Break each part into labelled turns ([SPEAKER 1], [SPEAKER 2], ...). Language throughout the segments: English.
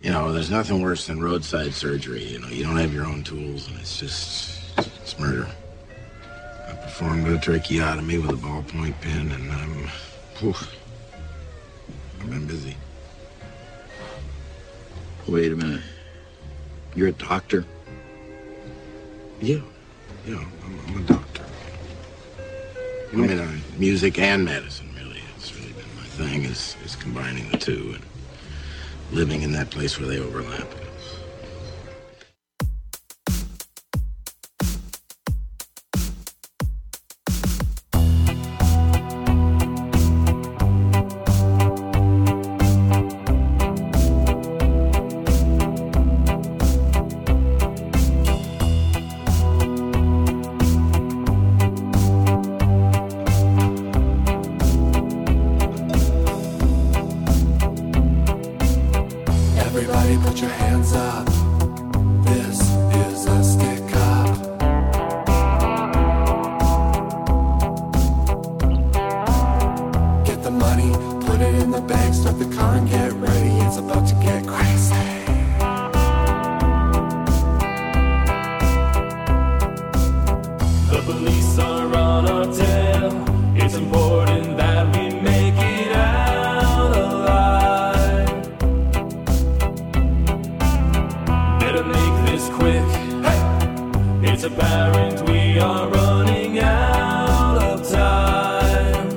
[SPEAKER 1] you know, there's nothing worse than roadside surgery. You know, you don't have your own tools, and it's just it's murder. I performed a tracheotomy with a ballpoint pen, and I'm, whew, I've been busy.
[SPEAKER 2] Wait a minute. You're a doctor?
[SPEAKER 1] Yeah, yeah, I'm, I'm a doctor. I mean, uh, music and medicine, really. It's really been my thing is is combining the two and living in that place where they overlap.
[SPEAKER 3] Everybody put your hands up. This is a stick up. Get the money, put it in the bank, start the car and get ready. It's about to get crazy.
[SPEAKER 4] The police are on our tail. It's important that we make it out alive. Better make this quick. It's apparent we are running out of time.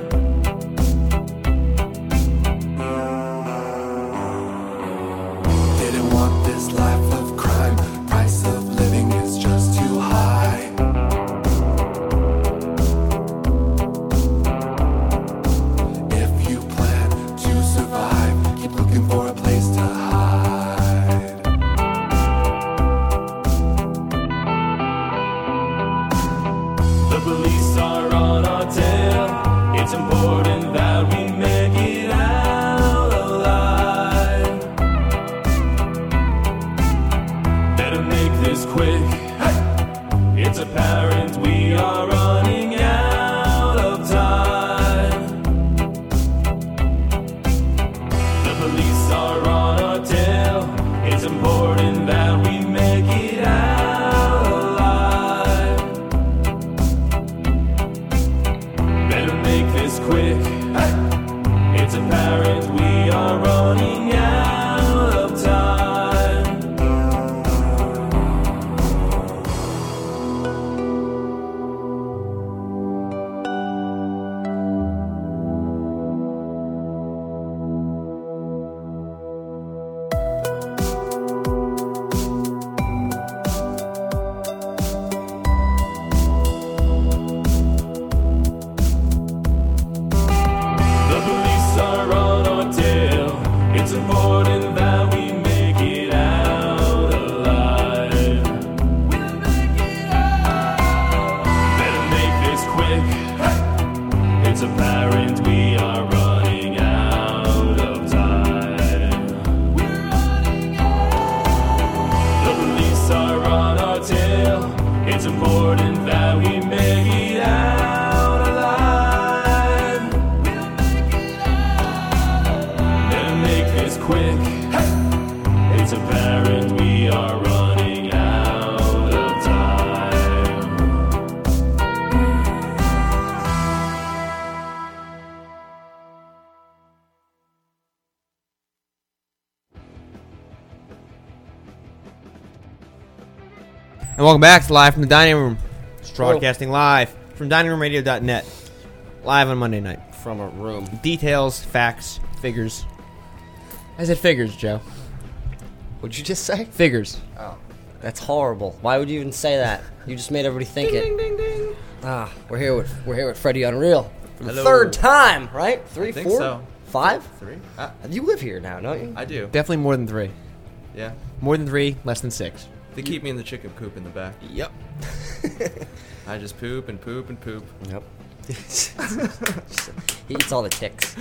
[SPEAKER 3] Didn't want this life of crime. Price of living is just too high. If you plan to survive, keep looking for a place to hide.
[SPEAKER 4] The police are on our tail. It's important that we make it out alive. Better make this quick. It's apparent we are running out of time. The police are on our tail. It's important that we make it out alive. Better make this quick. It's apparent we are running out of time. The police are on our tail. It's important that we make it out alive. Better make this quick. It's apparent we are running out of time. The police are on our tail. It's important that we make it out alive. Better make this quick. It's apparent we are running out of time.
[SPEAKER 5] And welcome back to Live from the Dining Room. It's broadcasting live from diningroomradio.net. Live on Monday night.
[SPEAKER 6] From a room.
[SPEAKER 5] Details, facts, figures.
[SPEAKER 6] I said figures, Joe. What'd you just say? Figures.
[SPEAKER 7] Oh, That's horrible. Why would you even say that? You just made everybody think it. Ding ding ding. Ah, we're here with we're here with Freddie Unreal for the
[SPEAKER 8] Hello.
[SPEAKER 7] third time, right? Three,
[SPEAKER 8] think
[SPEAKER 7] four,
[SPEAKER 8] so.
[SPEAKER 7] five?
[SPEAKER 8] Three? Uh,
[SPEAKER 7] You live here now, don't you?
[SPEAKER 8] I do.
[SPEAKER 6] Definitely more than three.
[SPEAKER 8] Yeah.
[SPEAKER 6] More than three, less than six.
[SPEAKER 8] They keep me in the chicken coop in the back.
[SPEAKER 6] Yep.
[SPEAKER 8] I just poop and poop and poop.
[SPEAKER 7] Yep. he eats all the ticks.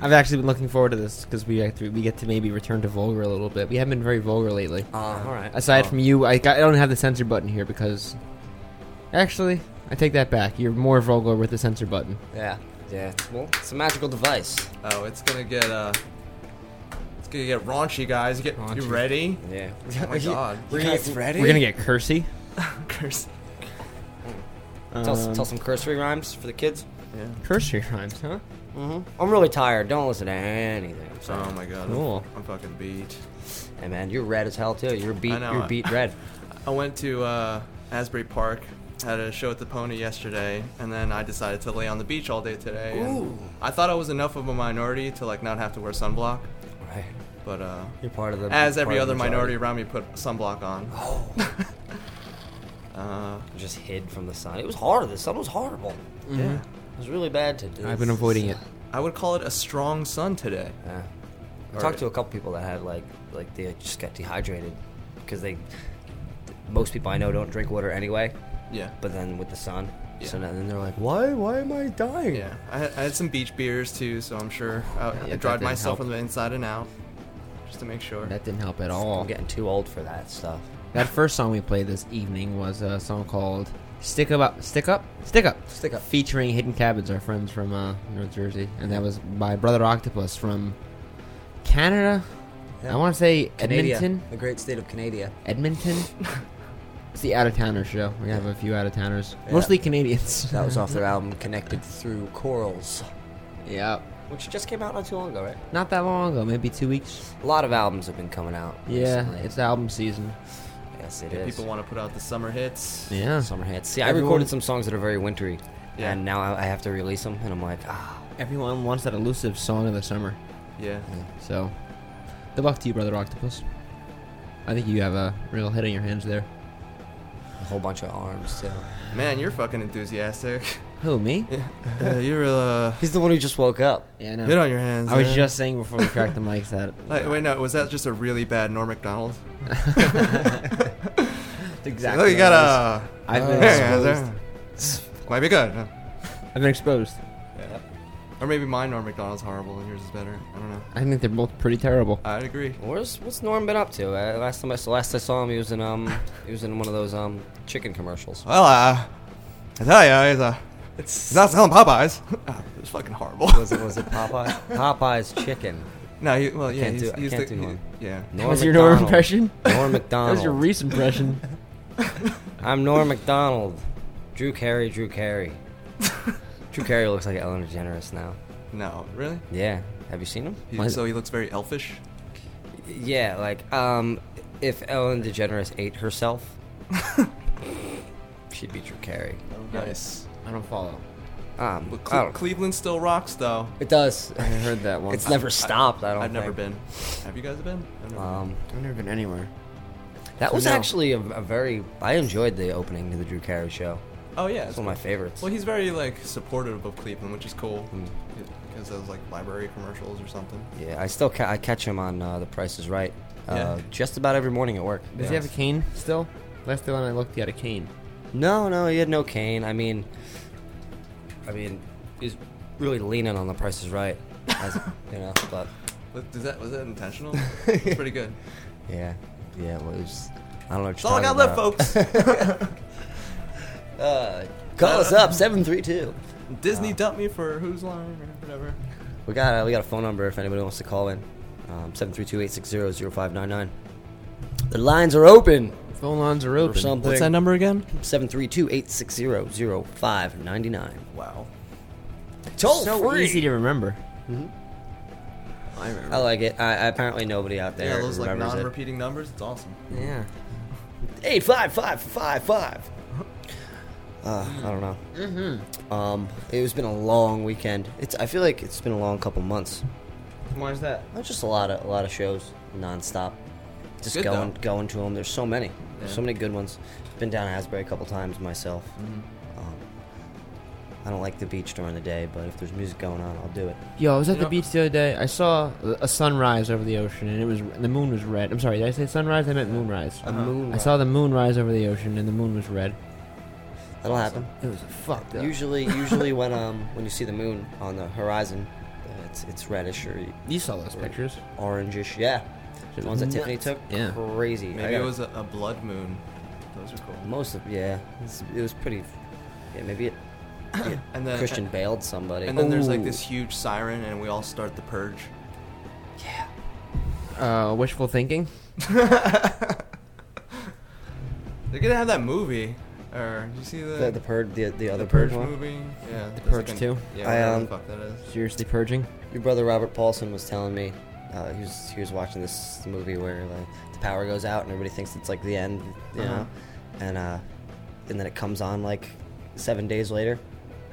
[SPEAKER 5] I've actually been looking forward to this because we act- we get to maybe return to vulgar a little bit. We haven't been very vulgar lately.
[SPEAKER 7] Uh, all right.
[SPEAKER 5] Aside from you, I, got, I don't have the censor button here because actually, I take that back. You're more vulgar with the censor button.
[SPEAKER 7] yeah, yeah. Well, it's a magical device.
[SPEAKER 8] Oh, it's gonna get uh, it's gonna get raunchy, guys. Get you
[SPEAKER 9] Raunchy.
[SPEAKER 8] ready?
[SPEAKER 7] Yeah.
[SPEAKER 8] Oh my god.
[SPEAKER 7] We're gonna get ready.
[SPEAKER 9] We're gonna get cursy.
[SPEAKER 8] Curse.
[SPEAKER 7] tell, tell some cursory rhymes for the kids.
[SPEAKER 9] Cursy rhymes, huh?
[SPEAKER 7] I'm really tired. Don't listen to anything. I'm sorry.
[SPEAKER 8] Oh my god. I'm-
[SPEAKER 9] Cool.
[SPEAKER 8] I'm fucking beat.
[SPEAKER 7] Hey man, you're red as hell too. You're
[SPEAKER 8] I
[SPEAKER 7] beat.
[SPEAKER 8] know,
[SPEAKER 7] You're
[SPEAKER 8] I-
[SPEAKER 7] beat red.
[SPEAKER 8] I went to uh, Asbury Park, had a show at the Pony yesterday, and then I decided to lay on the beach all day today. and I thought I was enough of a minority to like not have to wear sunblock,
[SPEAKER 7] right.
[SPEAKER 8] but uh,
[SPEAKER 7] You're part of the.
[SPEAKER 8] as every
[SPEAKER 7] part of
[SPEAKER 8] other
[SPEAKER 7] the
[SPEAKER 8] minority
[SPEAKER 7] majority. Oh.
[SPEAKER 8] around me put sunblock on. Uh.
[SPEAKER 7] just hid from the sun. It was hard. The sun was horrible.
[SPEAKER 5] Mm-hmm.
[SPEAKER 8] Yeah.
[SPEAKER 7] It was really bad to do.
[SPEAKER 9] I've been avoiding it.
[SPEAKER 8] I would call it a strong sun today.
[SPEAKER 7] Yeah. I
[SPEAKER 8] Or-
[SPEAKER 7] talked to a couple people that had like like they just got dehydrated because they most people I know don't drink water anyway,
[SPEAKER 8] Yeah.
[SPEAKER 7] but then with the sun, so
[SPEAKER 8] Yeah.
[SPEAKER 7] now, then they're like, why why am I dying?
[SPEAKER 8] Yeah, I had, I had some beach beers too, so I'm sure I, I
[SPEAKER 5] that
[SPEAKER 8] dried
[SPEAKER 5] didn't
[SPEAKER 8] myself
[SPEAKER 5] help.
[SPEAKER 8] from the inside and out, just to make sure.
[SPEAKER 5] That didn't help at all.
[SPEAKER 7] I'm getting too old for that stuff.
[SPEAKER 5] That first song we played this evening was a song called "Stick Up, Stick Up, Stick Up, Stick Up," featuring Hidden Cabbage, our friends from uh, North Jersey, and that was by Brother Octopus from Canada. I want to say Edmonton.
[SPEAKER 7] the great state of Canada.
[SPEAKER 5] Edmonton. it's the out of towner show. We're gonna have a few out of towners, mostly Canadians.
[SPEAKER 7] That was off their album Connected Through Corals,
[SPEAKER 5] yeah,
[SPEAKER 7] which just came out not too long ago, right?
[SPEAKER 5] not that long ago, maybe two weeks.
[SPEAKER 7] A lot of albums have been coming out.
[SPEAKER 5] Yeah,
[SPEAKER 7] recently.
[SPEAKER 5] it's album season.
[SPEAKER 7] yes, it
[SPEAKER 8] Yeah,
[SPEAKER 7] is.
[SPEAKER 8] people want to put out the summer hits.
[SPEAKER 5] Yeah,
[SPEAKER 7] Summer hits. See, I
[SPEAKER 5] Everyone-
[SPEAKER 7] recorded some songs that are very wintry,
[SPEAKER 8] Yeah.
[SPEAKER 7] and now I I have to release them, and I'm like, ah,
[SPEAKER 5] everyone wants that elusive song of the summer.
[SPEAKER 8] Yeah.
[SPEAKER 5] So, good luck to you, Brother Octopus. I think you have a real hit on your hands there.
[SPEAKER 7] a whole bunch of arms too.
[SPEAKER 8] Man, you're fucking enthusiastic.
[SPEAKER 5] Who, me?
[SPEAKER 8] Uh, you're uh,
[SPEAKER 7] He's the one who just woke up.
[SPEAKER 5] Yeah, I know.
[SPEAKER 8] hit on your hands.
[SPEAKER 5] I was
[SPEAKER 8] man.
[SPEAKER 5] just saying before we cracked the mics that
[SPEAKER 8] Like, wait, no, was that just a really bad Norm Macdonald?
[SPEAKER 5] exactly.
[SPEAKER 8] Look, Oh, you got a. Oh,
[SPEAKER 5] I've been
[SPEAKER 8] Hey, guys,
[SPEAKER 5] exposed.
[SPEAKER 8] uh, Might be good. huh?
[SPEAKER 5] I've been exposed.
[SPEAKER 8] Or maybe my Norm Macdonald's horrible and yours is better. I don't know.
[SPEAKER 5] I think they're both pretty terrible.
[SPEAKER 8] I'd agree.
[SPEAKER 7] Where's what's Norm been up to? Uh, last time I saw, last I saw him, he was in um, he was in one of those um chicken commercials.
[SPEAKER 8] Well, uh, I tell ya, he's, uh, he's not selling Popeyes. Ah, it was fucking horrible.
[SPEAKER 7] Was it was it Popeye? Popeye's chicken.
[SPEAKER 8] no, he, well, yeah,
[SPEAKER 7] can't
[SPEAKER 8] he's,
[SPEAKER 7] do- I
[SPEAKER 8] he's
[SPEAKER 7] can't
[SPEAKER 8] the,
[SPEAKER 7] do
[SPEAKER 8] he-
[SPEAKER 7] Norm.
[SPEAKER 8] yeah.
[SPEAKER 7] Norm
[SPEAKER 5] That was your Norm
[SPEAKER 7] Macdonald.
[SPEAKER 5] impression?
[SPEAKER 7] Norm
[SPEAKER 5] That
[SPEAKER 7] McDonald.
[SPEAKER 5] was your Reese impression.
[SPEAKER 7] I'm Norm McDonald. Drew Carey. Drew Carey. Drew Carey looks like Ellen DeGeneres now.
[SPEAKER 8] No, really?
[SPEAKER 7] Yeah. Have you seen him?
[SPEAKER 8] He-
[SPEAKER 5] Why-
[SPEAKER 8] so he looks very elfish.
[SPEAKER 7] Yeah, like um, if Ellen DeGeneres ate herself, she'd be Drew Carey.
[SPEAKER 8] Nice.
[SPEAKER 5] I don't follow.
[SPEAKER 7] Um,
[SPEAKER 8] But
[SPEAKER 7] I
[SPEAKER 8] Cle-
[SPEAKER 7] don't-
[SPEAKER 8] Cleveland still rocks, though.
[SPEAKER 7] it does.
[SPEAKER 5] I heard that once.
[SPEAKER 7] It's never stopped. I don't.
[SPEAKER 8] I've never
[SPEAKER 7] think.
[SPEAKER 8] been. Have you guys been? I've never
[SPEAKER 7] Um,
[SPEAKER 5] I've never been anywhere.
[SPEAKER 7] that was
[SPEAKER 8] no.
[SPEAKER 7] actually a, a very. I enjoyed the opening to the Drew Carey show.
[SPEAKER 8] been. Oh yeah,
[SPEAKER 7] It's one of my favorites. Hmm.
[SPEAKER 8] Well, he's very like supportive of Cleveland, which is cool because those like library commercials or something.
[SPEAKER 7] yeah, I still ca- I catch him on uh, The Price Is Right. Uh,
[SPEAKER 8] Yeah.
[SPEAKER 7] Just about every morning at work.
[SPEAKER 5] Does he have a cane still? Last time I looked, he had a cane.
[SPEAKER 7] No, no, he had no cane. I mean, I mean, he's really leaning on The Price Is Right, as, you know. But
[SPEAKER 8] What- Is that was that intentional? it's pretty good.
[SPEAKER 7] yeah, yeah, well, it was. I don't know. What
[SPEAKER 8] That's all I got left, folks.
[SPEAKER 7] Uh, call us up seven three two. Uh,
[SPEAKER 8] Disney dumped me for Who's Line or whatever.
[SPEAKER 7] We got a, we got a phone number if anybody wants to call in. Um, 732-860-0599. The lines are open
[SPEAKER 5] Phone lines are
[SPEAKER 7] or
[SPEAKER 5] open.
[SPEAKER 7] something.
[SPEAKER 8] number again?
[SPEAKER 7] 732-860-0599.
[SPEAKER 8] Wow.
[SPEAKER 7] Toll
[SPEAKER 5] so
[SPEAKER 7] free. Mm-hmm.
[SPEAKER 5] easy to remember. I
[SPEAKER 7] I
[SPEAKER 5] remember.
[SPEAKER 7] like it. I, I, apparently nobody out there
[SPEAKER 8] Yeah, those like
[SPEAKER 7] remembers it.
[SPEAKER 8] non-repeating numbers. It's awesome.
[SPEAKER 5] Yeah.
[SPEAKER 7] Eight five five five five. Uh, I don't know. Mm-hmm. Um, it was been a long weekend. It's. I feel like it's been a long couple months.
[SPEAKER 9] Why is that?
[SPEAKER 7] Uh, Just a lot of a lot of shows nonstop. Just
[SPEAKER 8] Good,
[SPEAKER 7] going
[SPEAKER 8] though.
[SPEAKER 7] going to them. There's so many, There's so
[SPEAKER 8] Yeah.
[SPEAKER 7] many good ones. Been down to Asbury a couple times myself.
[SPEAKER 8] Mm-hmm.
[SPEAKER 7] Um, I don't like the beach during the day, but if there's music going on, I'll do it.
[SPEAKER 5] Yo, I was at
[SPEAKER 8] You
[SPEAKER 5] the
[SPEAKER 8] know-
[SPEAKER 5] beach the other day. I saw a- a sunrise over the ocean, and it was and the moon was red. I'm sorry, did I say sunrise? I meant moonrise.
[SPEAKER 8] Uh-huh.
[SPEAKER 7] A moon.
[SPEAKER 5] I saw the moon rise over the ocean, and the moon was red.
[SPEAKER 7] That'll happen.
[SPEAKER 5] It was fucked up.
[SPEAKER 7] Usually, usually when um when you see the moon on the horizon, uh, it's it's reddish or
[SPEAKER 5] you saw those pictures.
[SPEAKER 7] orangish. Yeah, the
[SPEAKER 5] Shit
[SPEAKER 7] ones that
[SPEAKER 5] was
[SPEAKER 7] Tiffany
[SPEAKER 5] nuts.
[SPEAKER 7] took.
[SPEAKER 5] Yeah.
[SPEAKER 7] crazy. I
[SPEAKER 8] Maybe it
[SPEAKER 7] got-
[SPEAKER 8] was a, a blood moon. Those are cool.
[SPEAKER 7] most of yeah. it's- it was pretty. Yeah, maybe it. it-
[SPEAKER 8] And then-
[SPEAKER 7] Christian bailed somebody.
[SPEAKER 8] And then there's like
[SPEAKER 7] Ooh.
[SPEAKER 8] this huge siren, and we all start the purge.
[SPEAKER 5] uh, wishful thinking.
[SPEAKER 8] They're gonna have that movie. Or did you see the
[SPEAKER 7] The, the purge, the, the other
[SPEAKER 8] the Purge
[SPEAKER 7] purge one.
[SPEAKER 8] movie? Yeah, the
[SPEAKER 5] Purge 2?
[SPEAKER 8] Yeah,
[SPEAKER 7] I,
[SPEAKER 8] whatever
[SPEAKER 7] um,
[SPEAKER 8] the fuck that is.
[SPEAKER 5] Seriously purging.
[SPEAKER 7] Your brother Robert Paulson was telling me uh, he was he was watching this movie where like the power goes out and everybody thinks it's like the end, you
[SPEAKER 8] Uh-huh.
[SPEAKER 7] know, and uh, and then it comes on like seven days later,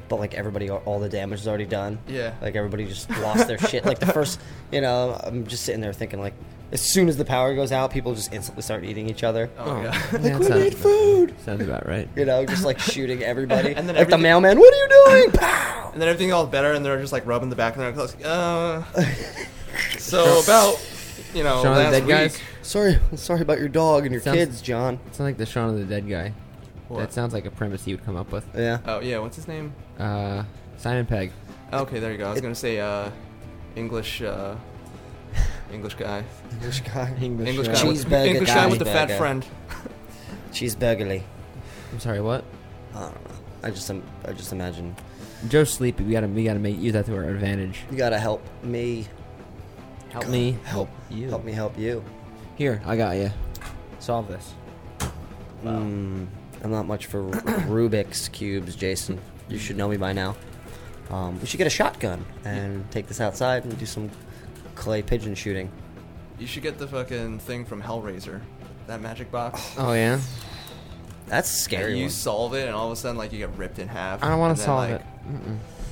[SPEAKER 7] but like everybody all the damage is already done.
[SPEAKER 8] Yeah.
[SPEAKER 7] like everybody just lost their shit. Like the first, you know, I'm just sitting there thinking like, as soon as the power goes out, people just instantly start eating each other.
[SPEAKER 8] Oh, my god.
[SPEAKER 5] Like we need food. Sounds about right.
[SPEAKER 7] You know, just like shooting everybody.
[SPEAKER 8] And then
[SPEAKER 7] like the
[SPEAKER 8] everything-
[SPEAKER 7] mailman, what are you doing? Pow!
[SPEAKER 8] And then everything all better, and they're just like rubbing the back of their clothes. like, Uh, so about you know
[SPEAKER 5] Shaun of the
[SPEAKER 8] last
[SPEAKER 5] Dead
[SPEAKER 8] week.
[SPEAKER 5] guys?
[SPEAKER 7] Sorry, sorry about your dog and your
[SPEAKER 5] Sounds-
[SPEAKER 7] kids, John.
[SPEAKER 5] It's not like the Shaun of the Dead guy. That
[SPEAKER 8] What?
[SPEAKER 5] sounds like a premise he would come up with.
[SPEAKER 7] Yeah.
[SPEAKER 8] Oh yeah, what's his name?
[SPEAKER 5] Uh, Simon Pegg.
[SPEAKER 8] Okay, there you go. I was gonna say uh, English uh, English guy,
[SPEAKER 7] English guy.
[SPEAKER 5] English.
[SPEAKER 8] English
[SPEAKER 5] uh,
[SPEAKER 8] guy, with,
[SPEAKER 7] Cheeseburger
[SPEAKER 8] English guy with the
[SPEAKER 7] guy.
[SPEAKER 8] fat
[SPEAKER 7] Burger.
[SPEAKER 8] friend.
[SPEAKER 7] Cheeseburgerly.
[SPEAKER 5] I'm sorry. What?
[SPEAKER 7] I don't know. I just, im- I just imagine
[SPEAKER 5] Joe's sleepy. We gotta, we gotta make use that to our advantage.
[SPEAKER 7] you gotta help me.
[SPEAKER 5] Help me.
[SPEAKER 7] Help
[SPEAKER 5] you.
[SPEAKER 7] Help me help you.
[SPEAKER 5] Here, I got you. Solve this.
[SPEAKER 7] Mm, I'm not much for Rubik's cubes, Jason. You should know me by now. Um, we should get a shotgun and take this outside and do some clay pigeon shooting.
[SPEAKER 8] You should get the fucking thing from Hellraiser, that magic box.
[SPEAKER 5] Oh yeah.
[SPEAKER 7] That's a scary.
[SPEAKER 8] you
[SPEAKER 7] one.
[SPEAKER 8] solve it, and all of a sudden, like you get ripped in half.
[SPEAKER 5] I don't want
[SPEAKER 8] and
[SPEAKER 5] to
[SPEAKER 8] then,
[SPEAKER 5] solve
[SPEAKER 8] like-
[SPEAKER 5] it.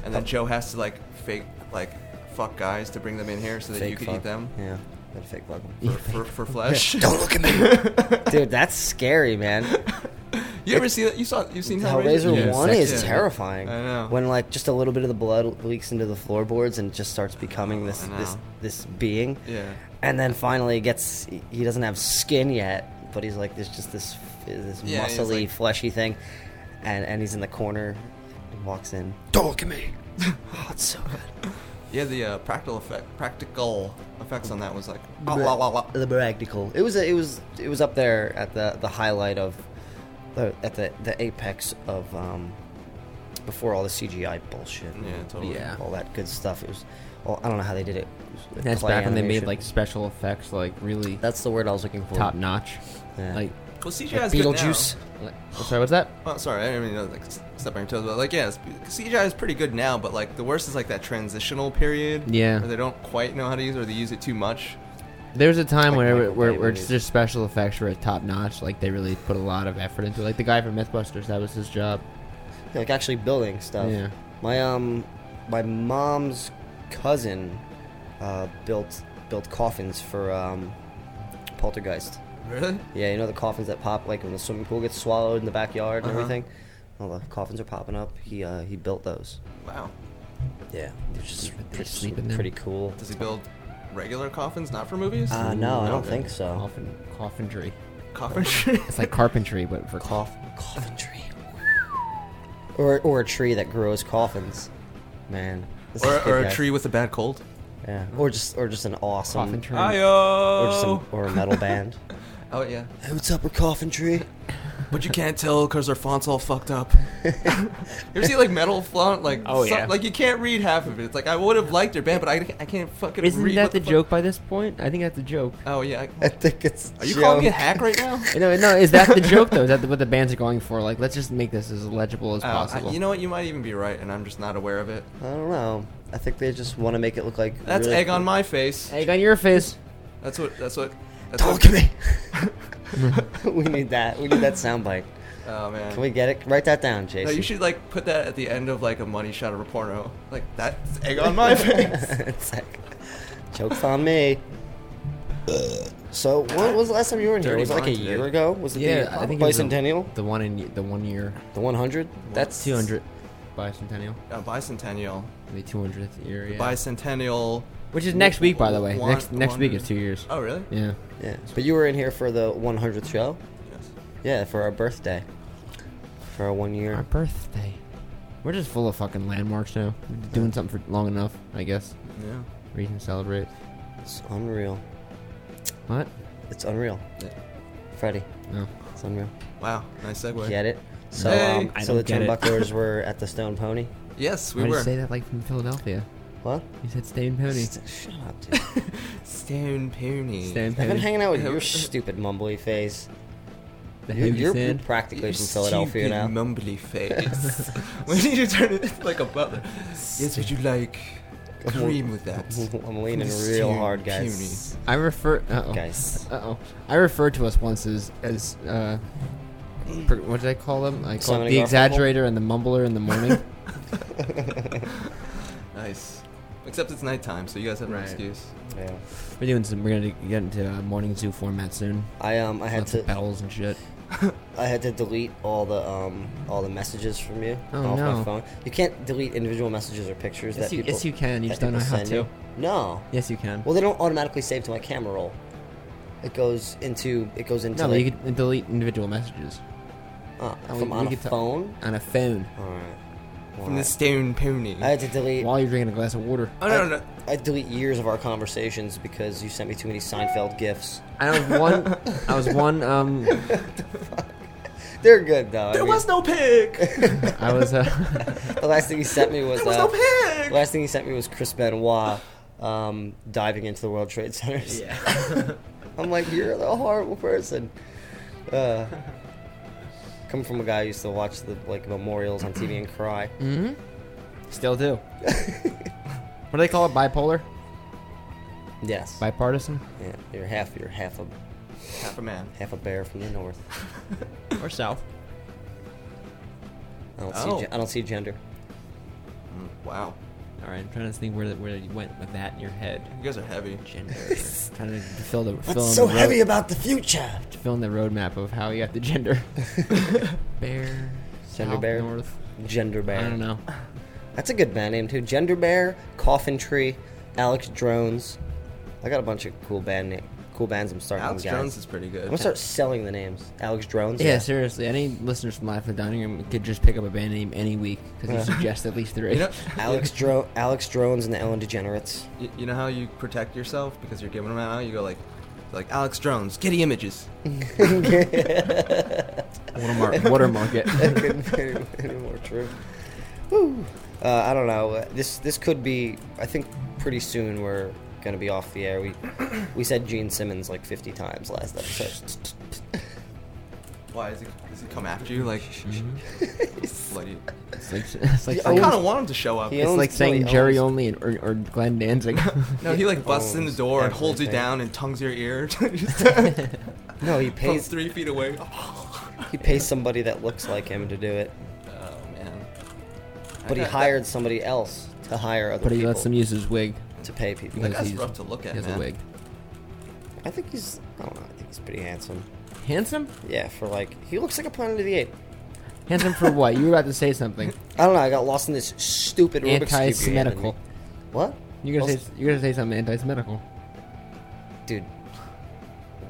[SPEAKER 8] And then Joe has to like fake like fuck guys to bring them in here so that you
[SPEAKER 7] Fake
[SPEAKER 8] can
[SPEAKER 7] fuck.
[SPEAKER 8] eat them
[SPEAKER 7] Yeah, gotta fake fuck 'em.
[SPEAKER 8] for, for, for flesh.
[SPEAKER 7] Don't look at me, dude. That's scary, man.
[SPEAKER 8] you ever see that? You saw? You've seen Hellraiser?
[SPEAKER 7] Hellraiser
[SPEAKER 5] Yeah,
[SPEAKER 7] One
[SPEAKER 5] sex-
[SPEAKER 7] is
[SPEAKER 8] yeah.
[SPEAKER 7] terrifying.
[SPEAKER 8] I know.
[SPEAKER 7] When like just a little bit of the blood leaks into the floorboards and it just starts becoming this
[SPEAKER 8] I
[SPEAKER 7] this
[SPEAKER 8] know.
[SPEAKER 7] this being.
[SPEAKER 8] Yeah.
[SPEAKER 7] And then finally he gets he doesn't have skin yet, but he's like there's just this this
[SPEAKER 8] Yeah, he's
[SPEAKER 7] muscly
[SPEAKER 8] like-
[SPEAKER 7] fleshy thing, and and he's in the corner, and walks in.
[SPEAKER 2] Don't look at me.
[SPEAKER 7] Oh, it's so good.
[SPEAKER 8] Yeah, the uh, practical effect, practical effects on that was like. "Ah, la, la, la."
[SPEAKER 7] The practical. It was a, it was it was up there at the the highlight of the at the the apex of um before all the CGI bullshit. and
[SPEAKER 8] Yeah, totally.
[SPEAKER 5] Yeah.
[SPEAKER 7] All that good stuff. It was. Well, I don't know how they did it. It was
[SPEAKER 5] That's
[SPEAKER 7] clay
[SPEAKER 5] back when they made
[SPEAKER 7] animation.
[SPEAKER 5] like special effects, like really
[SPEAKER 7] That's the word I was looking for.
[SPEAKER 5] top notch.
[SPEAKER 7] Yeah.
[SPEAKER 5] Like,
[SPEAKER 8] Well, CGI
[SPEAKER 7] Like
[SPEAKER 8] is good now.
[SPEAKER 7] Beetlejuice.
[SPEAKER 5] like- oh, sorry, what's that?
[SPEAKER 8] Oh, sorry, I didn't mean to like s- step on your toes, but like yeah, it's, CGI is pretty good now. But like the worst is like that transitional period.
[SPEAKER 5] Yeah.
[SPEAKER 8] where they don't quite know how to use, it or they use it too much.
[SPEAKER 5] There was a time
[SPEAKER 7] Like
[SPEAKER 5] where,
[SPEAKER 7] Michael
[SPEAKER 5] where,
[SPEAKER 7] Bay
[SPEAKER 5] where it's
[SPEAKER 7] movies.
[SPEAKER 5] just special effects were top notch. Like they really put a lot of effort into it. Like the guy from MythBusters, that was his job.
[SPEAKER 7] like actually building stuff.
[SPEAKER 5] Yeah.
[SPEAKER 7] My um, my mom's cousin uh, built built coffins for um, Poltergeist.
[SPEAKER 8] Really?
[SPEAKER 7] Yeah, you know the coffins that pop like when the swimming pool gets swallowed in the backyard and
[SPEAKER 8] Uh-huh.
[SPEAKER 7] everything. All the coffins are popping up. He uh, he built those.
[SPEAKER 8] Wow.
[SPEAKER 7] Yeah, they're just pretty,
[SPEAKER 5] sleep in them.
[SPEAKER 7] pretty cool.
[SPEAKER 8] Does he build regular coffins, not for movies?
[SPEAKER 7] Uh, no, I don't
[SPEAKER 8] Okay.
[SPEAKER 7] think so.
[SPEAKER 5] Coffin, coffinry.
[SPEAKER 8] Coffin.
[SPEAKER 5] It's like carpentry, but for coffin.
[SPEAKER 7] Coffin tree. Or or a tree that grows coffins. Man. this is
[SPEAKER 8] or,
[SPEAKER 7] good,
[SPEAKER 8] or a
[SPEAKER 7] guys.
[SPEAKER 8] tree with a bad cold.
[SPEAKER 7] Yeah. Or just or just an awesome
[SPEAKER 5] Coffin tree.
[SPEAKER 7] or just some,
[SPEAKER 8] Ayo.
[SPEAKER 7] or a metal band.
[SPEAKER 8] Oh yeah.
[SPEAKER 7] hey, what's up, we're coffin tree?
[SPEAKER 8] But you can't tell because their font's all fucked up. you ever see like metal font? Like
[SPEAKER 5] Oh,
[SPEAKER 8] some-
[SPEAKER 5] yeah.
[SPEAKER 8] like you can't read half of it. It's like I would have liked their band, but I, I can't fucking.
[SPEAKER 5] Isn't
[SPEAKER 8] read
[SPEAKER 5] that
[SPEAKER 8] what
[SPEAKER 5] the,
[SPEAKER 8] fuck-
[SPEAKER 5] joke by this point? I think that's the joke.
[SPEAKER 8] Oh yeah.
[SPEAKER 7] I think it's
[SPEAKER 8] Are you
[SPEAKER 7] Joe.
[SPEAKER 8] calling me a hack right now?
[SPEAKER 5] No, no, is that the joke though? Is that what the bands are going for? Like, let's just make this as legible as
[SPEAKER 8] Uh, I-
[SPEAKER 5] possible.
[SPEAKER 8] you know what? You might even be right, and I'm just not aware of it.
[SPEAKER 7] I don't know. I think they just want to make it look like
[SPEAKER 8] That's
[SPEAKER 7] really
[SPEAKER 8] egg on my face.
[SPEAKER 5] egg on your face.
[SPEAKER 8] That's what. That's what. That's
[SPEAKER 7] Talk
[SPEAKER 8] what,
[SPEAKER 7] to me. we need that. We need that soundbite.
[SPEAKER 8] Oh man.
[SPEAKER 7] Can we get it? Write that down,
[SPEAKER 8] no,
[SPEAKER 7] Jason.
[SPEAKER 8] you should like put that at the end of like a money shot of a porno. Like that's egg on my face.
[SPEAKER 7] it's like, jokes on me. So, when was the last time you were in here?
[SPEAKER 8] Dirty
[SPEAKER 7] Was it like a
[SPEAKER 8] mind,
[SPEAKER 7] year
[SPEAKER 8] dude.
[SPEAKER 7] ago? Was it
[SPEAKER 5] Yeah,
[SPEAKER 7] the
[SPEAKER 5] I think it was the-
[SPEAKER 7] bicentennial?
[SPEAKER 5] The one in the one year.
[SPEAKER 7] The 100?
[SPEAKER 5] That's 200 bicentennial.
[SPEAKER 8] Uh, bicentennial.
[SPEAKER 5] The 200th year. Yeah.
[SPEAKER 8] Bicentennial.
[SPEAKER 5] Which is next week, by the way.
[SPEAKER 8] One-
[SPEAKER 5] next next week
[SPEAKER 8] one-
[SPEAKER 5] is two years.
[SPEAKER 8] Oh really?
[SPEAKER 5] Yeah.
[SPEAKER 7] Yeah. But you were in here for the 100th show?
[SPEAKER 8] Yes.
[SPEAKER 7] Yeah, for our birthday. For our one
[SPEAKER 5] Our
[SPEAKER 7] year.
[SPEAKER 5] birthday. We're just full of fucking landmarks now. We've been doing something for long enough, I guess.
[SPEAKER 8] Yeah.
[SPEAKER 5] Reason to celebrate.
[SPEAKER 7] It's unreal.
[SPEAKER 5] What?
[SPEAKER 7] It's unreal.
[SPEAKER 8] Yeah.
[SPEAKER 7] Freddie,
[SPEAKER 5] No.
[SPEAKER 7] it's unreal.
[SPEAKER 8] Wow. Nice segue.
[SPEAKER 7] Get it? So,
[SPEAKER 8] Hey.
[SPEAKER 7] um,
[SPEAKER 5] I
[SPEAKER 7] so the
[SPEAKER 5] don't get it.
[SPEAKER 7] turnbucklers were at the Stone Pony.
[SPEAKER 8] Yes, we
[SPEAKER 5] Why do
[SPEAKER 8] were.
[SPEAKER 5] you say that like from Philadelphia?
[SPEAKER 7] What?
[SPEAKER 5] You said Stain Pony.
[SPEAKER 7] St- Shut up, dude.
[SPEAKER 8] Stone Pony.
[SPEAKER 5] Stain
[SPEAKER 7] I've been
[SPEAKER 5] Pony.
[SPEAKER 7] hanging out with your stupid mumbly face.
[SPEAKER 5] The
[SPEAKER 7] You're,
[SPEAKER 5] heavy
[SPEAKER 7] you're
[SPEAKER 5] sand.
[SPEAKER 7] practically
[SPEAKER 8] You
[SPEAKER 7] from Philadelphia
[SPEAKER 8] stupid
[SPEAKER 7] now.
[SPEAKER 8] Mumbly face. we need to turn it into like a butler. Yes, would you like cream with that?
[SPEAKER 7] I'm leaning
[SPEAKER 8] Mr.
[SPEAKER 7] real hard, guys.
[SPEAKER 5] I refer. Uh-oh.
[SPEAKER 7] Guys.
[SPEAKER 5] Uh oh. I referred to us once as as uh,
[SPEAKER 7] Mm.
[SPEAKER 5] per, what did I call them? I called
[SPEAKER 7] Simon
[SPEAKER 5] the
[SPEAKER 7] and Garfunkel?
[SPEAKER 5] exaggerator and the mumbler in the morning.
[SPEAKER 8] Nice. Except it's nighttime, so you guys have no
[SPEAKER 5] Right.
[SPEAKER 8] excuse.
[SPEAKER 7] Yeah.
[SPEAKER 5] we're doing some. We're gonna get into uh, morning zoo format soon.
[SPEAKER 7] I um I had
[SPEAKER 5] Lots of
[SPEAKER 7] to
[SPEAKER 5] bells and shit.
[SPEAKER 7] I had to delete all the um all the messages from you
[SPEAKER 5] Oh,
[SPEAKER 7] off
[SPEAKER 5] no.
[SPEAKER 7] my phone. You can't delete individual messages or pictures
[SPEAKER 5] Yes,
[SPEAKER 7] that
[SPEAKER 5] you,
[SPEAKER 7] people
[SPEAKER 5] yes, you can. You
[SPEAKER 7] that
[SPEAKER 5] just don't know
[SPEAKER 7] people
[SPEAKER 5] how
[SPEAKER 7] send
[SPEAKER 5] to.
[SPEAKER 7] you. No.
[SPEAKER 5] Yes, you can.
[SPEAKER 7] Well, they don't automatically save to my camera roll. It goes into it goes into
[SPEAKER 5] no, but
[SPEAKER 7] like,
[SPEAKER 5] you can delete individual messages
[SPEAKER 7] uh,
[SPEAKER 5] oh,
[SPEAKER 7] from
[SPEAKER 5] we-
[SPEAKER 7] on
[SPEAKER 5] we
[SPEAKER 7] a
[SPEAKER 5] could ta-
[SPEAKER 7] phone.
[SPEAKER 5] on a phone
[SPEAKER 7] All right.
[SPEAKER 8] From the
[SPEAKER 7] Wow.
[SPEAKER 8] Stone Pony.
[SPEAKER 7] I had to delete.
[SPEAKER 5] while you're drinking a glass of water.
[SPEAKER 8] oh no no.
[SPEAKER 7] I had to delete years of our conversations because you sent me too many Seinfeld gifs.
[SPEAKER 5] I was one. I was one. Um,
[SPEAKER 7] They're good though.
[SPEAKER 8] There was no pig.
[SPEAKER 5] I was. Uh,
[SPEAKER 7] the last thing you sent me was,
[SPEAKER 8] There was
[SPEAKER 7] uh,
[SPEAKER 8] no pig.
[SPEAKER 7] The last thing he sent me was Chris Benoit um, diving into the World Trade Centers.
[SPEAKER 5] yeah.
[SPEAKER 7] I'm like, you're a horrible person. Uh, coming from a guy who used to watch the like memorials on TV and cry.
[SPEAKER 5] Mm-hmm. Still do. what do they call it? Bipolar?
[SPEAKER 7] Yes.
[SPEAKER 5] Bipartisan?
[SPEAKER 7] Yeah, you're half. You're half a
[SPEAKER 8] Half a man.
[SPEAKER 7] half a bear from the north.
[SPEAKER 9] or south.
[SPEAKER 7] I don't
[SPEAKER 8] Oh.
[SPEAKER 7] see. Gen- I don't see gender.
[SPEAKER 8] Mm, Wow.
[SPEAKER 5] All right, I'm trying to think where where you went with that in your head.
[SPEAKER 8] You guys are heavy.
[SPEAKER 5] Gender. trying to fill the fill in
[SPEAKER 7] What's so
[SPEAKER 5] the road,
[SPEAKER 7] heavy about the future?
[SPEAKER 5] to fill in the roadmap of how you got the gender. bear.
[SPEAKER 7] Gender
[SPEAKER 5] south,
[SPEAKER 7] bear?
[SPEAKER 5] North.
[SPEAKER 7] Gender bear.
[SPEAKER 5] I don't know.
[SPEAKER 7] That's a good band name too. Gender Bear, Coffin Tree, Alex Drones. I got a bunch of cool band name, cool bands. I'm starting.
[SPEAKER 8] Alex
[SPEAKER 7] guys.
[SPEAKER 8] Jones is pretty
[SPEAKER 7] I'm
[SPEAKER 8] good.
[SPEAKER 7] gonna start selling the names. Alex Drones.
[SPEAKER 5] Yeah, seriously. Any listeners from Life in the Dining Room could just pick up a band name any week because you suggest at least three.
[SPEAKER 8] You know,
[SPEAKER 7] Alex Dro- Alex Drones and the Ellen Degenerates.
[SPEAKER 8] you, you know how you protect yourself because you're giving them out. You go like, like Alex Jones, Getty Images.
[SPEAKER 5] Watermark, watermark it.
[SPEAKER 7] Couldn't be any, any more true. Woo. Uh, I don't know. Uh, This this could be. I think pretty soon we're gonna be off the air. We we said Gene Simmons like 50 times last episode.
[SPEAKER 8] Why is he? Does he come after you? Like,
[SPEAKER 7] Mm-hmm.
[SPEAKER 8] bloody.
[SPEAKER 5] It's like, it's like
[SPEAKER 8] I
[SPEAKER 5] saying-
[SPEAKER 8] kind of want him to show up.
[SPEAKER 7] He
[SPEAKER 5] It's
[SPEAKER 7] owns
[SPEAKER 5] like saying
[SPEAKER 7] Billy
[SPEAKER 5] Jerry
[SPEAKER 7] Owens.
[SPEAKER 5] only and, or, or Glenn Danzig.
[SPEAKER 8] No, he like busts in the door and holds you
[SPEAKER 7] everything.
[SPEAKER 8] down and tongues your ear
[SPEAKER 7] No, he
[SPEAKER 8] from
[SPEAKER 7] pays
[SPEAKER 8] three feet away.
[SPEAKER 7] he pays somebody that looks like him to do it.
[SPEAKER 8] Oh man.
[SPEAKER 7] But he
[SPEAKER 8] That- that-
[SPEAKER 7] hired somebody else to hire other
[SPEAKER 5] but he
[SPEAKER 7] people
[SPEAKER 5] lets them use his wig.
[SPEAKER 7] to pay people.
[SPEAKER 8] That
[SPEAKER 5] because
[SPEAKER 8] guy's
[SPEAKER 5] he's-
[SPEAKER 8] rough to look
[SPEAKER 5] He
[SPEAKER 8] at,
[SPEAKER 5] has
[SPEAKER 8] man.
[SPEAKER 5] a wig.
[SPEAKER 7] I think he's. I don't know. I think he's pretty handsome.
[SPEAKER 5] Handsome?
[SPEAKER 7] Yeah, for like he looks like a Planet of the Apes.
[SPEAKER 5] Handsome for what? You were about to say something.
[SPEAKER 7] I don't know. I got lost in this stupid Rubik's cube. you handed me.
[SPEAKER 5] Anti-Semitical.
[SPEAKER 7] What?
[SPEAKER 5] You're gonna
[SPEAKER 7] Well,
[SPEAKER 5] say you're gonna say something anti-Semitical.
[SPEAKER 7] dude?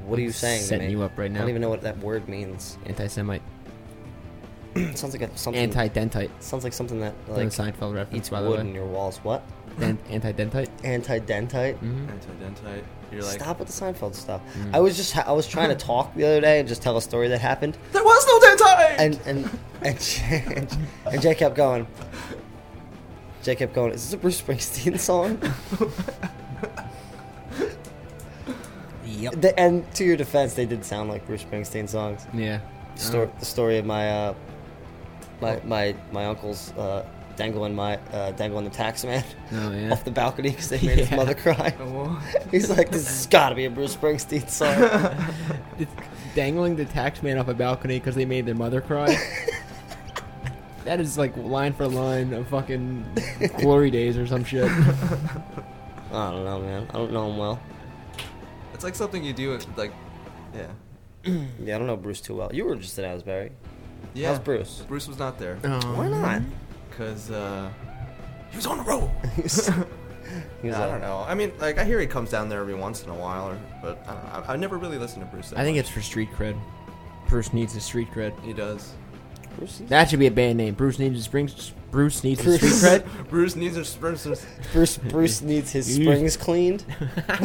[SPEAKER 7] What are you saying?
[SPEAKER 5] setting
[SPEAKER 7] to me?
[SPEAKER 5] you up right
[SPEAKER 7] I
[SPEAKER 5] now.
[SPEAKER 7] don't even know what that word means.
[SPEAKER 5] Anti-Semite.
[SPEAKER 7] It sounds like a, something.
[SPEAKER 5] Anti-dentite.
[SPEAKER 7] Sounds like something that
[SPEAKER 5] Like,
[SPEAKER 7] like
[SPEAKER 5] Seinfeld reference,
[SPEAKER 7] eats
[SPEAKER 5] by the
[SPEAKER 7] wood in
[SPEAKER 5] way.
[SPEAKER 7] your walls. What?
[SPEAKER 5] Den- anti-dentite. Mm-hmm.
[SPEAKER 7] Anti-dentite.
[SPEAKER 8] Anti-dentite. You're like.
[SPEAKER 7] Stop with the Seinfeld stuff.
[SPEAKER 5] Mm.
[SPEAKER 7] I was just I was trying to talk the other day and just tell a story that happened,
[SPEAKER 8] There was no dentite.
[SPEAKER 7] and and and Jay, and, and Jay kept going. Jay kept going. Is this a Bruce Springsteen song?
[SPEAKER 5] Yep.
[SPEAKER 7] The, and to your defense, they did sound like Bruce Springsteen songs.
[SPEAKER 5] Yeah. Oh.
[SPEAKER 7] The, stor- the story of my uh, my my my uncle's uh, dangling my uh, dangling the tax man
[SPEAKER 5] Oh yeah.
[SPEAKER 7] off the balcony because they made his
[SPEAKER 5] Yeah.
[SPEAKER 7] mother cry. He's like, this has got to be a Bruce Springsteen song.
[SPEAKER 5] It's dangling the tax man off a balcony because they made their mother cry. that is like line for line of fucking glory days or some shit.
[SPEAKER 7] I don't know, man. I don't know him well.
[SPEAKER 8] It's like something you do. With, like, yeah.
[SPEAKER 7] Yeah, I don't know Bruce too well. You were just in Asbury.
[SPEAKER 8] Yeah.
[SPEAKER 7] How's Bruce?
[SPEAKER 8] Bruce was not there
[SPEAKER 7] Why not?
[SPEAKER 8] because uh, he was on the road.
[SPEAKER 7] He was- he was
[SPEAKER 8] I
[SPEAKER 7] like,
[SPEAKER 8] don't know. I mean, like, I hear he comes down there every once in a while, or, but I don't know. I, I never really listened to Bruce. That
[SPEAKER 5] I think
[SPEAKER 8] much.
[SPEAKER 5] it's for street cred. Bruce needs a street cred.
[SPEAKER 8] he does.
[SPEAKER 7] Bruce, he's-
[SPEAKER 5] That should be a band name. Bruce needs a spring. Bruce needs a street
[SPEAKER 7] Bruce.
[SPEAKER 5] cred.
[SPEAKER 8] Bruce needs a Bruce.
[SPEAKER 7] Bruce Bruce needs his springs cleaned. That's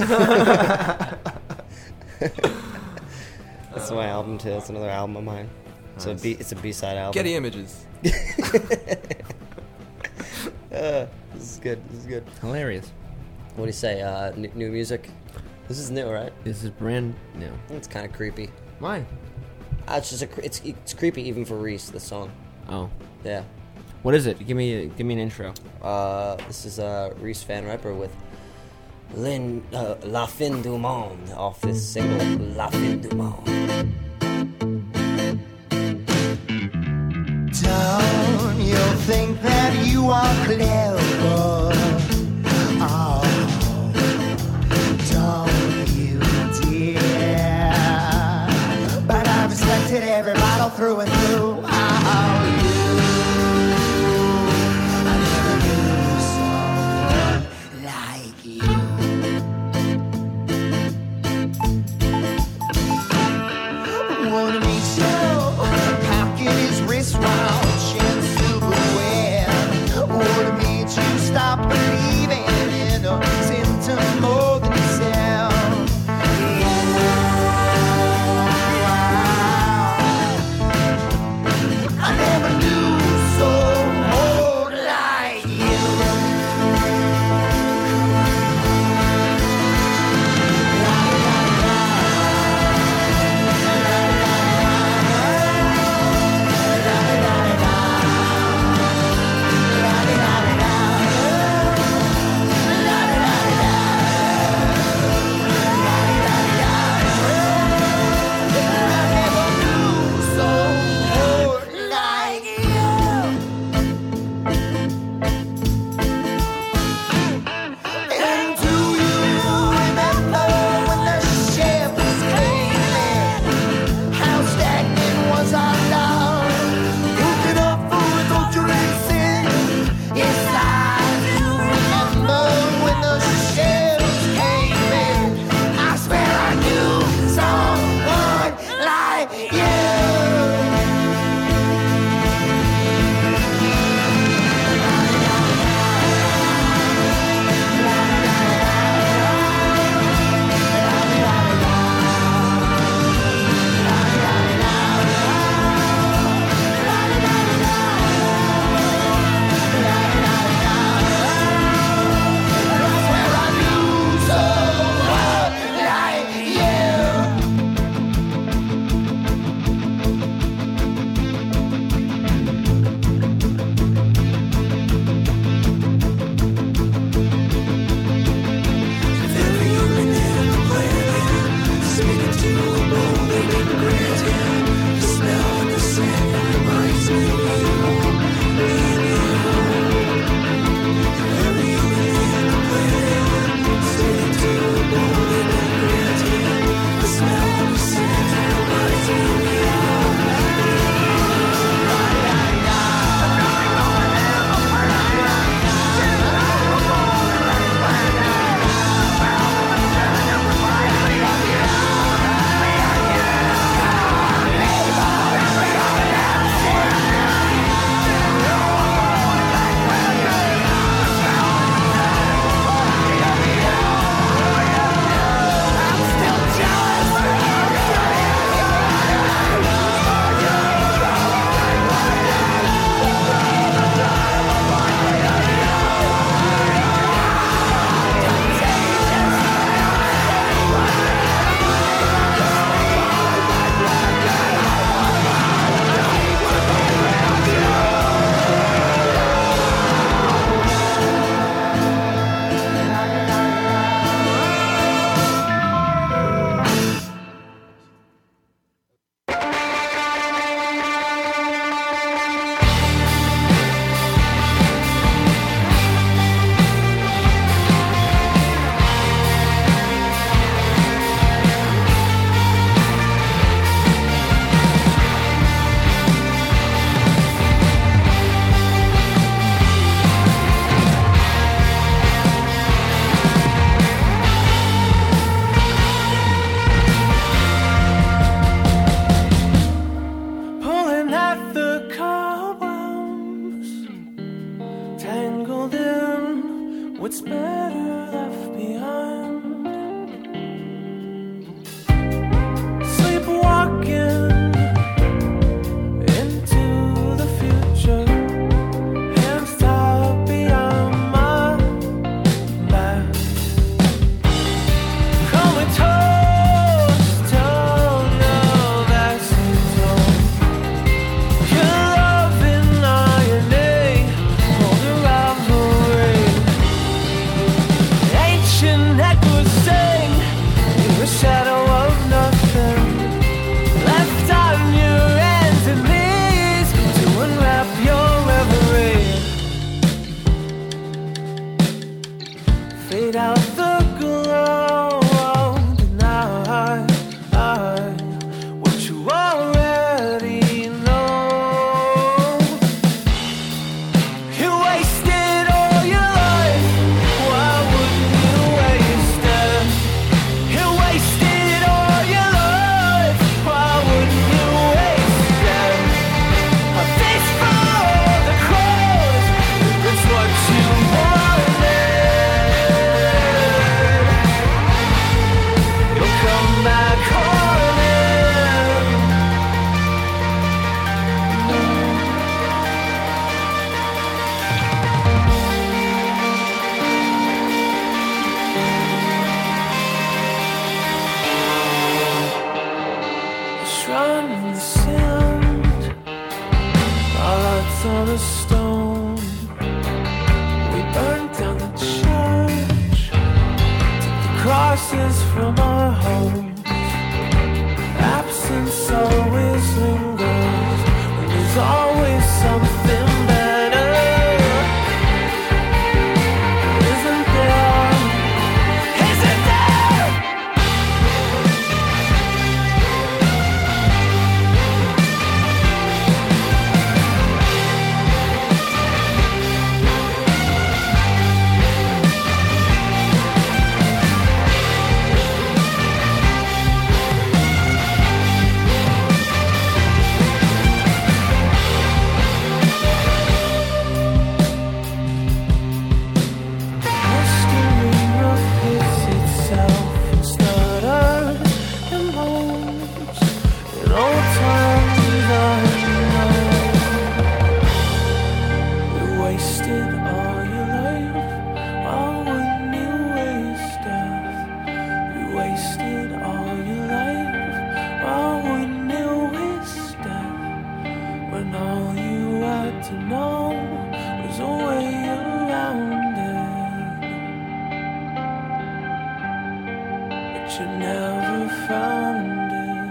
[SPEAKER 7] my album too. That's another album of mine. It's a B. It's a B side album.
[SPEAKER 8] Getty images.
[SPEAKER 7] Uh, this is good. This is good.
[SPEAKER 5] Hilarious.
[SPEAKER 7] What do you say? Uh, n- new music. This is new, right?
[SPEAKER 5] This is brand new.
[SPEAKER 7] It's kind of creepy.
[SPEAKER 5] Why?
[SPEAKER 7] Uh, it's just a. cre- It's it's creepy even for Reese. The song.
[SPEAKER 5] Oh,
[SPEAKER 7] Yeah.
[SPEAKER 5] what is it? Give me give me an intro.
[SPEAKER 7] Uh, this is uh, Reese Van Rapper with Lin, uh, La Fin du Monde off this single La Fin du Monde.
[SPEAKER 3] down, you'll think that you are clever. Oh, don't you, dear? But I've selected every bottle through and through. Oh, you. I never knew someone like you. wanna meet you. Pocket his wristwatch and silverware. Wanna meet you. Stop believing in a symptom more than yourself. Yeah. I never knew someone like you. Like you transcend our hearts on a stone. We burned down the church, took the crosses from our homes. Absence always lingers, and there's always something better. Isn't there? Isn't there? History repeats itself in stutters and holes in old times unknown. You wasted all your life on one new waste death. You wasted all your life on one new waste death. When all you had to know was a way around it. but you never found it.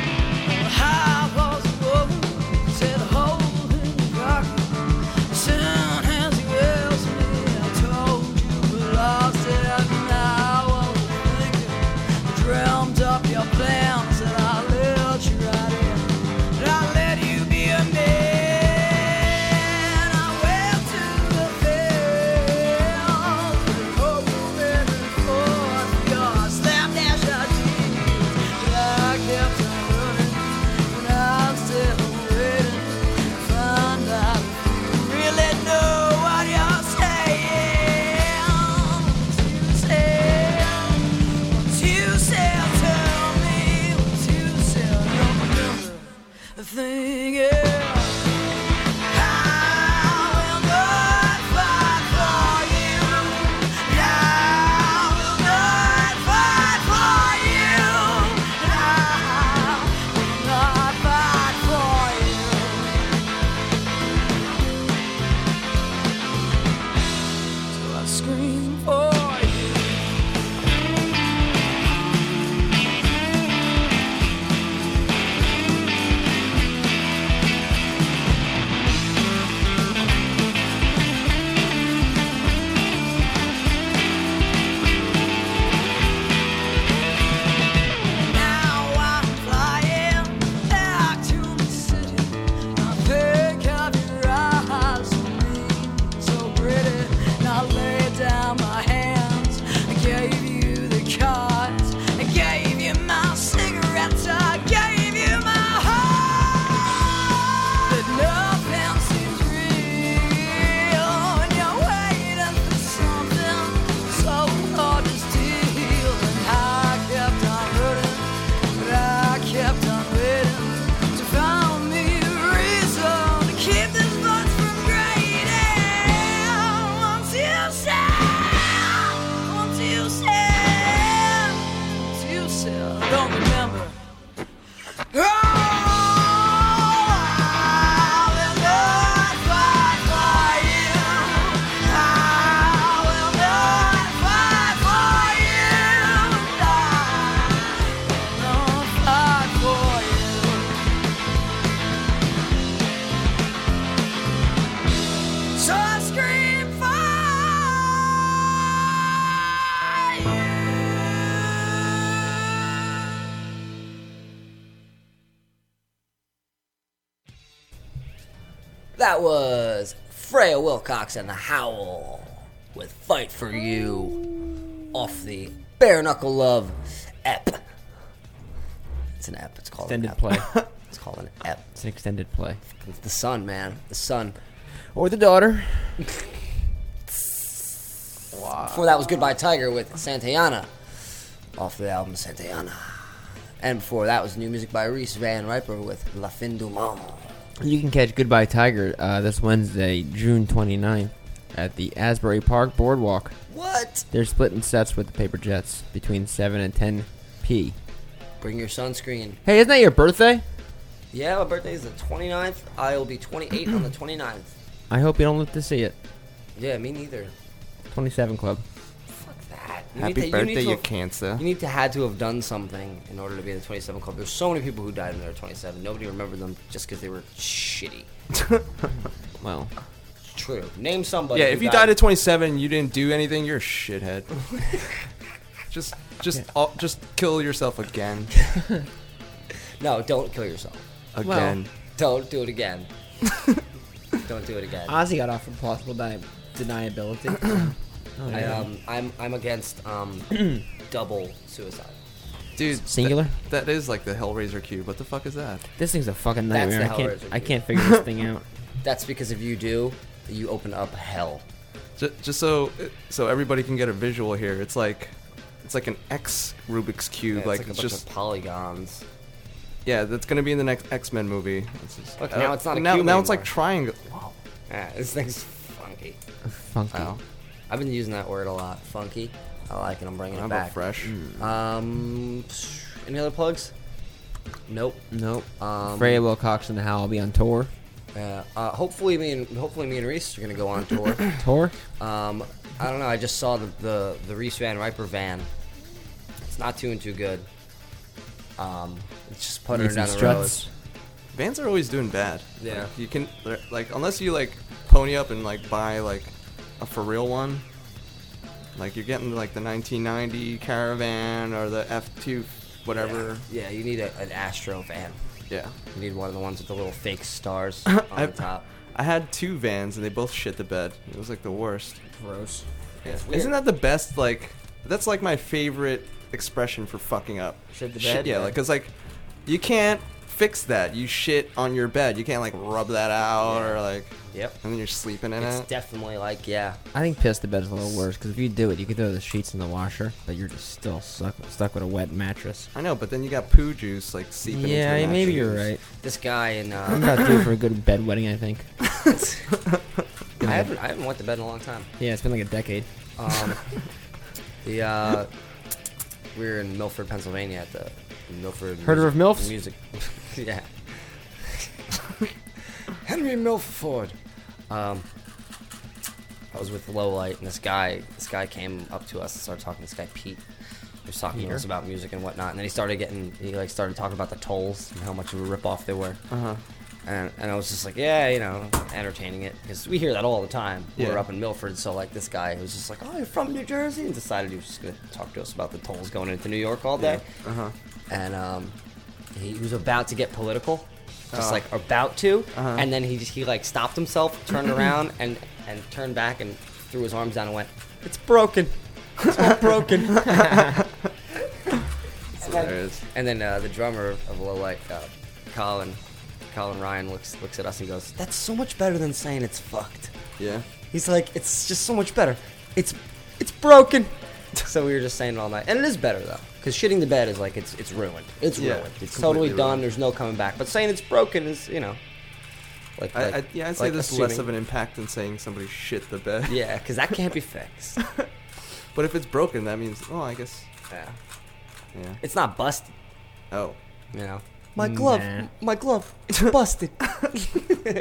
[SPEAKER 3] I was a woman, said holding the rocket. Soon as he asked me, I told you what I said. Now I was thinking, I dreamt up your plans, and I let you right in. And I let you be a man. I went to the fields and hoping for your slapdash ideas. But I kept on running. When I'm still waiting to find out if you really know what you're saying. What you say, what you say, tell me what you say. I don't remember a thing else. I will not fight for you. I will not fight for you. I will not fight for you. Till I scream for you. I Oh,
[SPEAKER 7] That was Freya Wilcox and the Howl with Fight for You off the Bare Knuckle Love EP. It's an EP. It's called an
[SPEAKER 5] Extended
[SPEAKER 7] ep.
[SPEAKER 5] play.
[SPEAKER 7] It's called an EP.
[SPEAKER 5] It's an extended play.
[SPEAKER 7] It's the sun, man. The sun.
[SPEAKER 5] Or the daughter.
[SPEAKER 7] Before that was Goodbye Tiger with Santayana off the album Santayana. And before that was new music by Reese Van Riper with La Fin du Monde.
[SPEAKER 5] You can catch Goodbye Tiger uh, this Wednesday, June 29th, at the Asbury Park Boardwalk.
[SPEAKER 7] What?
[SPEAKER 5] They're splitting sets with the Paper Jets between 7 and 10 p.
[SPEAKER 7] Bring your sunscreen.
[SPEAKER 5] Hey, isn't that your birthday?
[SPEAKER 7] Yeah, my birthday is the 29th. I will be 28 on the 29th.
[SPEAKER 5] I hope you don't live to see it.
[SPEAKER 7] Yeah, me neither.
[SPEAKER 5] 27 Club.
[SPEAKER 7] Fuck that. You need
[SPEAKER 8] Happy
[SPEAKER 7] to- you need
[SPEAKER 8] birthday,
[SPEAKER 7] to
[SPEAKER 8] you
[SPEAKER 7] have-
[SPEAKER 8] cancer.
[SPEAKER 7] You need to had to have done something in order to be in the 27 club. There's so many people who died when they were 27. Nobody remembered them just because they were shitty.
[SPEAKER 5] Well,
[SPEAKER 7] True. Name somebody.
[SPEAKER 8] Yeah,
[SPEAKER 7] who
[SPEAKER 8] if you died at 27, you didn't do anything. You're a shithead. just, just, all, just kill yourself again,
[SPEAKER 7] no, don't kill yourself.
[SPEAKER 8] again.
[SPEAKER 7] Don't do it again. don't do it again.
[SPEAKER 5] Ozzy got off from plausible deniability. Oh,
[SPEAKER 7] I, um, I'm I'm against um, double suicide.
[SPEAKER 8] Dude, that-
[SPEAKER 5] Singular?
[SPEAKER 8] that is like the Hellraiser cube. What the fuck is that?
[SPEAKER 5] This thing's a fucking
[SPEAKER 7] That's
[SPEAKER 5] nightmare.
[SPEAKER 7] the
[SPEAKER 5] I can't,
[SPEAKER 7] Hellraiser
[SPEAKER 5] I
[SPEAKER 7] dude.
[SPEAKER 5] can't figure this thing out.
[SPEAKER 7] That's because if you do, you open up hell.
[SPEAKER 8] Ju- Just so, so everybody can get a visual here. It's like, it's like an X Rubik's cube.
[SPEAKER 7] Yeah,
[SPEAKER 8] like,
[SPEAKER 7] it's like a
[SPEAKER 8] it's
[SPEAKER 7] bunch
[SPEAKER 8] just
[SPEAKER 7] of polygons.
[SPEAKER 8] yeah. That's gonna be in the next X Men movie. It's just-
[SPEAKER 7] Look, now it's not a
[SPEAKER 8] Uh, now.
[SPEAKER 7] cube
[SPEAKER 8] now it's
[SPEAKER 7] anymore.
[SPEAKER 8] like triangle. Wow.
[SPEAKER 7] Yeah, this thing's funky.
[SPEAKER 5] Funky.
[SPEAKER 8] Wow.
[SPEAKER 7] I've been using that word a lot. Funky. I like it. I'm bringing
[SPEAKER 8] How
[SPEAKER 7] it
[SPEAKER 8] about
[SPEAKER 7] back. Mm.
[SPEAKER 8] fresh?
[SPEAKER 7] Um, any other plugs? Nope.
[SPEAKER 5] Nope.
[SPEAKER 7] Um,
[SPEAKER 5] Freya Wilcox and the Howl will be on tour.
[SPEAKER 7] uh, uh, hopefully me and hopefully me and Reese are gonna go on tour.
[SPEAKER 5] Tour?
[SPEAKER 7] Um, I don't know. I just saw the the, the Reese Van Riper van. It's not doing too good. Um, it's just puttering
[SPEAKER 5] Need some
[SPEAKER 7] down the
[SPEAKER 5] struts.
[SPEAKER 7] road.
[SPEAKER 8] Bands are always doing bad.
[SPEAKER 7] Yeah.
[SPEAKER 8] Like, you can they're- like unless you like pony up and like buy like a for real one. Like you're getting like the 1990 Caravan or the F2 whatever.
[SPEAKER 7] Yeah, you need a, an Astro van.
[SPEAKER 8] Yeah.
[SPEAKER 7] You need one of the ones with the little fake stars on the
[SPEAKER 8] I've-
[SPEAKER 7] top.
[SPEAKER 8] I had two vans and they both shit the bed. It was like the worst.
[SPEAKER 7] Gross.
[SPEAKER 8] Yeah. Isn't that the best like that's like my favorite expression for fucking up.
[SPEAKER 7] Shit the
[SPEAKER 8] Shit-
[SPEAKER 7] bed?
[SPEAKER 8] yeah, like cuz like you can't fix that. You shit on your bed. You can't like rub that out or like
[SPEAKER 7] Yep.
[SPEAKER 8] and then you're sleeping in
[SPEAKER 7] It's
[SPEAKER 8] it.
[SPEAKER 7] definitely like yeah.
[SPEAKER 5] I think piss the bed is a little worse because if you do it, you can throw the sheets in the washer, but you're just still stuck, stuck with a wet mattress.
[SPEAKER 8] I know, but then you got poo juice like seeping. into
[SPEAKER 5] Yeah,
[SPEAKER 8] the
[SPEAKER 5] maybe
[SPEAKER 8] mattress.
[SPEAKER 5] you're right.
[SPEAKER 7] This guy in
[SPEAKER 5] I'm
[SPEAKER 7] uh,
[SPEAKER 5] about due for a good bed wetting, I think.
[SPEAKER 7] I haven't I haven't went to bed in a long time.
[SPEAKER 5] Yeah, it's been like a decade.
[SPEAKER 7] Um, the uh, we were in Milford, Pennsylvania at the Milford.
[SPEAKER 5] Heard of
[SPEAKER 7] Music-
[SPEAKER 5] MILFs?
[SPEAKER 7] Music. yeah. Henry Milford. Um, I was with Low Light, and this guy, this guy came up to us and started talking. This guy Pete was talking to us about music and whatnot, and then he started getting, he like started talking about the tolls and how much of a ripoff they were.
[SPEAKER 8] Uh-huh.
[SPEAKER 7] And, and I was just like, yeah, you know, entertaining it because we hear that all the time. We're
[SPEAKER 8] Yeah.
[SPEAKER 7] up in Milford, so like this guy was just like, oh, you're from New Jersey, and decided he was just gonna talk to us about the tolls going into New York all day.
[SPEAKER 8] Uh-huh.
[SPEAKER 7] And um, he was about to get political, just
[SPEAKER 8] Oh.
[SPEAKER 7] like about to,
[SPEAKER 8] Uh-huh.
[SPEAKER 7] and then he just, he like stopped himself, turned around, and and turned back and threw his arms down and went, it's broken, it's all broken.
[SPEAKER 8] hilarious.
[SPEAKER 7] And then uh, the drummer of Low Light, uh, Colin, Colin Ryan looks looks at us and goes, "That's so much better than saying it's fucked."
[SPEAKER 8] Yeah.
[SPEAKER 7] He's like, "It's just so much better. It's it's broken." so we were just saying it all night, and it is better though, because shitting the bed is like it's it's ruined. It's
[SPEAKER 8] Yeah,
[SPEAKER 7] ruined. It's
[SPEAKER 8] completely
[SPEAKER 7] totally done.
[SPEAKER 8] ruined.
[SPEAKER 7] There's no coming back. But saying it's broken is you know, like,
[SPEAKER 8] I,
[SPEAKER 7] like-
[SPEAKER 8] I, yeah, I'd say
[SPEAKER 7] like
[SPEAKER 8] this is
[SPEAKER 7] assuming-
[SPEAKER 8] less of an impact than saying somebody shit the bed.
[SPEAKER 7] yeah, because that can't be fixed.
[SPEAKER 8] But if it's broken, that means, oh, I guess,
[SPEAKER 7] yeah,
[SPEAKER 8] yeah.
[SPEAKER 7] it's not busted.
[SPEAKER 8] Oh.
[SPEAKER 7] You know.
[SPEAKER 5] My glove.
[SPEAKER 7] My glove, it's busted.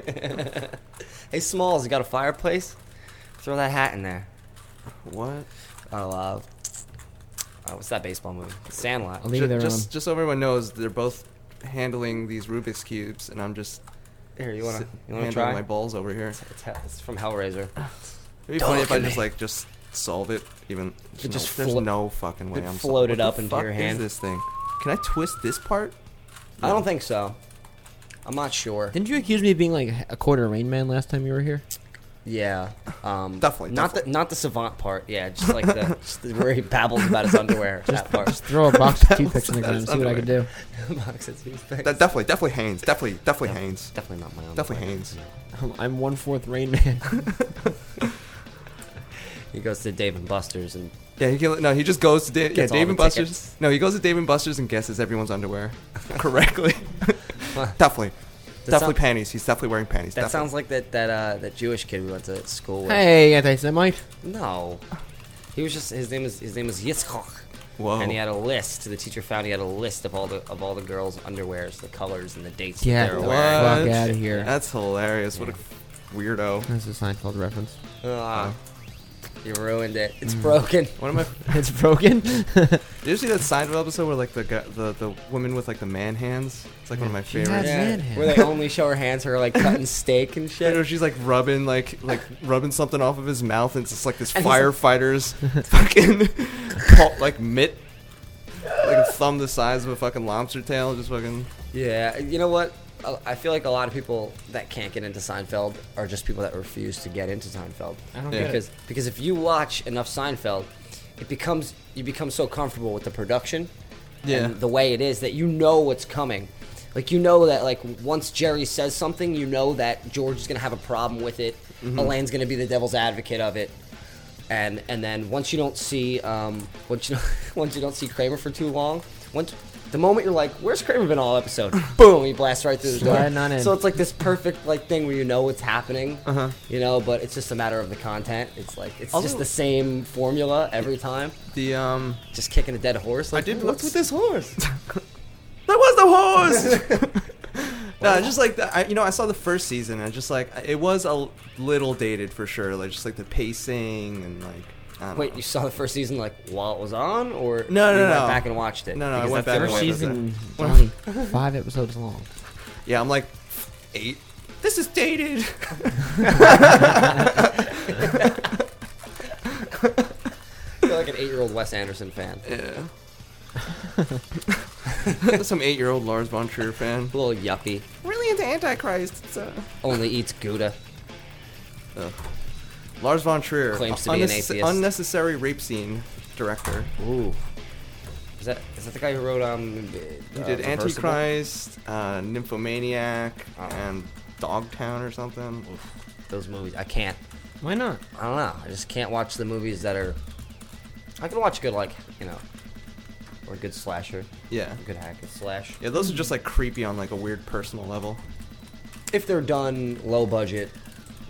[SPEAKER 7] hey, Smalls, you got a fireplace? Throw that hat in there.
[SPEAKER 8] What?
[SPEAKER 7] Oh, uh, uh, what's that baseball movie? Sandlot.
[SPEAKER 5] I'll leave
[SPEAKER 8] Ju-
[SPEAKER 5] their
[SPEAKER 8] just, just so everyone knows, they're both handling these Rubik's Cubes, and I'm just
[SPEAKER 7] Here, you wanna
[SPEAKER 8] sit-
[SPEAKER 7] you wanna
[SPEAKER 8] handling
[SPEAKER 7] try?
[SPEAKER 8] my balls over here.
[SPEAKER 7] It's, he- it's from Hellraiser.
[SPEAKER 8] It'd be funny if
[SPEAKER 7] look
[SPEAKER 8] I
[SPEAKER 7] at
[SPEAKER 8] just,
[SPEAKER 7] me.
[SPEAKER 8] like, just solve it, even.
[SPEAKER 7] It just
[SPEAKER 8] there's
[SPEAKER 7] flo-
[SPEAKER 8] no fucking way
[SPEAKER 7] it
[SPEAKER 8] I'm sol-
[SPEAKER 7] floated
[SPEAKER 8] what
[SPEAKER 7] up
[SPEAKER 8] the
[SPEAKER 7] into
[SPEAKER 8] fuck
[SPEAKER 7] your
[SPEAKER 8] is
[SPEAKER 7] hand.
[SPEAKER 8] this thing? Can I twist this part?
[SPEAKER 7] I don't think so. I'm not sure.
[SPEAKER 5] Didn't you accuse me of being like a quarter Rain Man last time you were here?
[SPEAKER 7] Yeah, um,
[SPEAKER 8] Definitely,
[SPEAKER 7] not the not the savant part. Yeah, just like the, just the where he babbles about his underwear. that part.
[SPEAKER 5] Throw a box of toothpicks in the ground and see what I could do.
[SPEAKER 7] Box of toothpicks.
[SPEAKER 8] That definitely, definitely Haynes. Definitely, definitely Haynes.
[SPEAKER 7] Definitely not my own.
[SPEAKER 8] Definitely Haynes.
[SPEAKER 5] I'm, I'm one fourth Rain Man.
[SPEAKER 7] He goes to Dave and Buster's and
[SPEAKER 8] Yeah, he can, no, he just goes to da- yeah,
[SPEAKER 7] Gets all
[SPEAKER 8] Dave
[SPEAKER 7] the
[SPEAKER 8] and Buster's.
[SPEAKER 7] tickets.
[SPEAKER 8] No, he goes to Dave and Buster's and guesses everyone's underwear correctly. definitely, definitely
[SPEAKER 7] sound-
[SPEAKER 8] panties. He's definitely wearing panties.
[SPEAKER 7] that sounds like that that uh, that Jewish kid we went to school with.
[SPEAKER 5] hey, anti-Semite.
[SPEAKER 7] No, he was just his name is his name is Yitzchok.
[SPEAKER 8] Whoa.
[SPEAKER 7] And he had a list. The teacher found he had a list of all the of all the girls' underwears, the colors, and the dates. that
[SPEAKER 5] Yeah,
[SPEAKER 7] they were
[SPEAKER 5] what?
[SPEAKER 7] wearing.
[SPEAKER 5] Fuck out of here.
[SPEAKER 8] That's hilarious. What a weirdo.
[SPEAKER 5] That's a Seinfeld reference. Mm.
[SPEAKER 7] Ah, you ruined it. It's
[SPEAKER 8] Mm.
[SPEAKER 7] broken.
[SPEAKER 8] One of my.
[SPEAKER 5] It's broken.
[SPEAKER 8] Did you see that Seinfeld episode where like the guy, the the woman with like the man hands? It's like one of my favorites.
[SPEAKER 5] Yeah. Man hand.
[SPEAKER 7] where they only show her hands, her like cutting steak and
[SPEAKER 8] Yeah,
[SPEAKER 7] shit.
[SPEAKER 8] where she's like rubbing like like rubbing something off of his mouth, and it's just like this
[SPEAKER 7] And he's like-
[SPEAKER 8] firefighter's fucking paw, like mitt, like a thumb the size of a fucking lobster tail, just fucking.
[SPEAKER 7] Yeah, you know what? I- I feel like a lot of people that can't get into Seinfeld are just people that refuse to get into Seinfeld. I don't
[SPEAKER 8] get it.
[SPEAKER 7] because because if you watch enough Seinfeld, it becomes you become so comfortable with the production
[SPEAKER 8] Yeah.
[SPEAKER 7] and the way it is that you know what's coming. Like you know that like once Jerry says something, you know that George is gonna have a problem with it.
[SPEAKER 8] Mm-hmm.
[SPEAKER 7] Elaine's gonna be the devil's advocate of it. And and then once you don't see um once you don't, once you don't see Kramer for too long, once the moment you're like, "Where's Kramer been all episode?" Boom, he blasts right through the
[SPEAKER 5] Sliding
[SPEAKER 7] door.
[SPEAKER 5] on in.
[SPEAKER 7] So it's like this perfect like thing where you know what's happening, you know, but it's just a matter of the content. It's like it's
[SPEAKER 8] Uh-huh. Although-
[SPEAKER 7] just the same formula every time,
[SPEAKER 8] The um,
[SPEAKER 7] just kicking a dead horse. Like,
[SPEAKER 8] I did.
[SPEAKER 7] "Ooh, what's with this
[SPEAKER 8] horse? that was the horse. no, just like the, I, you know, I saw the first season, and just like it was a little dated for sure. Like just like the pacing and like. I don't
[SPEAKER 7] Wait,
[SPEAKER 8] know.
[SPEAKER 7] you saw the first season like while it was on, or
[SPEAKER 8] No,
[SPEAKER 7] you
[SPEAKER 8] no,
[SPEAKER 7] went
[SPEAKER 8] no.
[SPEAKER 7] back and watched it?
[SPEAKER 8] No, no, I
[SPEAKER 7] Because
[SPEAKER 8] went
[SPEAKER 7] that's
[SPEAKER 8] back
[SPEAKER 7] the
[SPEAKER 8] and
[SPEAKER 7] way
[SPEAKER 8] watched
[SPEAKER 7] it
[SPEAKER 8] it.
[SPEAKER 5] Season is only five episodes long.
[SPEAKER 8] Yeah, I'm like eight. This is dated.
[SPEAKER 7] I feel like an eight-year-old Wes Anderson fan, a
[SPEAKER 8] Some eight-year-old Lars von Trier fan.
[SPEAKER 7] little yuppie,
[SPEAKER 8] Really into Antichrist. It's, uh,
[SPEAKER 7] only eats Gouda.
[SPEAKER 8] Lars von Trier
[SPEAKER 7] Claims to be an atheist.
[SPEAKER 8] Unnecessary rape scene director.
[SPEAKER 7] Ooh, is that is that the guy who wrote um?
[SPEAKER 8] He did Antichrist, uh, Nymphomaniac, and Dogtown or something.
[SPEAKER 7] Those movies, I can't.
[SPEAKER 5] Why not?
[SPEAKER 7] I don't know. I just can't watch the movies that are. I can watch good like you know, or a good slasher,
[SPEAKER 8] Yeah.
[SPEAKER 7] a good hack and slash.
[SPEAKER 8] Yeah, those are just like creepy on like a weird personal level.
[SPEAKER 7] if they're done low budget,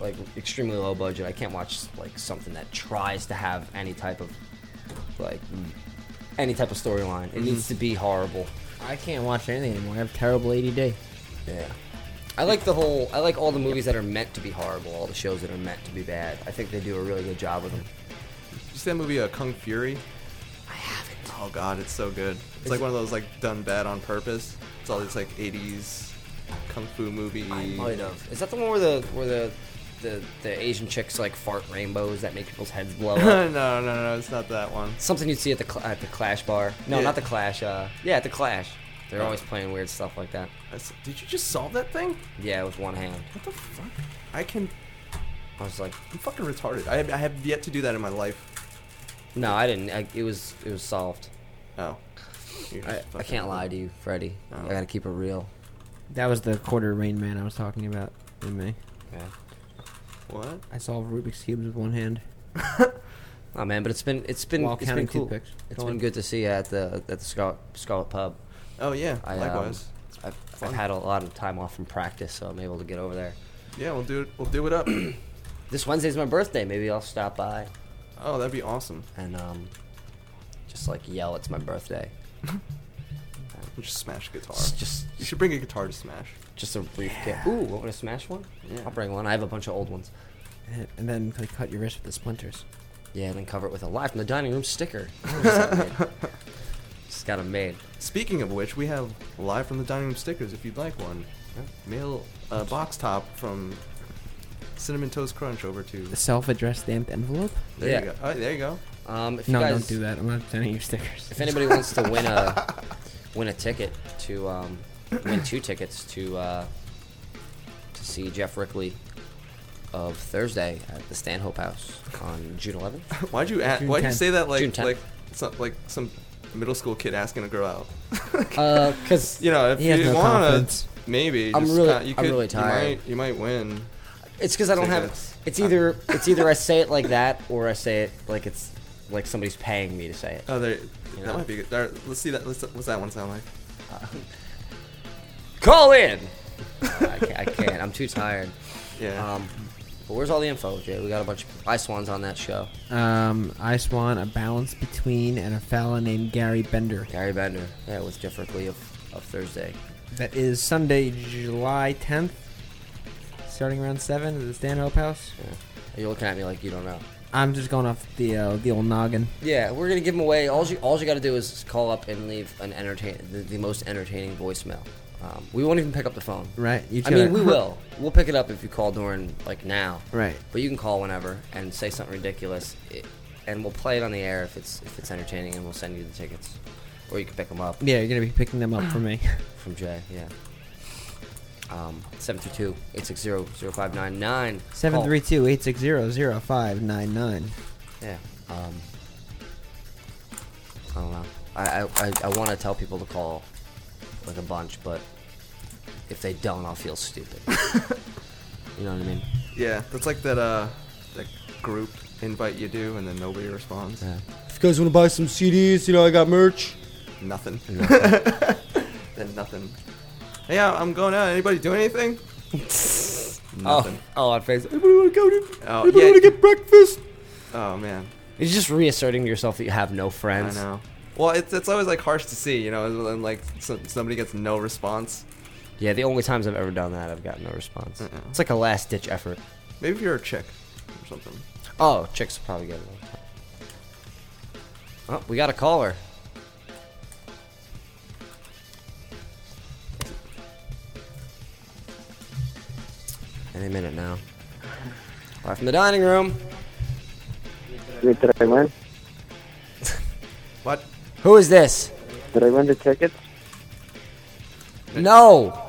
[SPEAKER 7] like extremely low budget, I can't watch like something that tries to have any type of like any type of storyline.
[SPEAKER 8] Mm-hmm.
[SPEAKER 7] It needs to be horrible.
[SPEAKER 5] I can't watch anything anymore. I have terrible ADD.
[SPEAKER 7] Yeah. I like the whole. I like all the movies that are meant to be horrible. All the shows that are meant to be bad. I think they do a really good job with them.
[SPEAKER 8] Did you see that movie uh, Kung Fury? I haven't. Oh god, it's so good. It's like one of those like done bad on purpose. It's all these like 80s kung fu movie.
[SPEAKER 7] I might have. Is that the one where the where the the, the Asian chicks like fart rainbows that make people's heads blow up?
[SPEAKER 8] no, no, no, it's not that one.
[SPEAKER 7] Something you'd see at the cl- at the Clash bar. No,
[SPEAKER 8] Yeah.
[SPEAKER 7] not the Clash. Uh, yeah, at the Clash. They're always playing weird stuff like that.
[SPEAKER 8] That's- did you just solve that thing?
[SPEAKER 7] Yeah, with one hand.
[SPEAKER 8] What the fuck? I can.
[SPEAKER 7] I was like,
[SPEAKER 8] I'm fucking retarded. I have, I have yet to do that in my life.
[SPEAKER 7] no, I didn't. I, it was it was solved.
[SPEAKER 8] Oh. You're just
[SPEAKER 7] I, I
[SPEAKER 8] fucking-
[SPEAKER 7] can't lie to you, Freddie.
[SPEAKER 8] Oh.
[SPEAKER 7] I gotta keep it real.
[SPEAKER 5] That was the quarter Rain Man I was talking about in me.
[SPEAKER 7] Yeah.
[SPEAKER 8] What?
[SPEAKER 5] I solved Rubik's cubes with one hand.
[SPEAKER 7] Oh man, but it's been it's been
[SPEAKER 5] While
[SPEAKER 7] it's been
[SPEAKER 5] counting
[SPEAKER 7] cool.
[SPEAKER 5] toothpicks.
[SPEAKER 7] It's
[SPEAKER 5] Go on.
[SPEAKER 7] been good to see you at the at the Scarlet, Scarlet Pub.
[SPEAKER 8] Oh yeah.
[SPEAKER 7] I, um,
[SPEAKER 8] likewise.
[SPEAKER 7] I've, I've had a lot of time off from practice, so I'm able to get over there.
[SPEAKER 8] yeah, we'll do it. We'll do it up.
[SPEAKER 7] This Wednesday's my birthday. Maybe I'll stop by
[SPEAKER 8] oh, that'd be awesome.
[SPEAKER 7] and um, just like yell, "It's my birthday!"
[SPEAKER 8] You just smash a guitar.
[SPEAKER 7] It's just
[SPEAKER 8] You should bring a guitar to smash.
[SPEAKER 7] just a brief yeah. Ooh, want to smash one?
[SPEAKER 8] Yeah.
[SPEAKER 7] I'll bring one. I have a bunch of old ones.
[SPEAKER 5] And and then like, cut your wrist with the splinters.
[SPEAKER 7] Yeah, and then cover it with a live from the dining room sticker. just got them made.
[SPEAKER 8] Speaking of which, we have live from the dining room stickers. If you'd like one, mail a box top from Cinnamon Toast Crunch over to.
[SPEAKER 5] The self-addressed stamped envelope.
[SPEAKER 8] There
[SPEAKER 7] yeah.
[SPEAKER 8] you go. Oh, there you go.
[SPEAKER 7] Um, if
[SPEAKER 5] No,
[SPEAKER 7] you guys,
[SPEAKER 5] don't do that. I'm not sending you stickers.
[SPEAKER 7] If anybody wants to win a win a ticket to um, win two tickets to uh, see Jeff Rickley of Thursday at the Stanhope House on June 11th.
[SPEAKER 8] Why'd you ask, why'd you
[SPEAKER 7] 10th.
[SPEAKER 8] say that
[SPEAKER 7] June
[SPEAKER 8] like
[SPEAKER 7] 10th.
[SPEAKER 8] like some like some middle school kid asking a girl out?
[SPEAKER 7] Because
[SPEAKER 8] You know, if
[SPEAKER 7] Uh, He has
[SPEAKER 8] you
[SPEAKER 7] no
[SPEAKER 8] wanna,
[SPEAKER 5] confidence.
[SPEAKER 8] maybe.
[SPEAKER 7] I'm
[SPEAKER 8] just
[SPEAKER 7] really-
[SPEAKER 8] kinda- you
[SPEAKER 7] I'm
[SPEAKER 8] could,
[SPEAKER 7] really
[SPEAKER 8] You
[SPEAKER 7] tired.
[SPEAKER 8] might, you might win.
[SPEAKER 7] It's because I don't have.
[SPEAKER 8] Tickets.
[SPEAKER 7] It's either it's either I say it like that or I say it like it's like somebody's paying me to say it.
[SPEAKER 8] Oh, there.
[SPEAKER 7] know.
[SPEAKER 8] That might be good. All right, let's see that. Let's, what's that one sound like?
[SPEAKER 7] Call in. I, can't, I can't. I'm too tired.
[SPEAKER 8] Yeah.
[SPEAKER 7] Um, but where's all the info, Jay? We got a bunch of ice swans on that show.
[SPEAKER 5] Um, I swan a balance between and a fella named Gary Bender.
[SPEAKER 7] Gary Bender, yeah, with Jeff Rickley of, of Thursday.
[SPEAKER 5] That is Sunday, July 10th, starting around 7 at the Stanhope House.
[SPEAKER 7] You're looking at me like you don't know.
[SPEAKER 5] I'm just going off the uh, the old noggin.
[SPEAKER 7] Yeah, we're gonna give them away. All you all you got to do is call up and leave an entertain the, the most entertaining voicemail. Um, we won't even pick up the phone.
[SPEAKER 5] Right, you
[SPEAKER 7] I mean,
[SPEAKER 5] gotta-
[SPEAKER 7] we will. We'll pick it up if you call during like now.
[SPEAKER 5] Right.
[SPEAKER 7] But you can call whenever and say something ridiculous, it, and we'll play it on the air if it's if it's entertaining, and we'll send you the tickets, or you can pick them up
[SPEAKER 5] Yeah, you're going to be picking them up for me.
[SPEAKER 7] from Jay. Yeah. Um, 732-860-0599.
[SPEAKER 5] 732 860 0599.
[SPEAKER 7] Yeah. Um, I don't know. I, I, I, I want to tell people to call like a bunch, but if they don't, I'll feel stupid. you know what I mean?
[SPEAKER 8] yeah. That's like that. Uh, that group invite you do, and then nobody responds.
[SPEAKER 7] Yeah.
[SPEAKER 5] If you guys want to buy some CDs, you know, I got merch.
[SPEAKER 8] Nothing. then nothing. Hey, I- I'm going out. Anybody doing anything? Nothing.
[SPEAKER 7] Oh, on Facebook.
[SPEAKER 5] want to go to.
[SPEAKER 8] Oh, yeah.
[SPEAKER 5] get breakfast.
[SPEAKER 8] oh man.
[SPEAKER 7] It's just reasserting to yourself that you have no
[SPEAKER 8] I
[SPEAKER 7] friends.
[SPEAKER 8] know. Well, it's, it's always like harsh to see, you know, when like so, somebody gets no response.
[SPEAKER 7] Yeah, the only times I've ever done that, I've gotten no response.
[SPEAKER 8] Uh-uh.
[SPEAKER 7] It's like a last ditch effort.
[SPEAKER 8] Maybe if you're a chick or something.
[SPEAKER 7] Oh, chicks will probably get it. all the time. Oh, we got a caller. Any minute now. Live from the dining room.
[SPEAKER 10] Did I win?
[SPEAKER 8] What?
[SPEAKER 7] Who is this?
[SPEAKER 10] Did I win the tickets?
[SPEAKER 7] No.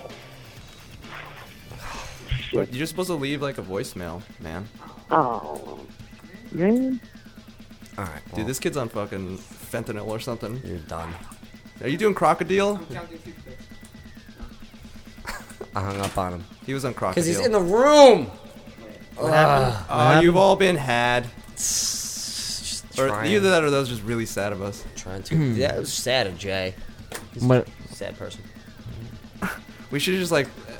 [SPEAKER 8] You're just supposed to leave like a voicemail, man.
[SPEAKER 10] Oh, man.
[SPEAKER 7] All right, well,
[SPEAKER 8] Dude, this kid's on fucking fentanyl or something.
[SPEAKER 7] you're done.
[SPEAKER 8] Are you doing crocodile?
[SPEAKER 7] I hung up on him
[SPEAKER 8] He was on crocodile.
[SPEAKER 7] because he's in the room.
[SPEAKER 8] oh, you've all been had.
[SPEAKER 7] Ah, Just
[SPEAKER 8] Or
[SPEAKER 7] trying,
[SPEAKER 8] either that or those just really sad of us.
[SPEAKER 7] trying to. yeah, it was sad of Jay. He's
[SPEAKER 5] Hmm. What-
[SPEAKER 7] a sad person.
[SPEAKER 8] We should just like, uh,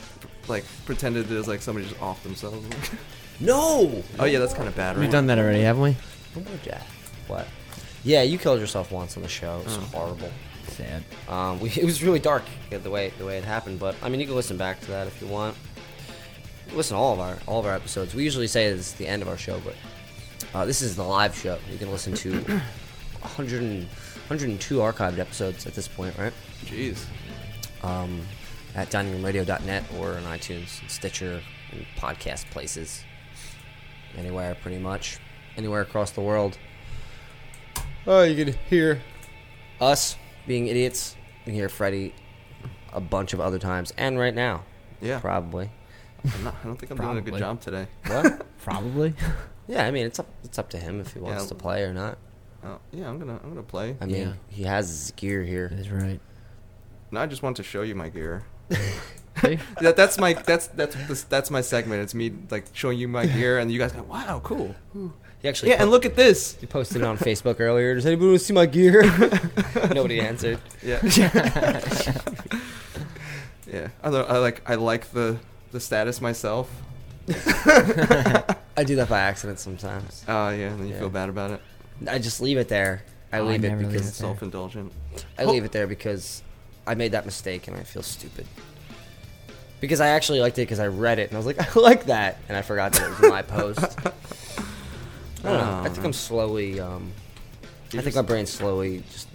[SPEAKER 8] like pretended that it was like somebody just off themselves.
[SPEAKER 7] No.
[SPEAKER 8] oh yeah, that's kind of bad.
[SPEAKER 5] We've
[SPEAKER 8] Right?
[SPEAKER 5] done that already, haven't we?
[SPEAKER 7] No more Jack. What? Yeah, you killed yourself once on the show. It was horrible.
[SPEAKER 5] Sad.
[SPEAKER 7] Um, we, it was really dark yeah, the way the way it happened. But I mean, you can listen back to that if you want. Listen to all of our all of our episodes. We usually say it's the end of our show, but uh, this is the live show. You can listen to 100 and, 102 archived episodes at this point, right?
[SPEAKER 8] Jeez.
[SPEAKER 7] Um, at diningroomradio.net or on iTunes, and Stitcher, and podcast places, anywhere pretty much, anywhere across the world.
[SPEAKER 5] Oh, you could hear.
[SPEAKER 7] us being idiots. You can hear Freddie a bunch of other times and right now,
[SPEAKER 8] Yeah.
[SPEAKER 7] probably.
[SPEAKER 8] I'm not, I don't think I'm doing a good
[SPEAKER 5] Probably.
[SPEAKER 8] job today.
[SPEAKER 7] What?
[SPEAKER 5] Probably.
[SPEAKER 7] yeah, I mean it's up it's up to him if he wants
[SPEAKER 8] Yeah.
[SPEAKER 7] to play or not.
[SPEAKER 8] Oh, yeah, I'm gonna I'm gonna play.
[SPEAKER 7] I mean
[SPEAKER 5] Yeah.
[SPEAKER 7] he has his gear here.
[SPEAKER 5] That's right.
[SPEAKER 8] No, I just want to show you my gear. that, that's my that's that's this, that's my segment. It's me like showing you my gear, and you guys go, "Wow, cool."
[SPEAKER 7] He actually
[SPEAKER 8] Yeah, and look at this.
[SPEAKER 7] he posted it on Facebook earlier. Does anybody want to see my gear? Nobody answered.
[SPEAKER 8] Yeah, yeah. I, lo- I like I like the the status myself.
[SPEAKER 7] I do that by accident sometimes.
[SPEAKER 8] Oh yeah, and then you
[SPEAKER 7] Yeah.
[SPEAKER 8] feel bad about it.
[SPEAKER 7] I just leave it there. I
[SPEAKER 5] Oh, I
[SPEAKER 7] leave it
[SPEAKER 5] never leave
[SPEAKER 7] because
[SPEAKER 5] it there.
[SPEAKER 8] Self indulgent.
[SPEAKER 7] I leave it there because I made that mistake and I feel stupid. Because I actually liked it because I read it and I was like, I like that, and I forgot that it was my post. I don't
[SPEAKER 8] Oh,
[SPEAKER 7] know. I think I'm slowly. Um, I think my brain's slowly just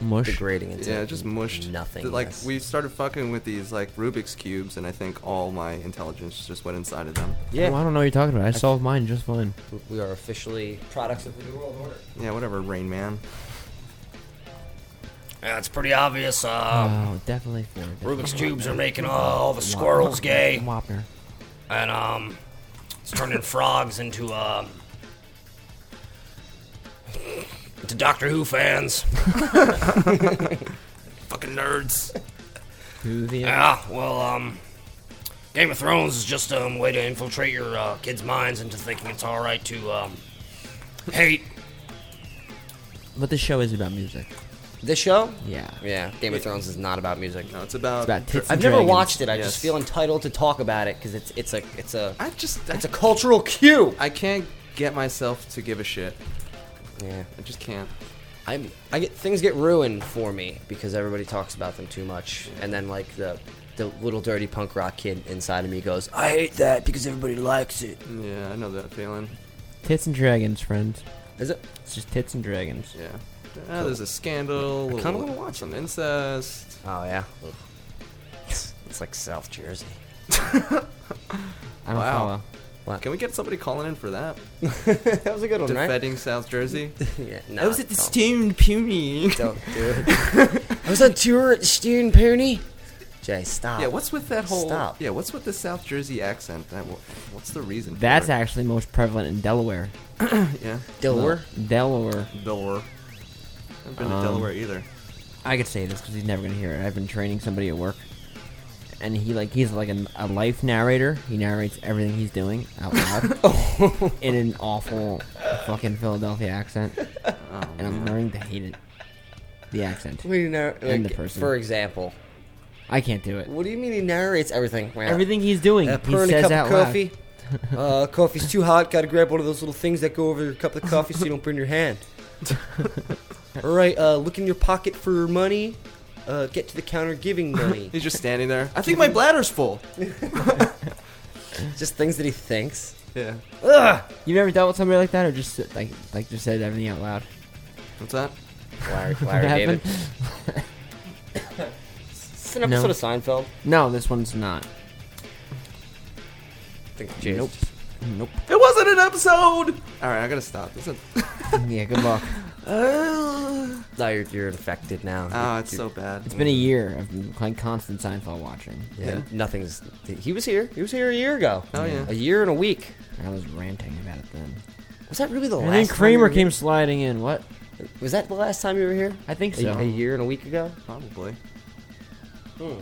[SPEAKER 5] Mush.
[SPEAKER 7] degrading into
[SPEAKER 8] Yeah, just mushed.
[SPEAKER 7] nothing.
[SPEAKER 8] Like
[SPEAKER 7] yes.
[SPEAKER 8] we started fucking with these like Rubik's cubes, and I think all my intelligence just went inside of them.
[SPEAKER 7] yeah,
[SPEAKER 5] Well, Oh, I don't know what you're talking about. I solved mine just fine.
[SPEAKER 7] we are officially products of the new world order.
[SPEAKER 8] Yeah, whatever, Rain Man.
[SPEAKER 7] Yeah, it's pretty obvious. Uh,
[SPEAKER 5] Oh, definitely.
[SPEAKER 7] Rubik's cubes are making all the squirrels gay.
[SPEAKER 5] Whopper.
[SPEAKER 11] and um, it's turning frogs into uh, into Doctor Who fans. Fucking nerds.
[SPEAKER 5] Who the
[SPEAKER 7] Ah!
[SPEAKER 11] Yeah, well, um, Game of Thrones is just um, a way to infiltrate your uh, kids' minds into thinking it's all right to um, hate.
[SPEAKER 5] But this show is about music.
[SPEAKER 7] This show?
[SPEAKER 5] Yeah.
[SPEAKER 7] Yeah. Game of Thrones is not about music.
[SPEAKER 8] No, it's about.
[SPEAKER 5] It's about tits
[SPEAKER 7] I've
[SPEAKER 5] and
[SPEAKER 7] never
[SPEAKER 5] dragons.
[SPEAKER 7] watched it. I
[SPEAKER 8] Yes.
[SPEAKER 7] just feel entitled to talk about it because it's it's a it's a
[SPEAKER 8] I just.
[SPEAKER 7] it's a cultural cue.
[SPEAKER 8] I can't get myself to give a shit.
[SPEAKER 7] Yeah.
[SPEAKER 8] I just can't.
[SPEAKER 7] I'm I get things get ruined for me because everybody talks about them too much, and then like the the little dirty punk rock kid inside of me goes, I hate that because everybody likes it.
[SPEAKER 8] Yeah, I know that feeling. Ah,
[SPEAKER 5] Tits and dragons, friends.
[SPEAKER 7] Is it?
[SPEAKER 5] It's just tits and dragons.
[SPEAKER 8] Yeah. Ah, there's a scandal.
[SPEAKER 7] I
[SPEAKER 8] little-
[SPEAKER 7] kinda wanna watch
[SPEAKER 8] some incest.
[SPEAKER 7] Oh yeah. Ugh. It's, it's like South Jersey.
[SPEAKER 5] I don't
[SPEAKER 8] Wow.
[SPEAKER 5] follow.
[SPEAKER 8] Can we get somebody calling in for that?
[SPEAKER 7] that was a good one, right?
[SPEAKER 8] Defending South Jersey.
[SPEAKER 7] Yeah.
[SPEAKER 8] I was at the
[SPEAKER 7] don't-
[SPEAKER 8] steamed puny.
[SPEAKER 7] Don't do it. I was on tour at Steering Pony. Jay, stop.
[SPEAKER 8] Yeah, what's with that whole?
[SPEAKER 7] Stop.
[SPEAKER 8] Yeah, what's with the South Jersey accent? That wha- what's the reason? For
[SPEAKER 5] That's
[SPEAKER 8] it?
[SPEAKER 5] actually most prevalent in Delaware.
[SPEAKER 8] yeah,
[SPEAKER 7] Delaware?
[SPEAKER 5] Delaware.
[SPEAKER 8] Delaware. I've been
[SPEAKER 5] Um,
[SPEAKER 8] to Delaware either.
[SPEAKER 5] I could say this because he's never gonna hear it. I've been training somebody at work, and he like he's like a, a life narrator. He narrates everything he's doing out loud in an awful fucking Philadelphia accent, and I'm learning to hate it. The accent.
[SPEAKER 7] What do you know?
[SPEAKER 5] And the
[SPEAKER 7] like,
[SPEAKER 5] person.
[SPEAKER 7] For example,
[SPEAKER 5] I can't do it.
[SPEAKER 7] what do you mean he narrates everything? Wow.
[SPEAKER 5] Everything he's doing,
[SPEAKER 7] Uh,
[SPEAKER 5] he
[SPEAKER 7] pouring a
[SPEAKER 5] says
[SPEAKER 7] cup
[SPEAKER 5] out
[SPEAKER 7] of coffee.
[SPEAKER 5] loud.
[SPEAKER 7] uh, coffee's too hot. Gotta grab one of those little things that go over your cup of coffee so you don't burn your hand. All right, uh, look in your pocket for money. Uh, get to the counter giving money.
[SPEAKER 8] He's just standing there. I think my bladder's full.
[SPEAKER 7] Just things that he thinks.
[SPEAKER 8] Yeah.
[SPEAKER 5] You never dealt with somebody like that, or just like like just said everything out loud.
[SPEAKER 8] What's that?
[SPEAKER 7] Larry,
[SPEAKER 5] What happened?
[SPEAKER 7] It's an episode
[SPEAKER 5] No.
[SPEAKER 7] of Seinfeld.
[SPEAKER 5] No, this one's not.
[SPEAKER 7] I think Jay's
[SPEAKER 5] Nope. Nope.
[SPEAKER 8] It wasn't an episode. All right, I gotta stop. This is.
[SPEAKER 5] yeah, good luck.
[SPEAKER 8] oh,
[SPEAKER 7] No, you're, you're infected now.
[SPEAKER 8] Ah, it's so bad.
[SPEAKER 5] It's been a year of like constant Seinfeld watching.
[SPEAKER 7] Yeah, nothing's. He was here. He was here a year ago.
[SPEAKER 8] Oh, yeah.
[SPEAKER 7] a year and a week.
[SPEAKER 5] I was ranting about it then.
[SPEAKER 7] Was that really the
[SPEAKER 5] And
[SPEAKER 7] last?
[SPEAKER 5] then
[SPEAKER 7] time
[SPEAKER 5] Kramer
[SPEAKER 7] you
[SPEAKER 5] came sliding in. What?
[SPEAKER 7] were- Was that the last time you were here?
[SPEAKER 5] I think
[SPEAKER 7] A,
[SPEAKER 5] so.
[SPEAKER 7] a year and a week ago.
[SPEAKER 8] Probably. That was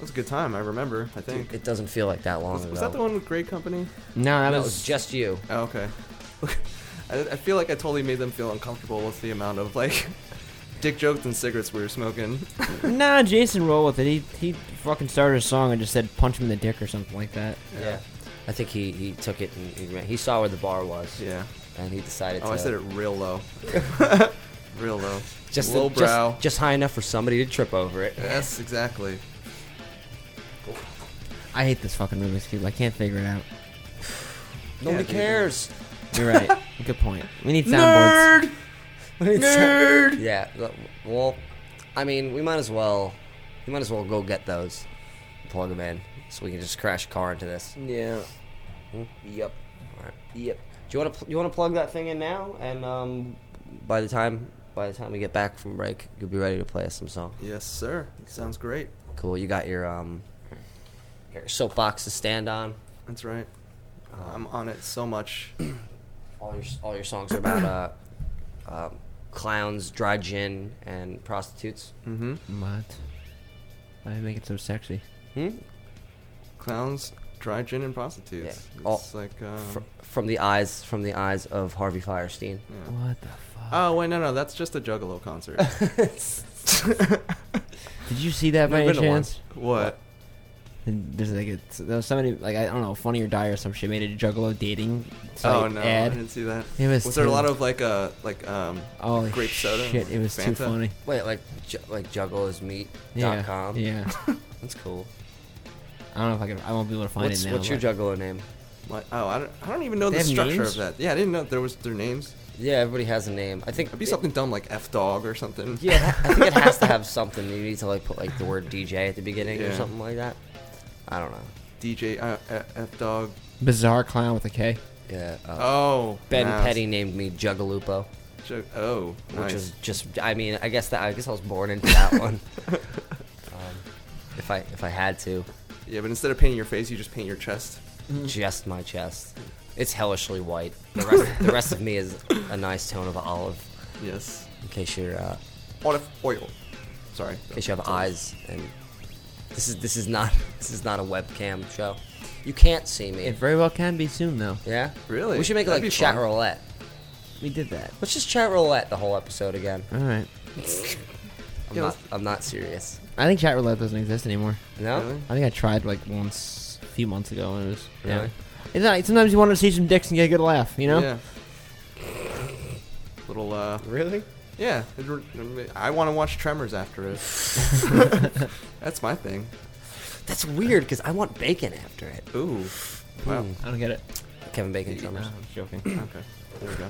[SPEAKER 8] Hmm. a good time. I remember. I think.
[SPEAKER 7] It doesn't feel like that long
[SPEAKER 8] Was,
[SPEAKER 7] ago.
[SPEAKER 8] was that the one with Great Company?
[SPEAKER 5] No, that
[SPEAKER 7] No, it
[SPEAKER 5] was,
[SPEAKER 7] was just you.
[SPEAKER 8] Oh, okay. I, I feel like I totally made them feel uncomfortable with the amount of like dick jokes and cigarettes we were smoking.
[SPEAKER 5] Nah, Jason rolled with it. He he fucking started a song and just said punch him in the dick or something like that.
[SPEAKER 7] Yeah. I think he, he took it and he, ran- he saw where the bar was.
[SPEAKER 8] Yeah.
[SPEAKER 7] And he decided
[SPEAKER 8] Oh,
[SPEAKER 7] to.
[SPEAKER 8] I said it real low. real low.
[SPEAKER 7] Just,
[SPEAKER 8] low brow.
[SPEAKER 7] just, just high enough for somebody to trip over it.
[SPEAKER 8] yes, exactly.
[SPEAKER 5] I hate this fucking Rubik's cube. I can't figure it out.
[SPEAKER 7] Nobody
[SPEAKER 8] dude.
[SPEAKER 7] cares.
[SPEAKER 5] You're right. Good point. We need soundboards.
[SPEAKER 7] Nerd. yeah. l- Well, I mean, we might as well. We might as well go get those. Plug them in so we can just crash a car into this. Hmm?
[SPEAKER 5] Yeah.
[SPEAKER 7] Yep. All right. Yep. Do you want to pl- you want to plug that thing in now? And um, by the time by the time we get back from break, you'll be ready to play us some song.
[SPEAKER 8] Yes, sir. Sounds great.
[SPEAKER 7] Cool. You got your um, your soapbox to stand on.
[SPEAKER 8] That's right. I'm on it so much.
[SPEAKER 7] All your all your songs are about uh, um, clowns, dry gin, and prostitutes.
[SPEAKER 8] Mm-hmm.
[SPEAKER 5] What? Why do you make it so sexy?
[SPEAKER 7] Hmm?
[SPEAKER 8] Clowns, dry gin, and prostitutes.
[SPEAKER 7] Yeah. Oh,
[SPEAKER 8] It's like. Um,
[SPEAKER 7] Fr- from the eyes from the eyes of Harvey Firestein.
[SPEAKER 8] yeah.
[SPEAKER 5] What the fuck?
[SPEAKER 8] Oh wait, no, no, that's just a Juggalo concert.
[SPEAKER 5] Did you see that by
[SPEAKER 7] Never
[SPEAKER 5] any
[SPEAKER 7] been to one.
[SPEAKER 5] chance?
[SPEAKER 8] what?
[SPEAKER 5] And There's like a, there was somebody like I don't know, funny or die or some shit made a juggalo dating site
[SPEAKER 8] Oh no, I
[SPEAKER 5] ad.
[SPEAKER 8] didn't see that.
[SPEAKER 5] It was
[SPEAKER 8] Was there a
[SPEAKER 5] too-
[SPEAKER 8] lot of like uh like um
[SPEAKER 5] Oh
[SPEAKER 8] grape soda? and
[SPEAKER 5] shit! It was too
[SPEAKER 8] Fanta?
[SPEAKER 5] funny.
[SPEAKER 7] Wait, like ju- like jugglosmeat.com.
[SPEAKER 5] Yeah, yeah.
[SPEAKER 7] That's cool.
[SPEAKER 5] I don't know if I can. I won't be able to find
[SPEAKER 7] What's,
[SPEAKER 5] it now.
[SPEAKER 7] what's your
[SPEAKER 5] but-
[SPEAKER 7] juggalo name?
[SPEAKER 8] What? Oh, I don't, I don't even know
[SPEAKER 5] They
[SPEAKER 8] the
[SPEAKER 5] have
[SPEAKER 8] structure
[SPEAKER 5] names?
[SPEAKER 8] of that. Yeah, I didn't know there was their names.
[SPEAKER 7] Yeah, everybody has a name. I think
[SPEAKER 8] It'd be
[SPEAKER 7] it-
[SPEAKER 8] something dumb like F Dog or something.
[SPEAKER 7] Yeah, I think it has to have something. You need to like put like the word DJ at the beginning or
[SPEAKER 8] Yeah.
[SPEAKER 7] something like that. I don't know.
[SPEAKER 8] DJ uh, F Dog.
[SPEAKER 5] bizarre clown with a K?
[SPEAKER 7] Yeah. Uh,
[SPEAKER 8] Oh,
[SPEAKER 7] ben
[SPEAKER 8] now
[SPEAKER 7] Petty named me Jugalupo,
[SPEAKER 8] it's ju- Oh,
[SPEAKER 7] which
[SPEAKER 8] nice.
[SPEAKER 7] is just. I mean, I guess that I guess I was born into that one. um, if I if I had to.
[SPEAKER 8] yeah, but instead of painting your face, you just paint your chest.
[SPEAKER 7] Mm-hmm. just my chest. It's hellishly white. The rest, the rest of me is a nice tone of olive.
[SPEAKER 8] Yes.
[SPEAKER 7] In case you're, uh,
[SPEAKER 8] Olive oil. Sorry.
[SPEAKER 7] in case you have eyes, and this is this is not this is not a webcam show. You can't see me.
[SPEAKER 5] It very well can be soon, though.
[SPEAKER 7] Yeah?
[SPEAKER 8] Really?
[SPEAKER 7] We should make it
[SPEAKER 8] That'd
[SPEAKER 7] like
[SPEAKER 8] be
[SPEAKER 7] chat
[SPEAKER 8] fun.
[SPEAKER 7] roulette.
[SPEAKER 5] We did that.
[SPEAKER 7] Let's just chat roulette the whole episode again.
[SPEAKER 5] All right.
[SPEAKER 7] I'm
[SPEAKER 8] Yeah,
[SPEAKER 7] not. I'm not serious.
[SPEAKER 5] I think chat roulette doesn't exist anymore.
[SPEAKER 7] No.
[SPEAKER 8] Really?
[SPEAKER 5] I think I tried like once a few months ago, and it was
[SPEAKER 7] Really?
[SPEAKER 5] yeah. It's not, sometimes you want to see some dicks and get a good laugh, you know.
[SPEAKER 8] Yeah. Little uh.
[SPEAKER 7] Really?
[SPEAKER 8] Yeah. it re- I want to watch Tremors after it. That's my thing.
[SPEAKER 7] That's weird because I want bacon after it.
[SPEAKER 8] Ooh. Wow.
[SPEAKER 7] Mm.
[SPEAKER 5] I don't get it.
[SPEAKER 7] Kevin Bacon drummers.
[SPEAKER 5] I'm joking.
[SPEAKER 8] uh, Okay. There we go.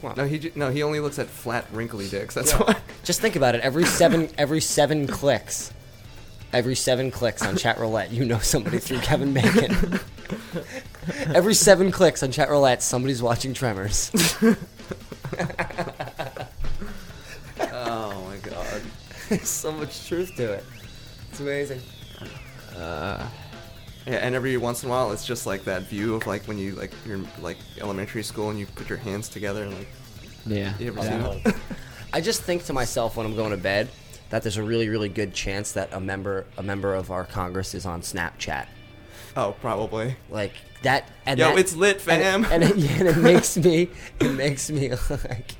[SPEAKER 7] Wow.
[SPEAKER 8] No, he ju- no, he only looks at flat, wrinkly dicks. That's why.
[SPEAKER 7] Just think about it. Every seven, every seven clicks, every seven clicks on chat roulette, you know somebody through Kevin Bacon. every seven clicks on chat roulette, somebody's watching Tremors.
[SPEAKER 8] Oh my god.
[SPEAKER 7] There's so much truth to it. It's amazing.
[SPEAKER 8] Uh, Yeah, and every once in a while, it's just like that view of like when you like you're in, like elementary school and you put your hands together and like
[SPEAKER 5] Yeah.
[SPEAKER 8] you ever seen that?
[SPEAKER 7] I just think to myself when I'm going to bed that there's a really, really good chance that a member, a member of our Congress is on Snapchat.
[SPEAKER 8] Oh, probably.
[SPEAKER 7] like that and
[SPEAKER 8] Yo,
[SPEAKER 7] that-
[SPEAKER 8] it's lit, fam.
[SPEAKER 7] and, and, it, and it makes me it makes me like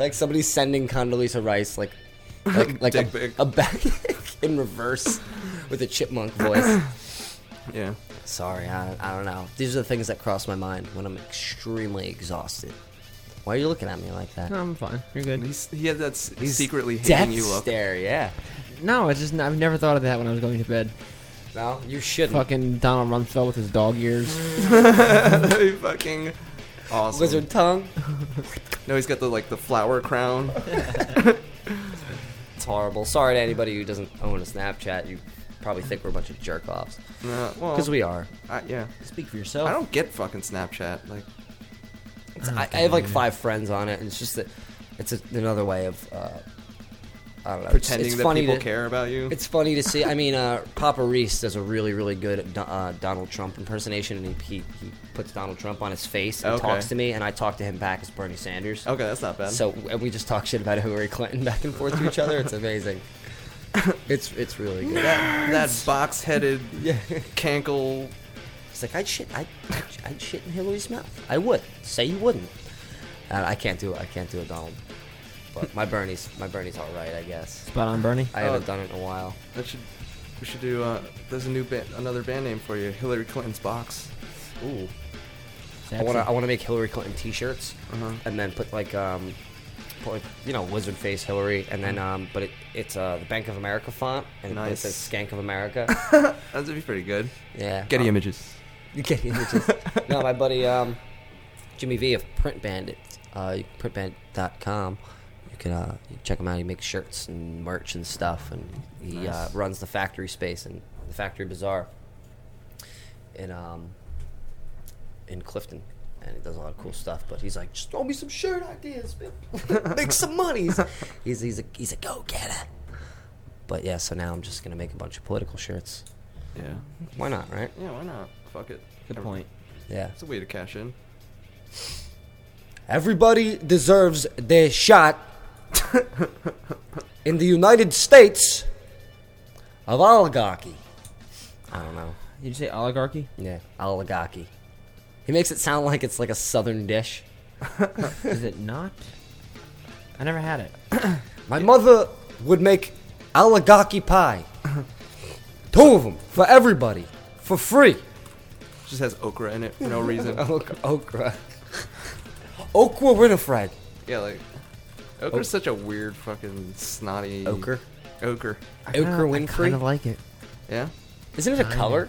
[SPEAKER 7] like somebody's sending Condoleezza Rice like like like
[SPEAKER 8] Dick pic.
[SPEAKER 7] a, a back in reverse with a chipmunk voice
[SPEAKER 8] Yeah.
[SPEAKER 7] sorry I, I don't know these are the things that cross my mind when I'm extremely exhausted why are you looking at me like that
[SPEAKER 5] No, I'm fine. You're good.
[SPEAKER 8] He's, he had that s- secretly
[SPEAKER 7] death
[SPEAKER 8] hitting you up.
[SPEAKER 7] stare yeah
[SPEAKER 5] No, it's just n- I've never thought of that when I was going to bed.
[SPEAKER 7] no you shouldn't
[SPEAKER 5] Fucking Donald Rumsfeld with his dog ears.
[SPEAKER 8] fucking awesome.
[SPEAKER 7] lizard tongue
[SPEAKER 8] No, he's got the like the flower crown.
[SPEAKER 7] it's horrible sorry to anybody who doesn't own a Snapchat you probably think we're a bunch of jerk offs
[SPEAKER 8] Uh, well,
[SPEAKER 7] because we are
[SPEAKER 8] I, yeah.
[SPEAKER 5] Speak for yourself.
[SPEAKER 8] I don't get fucking Snapchat. Like,
[SPEAKER 7] I, I have like five friends on it, and it's just that it's a, another way of uh, I don't know. It's-
[SPEAKER 8] pretending
[SPEAKER 7] it's
[SPEAKER 8] that
[SPEAKER 7] funny
[SPEAKER 8] people
[SPEAKER 7] to,
[SPEAKER 8] care about you.
[SPEAKER 7] It's funny to see. I mean, uh, Papa Reese does a really, really good Do- uh, Donald Trump impersonation, and he, he he puts Donald Trump on his face and
[SPEAKER 8] Okay.
[SPEAKER 7] talks to me, and I talk to him back as Bernie Sanders.
[SPEAKER 8] okay, that's not bad.
[SPEAKER 7] So and we just talk shit about Hillary Clinton back and forth to each other. It's amazing. It's it's really good.
[SPEAKER 8] that, that box-headed cankle.
[SPEAKER 7] It's like I'd shit, I'd, I'd shit in Hillary's mouth. I would. Say you wouldn't. And I can't do it. I can't do it, Donald. But my Bernie's, my Bernie's all right, I guess.
[SPEAKER 5] Spot on, Bernie.
[SPEAKER 7] I
[SPEAKER 8] Oh,
[SPEAKER 7] haven't done it in a while.
[SPEAKER 8] That should we should do. Uh, there's a new band, another band name for you. Hillary Clinton's box.
[SPEAKER 7] Ooh. I want to, I want to make Hillary Clinton T-shirts,
[SPEAKER 8] Uh-huh.
[SPEAKER 7] and then put like, um, put like, you know, lizard face Hillary, and then, um, but it, it's uh, the Bank of America font, and but it
[SPEAKER 8] Mm-hmm. Nice.
[SPEAKER 7] says Skank of America.
[SPEAKER 8] That'd be pretty good.
[SPEAKER 7] yeah.
[SPEAKER 8] Getty
[SPEAKER 7] Um,
[SPEAKER 8] images.
[SPEAKER 7] You get images. no, my buddy um, Jimmy V of Print Bandit, uh, printbandit.com. You can uh, you check him out. He makes shirts and merch and stuff, and he uh, runs the factory space and the factory bazaar in um, in Clifton. And he does a lot of cool stuff, but he's like, just throw me some shirt ideas, man. make some money. He's, he's, he's a he's a go getter. But yeah, so now I'm just gonna make a bunch of political shirts.
[SPEAKER 8] Yeah.
[SPEAKER 7] Why not, right?
[SPEAKER 8] Yeah. Why not? Fuck it.
[SPEAKER 5] Good
[SPEAKER 8] Every-
[SPEAKER 5] point.
[SPEAKER 7] Yeah.
[SPEAKER 8] It's a way to cash in.
[SPEAKER 7] Everybody deserves their shot in the United States of oligarchy. I don't know.
[SPEAKER 5] Did you say oligarchy?
[SPEAKER 7] Yeah, oligarchy. He makes it sound like it's like a southern dish.
[SPEAKER 5] Is it not? I never had it.
[SPEAKER 7] My mother would make oligarchy pie. Two of them for everybody for free.
[SPEAKER 8] Just has okra in it for no reason.
[SPEAKER 7] Ok- Okra. Okra Winifred.
[SPEAKER 8] yeah, like okra's
[SPEAKER 7] Oh.
[SPEAKER 8] such a weird fucking snotty.
[SPEAKER 7] Okra.
[SPEAKER 8] Okra.
[SPEAKER 7] Okra
[SPEAKER 5] Kind of
[SPEAKER 7] Winfrey.
[SPEAKER 5] like it.
[SPEAKER 8] Yeah.
[SPEAKER 7] Isn't it a color?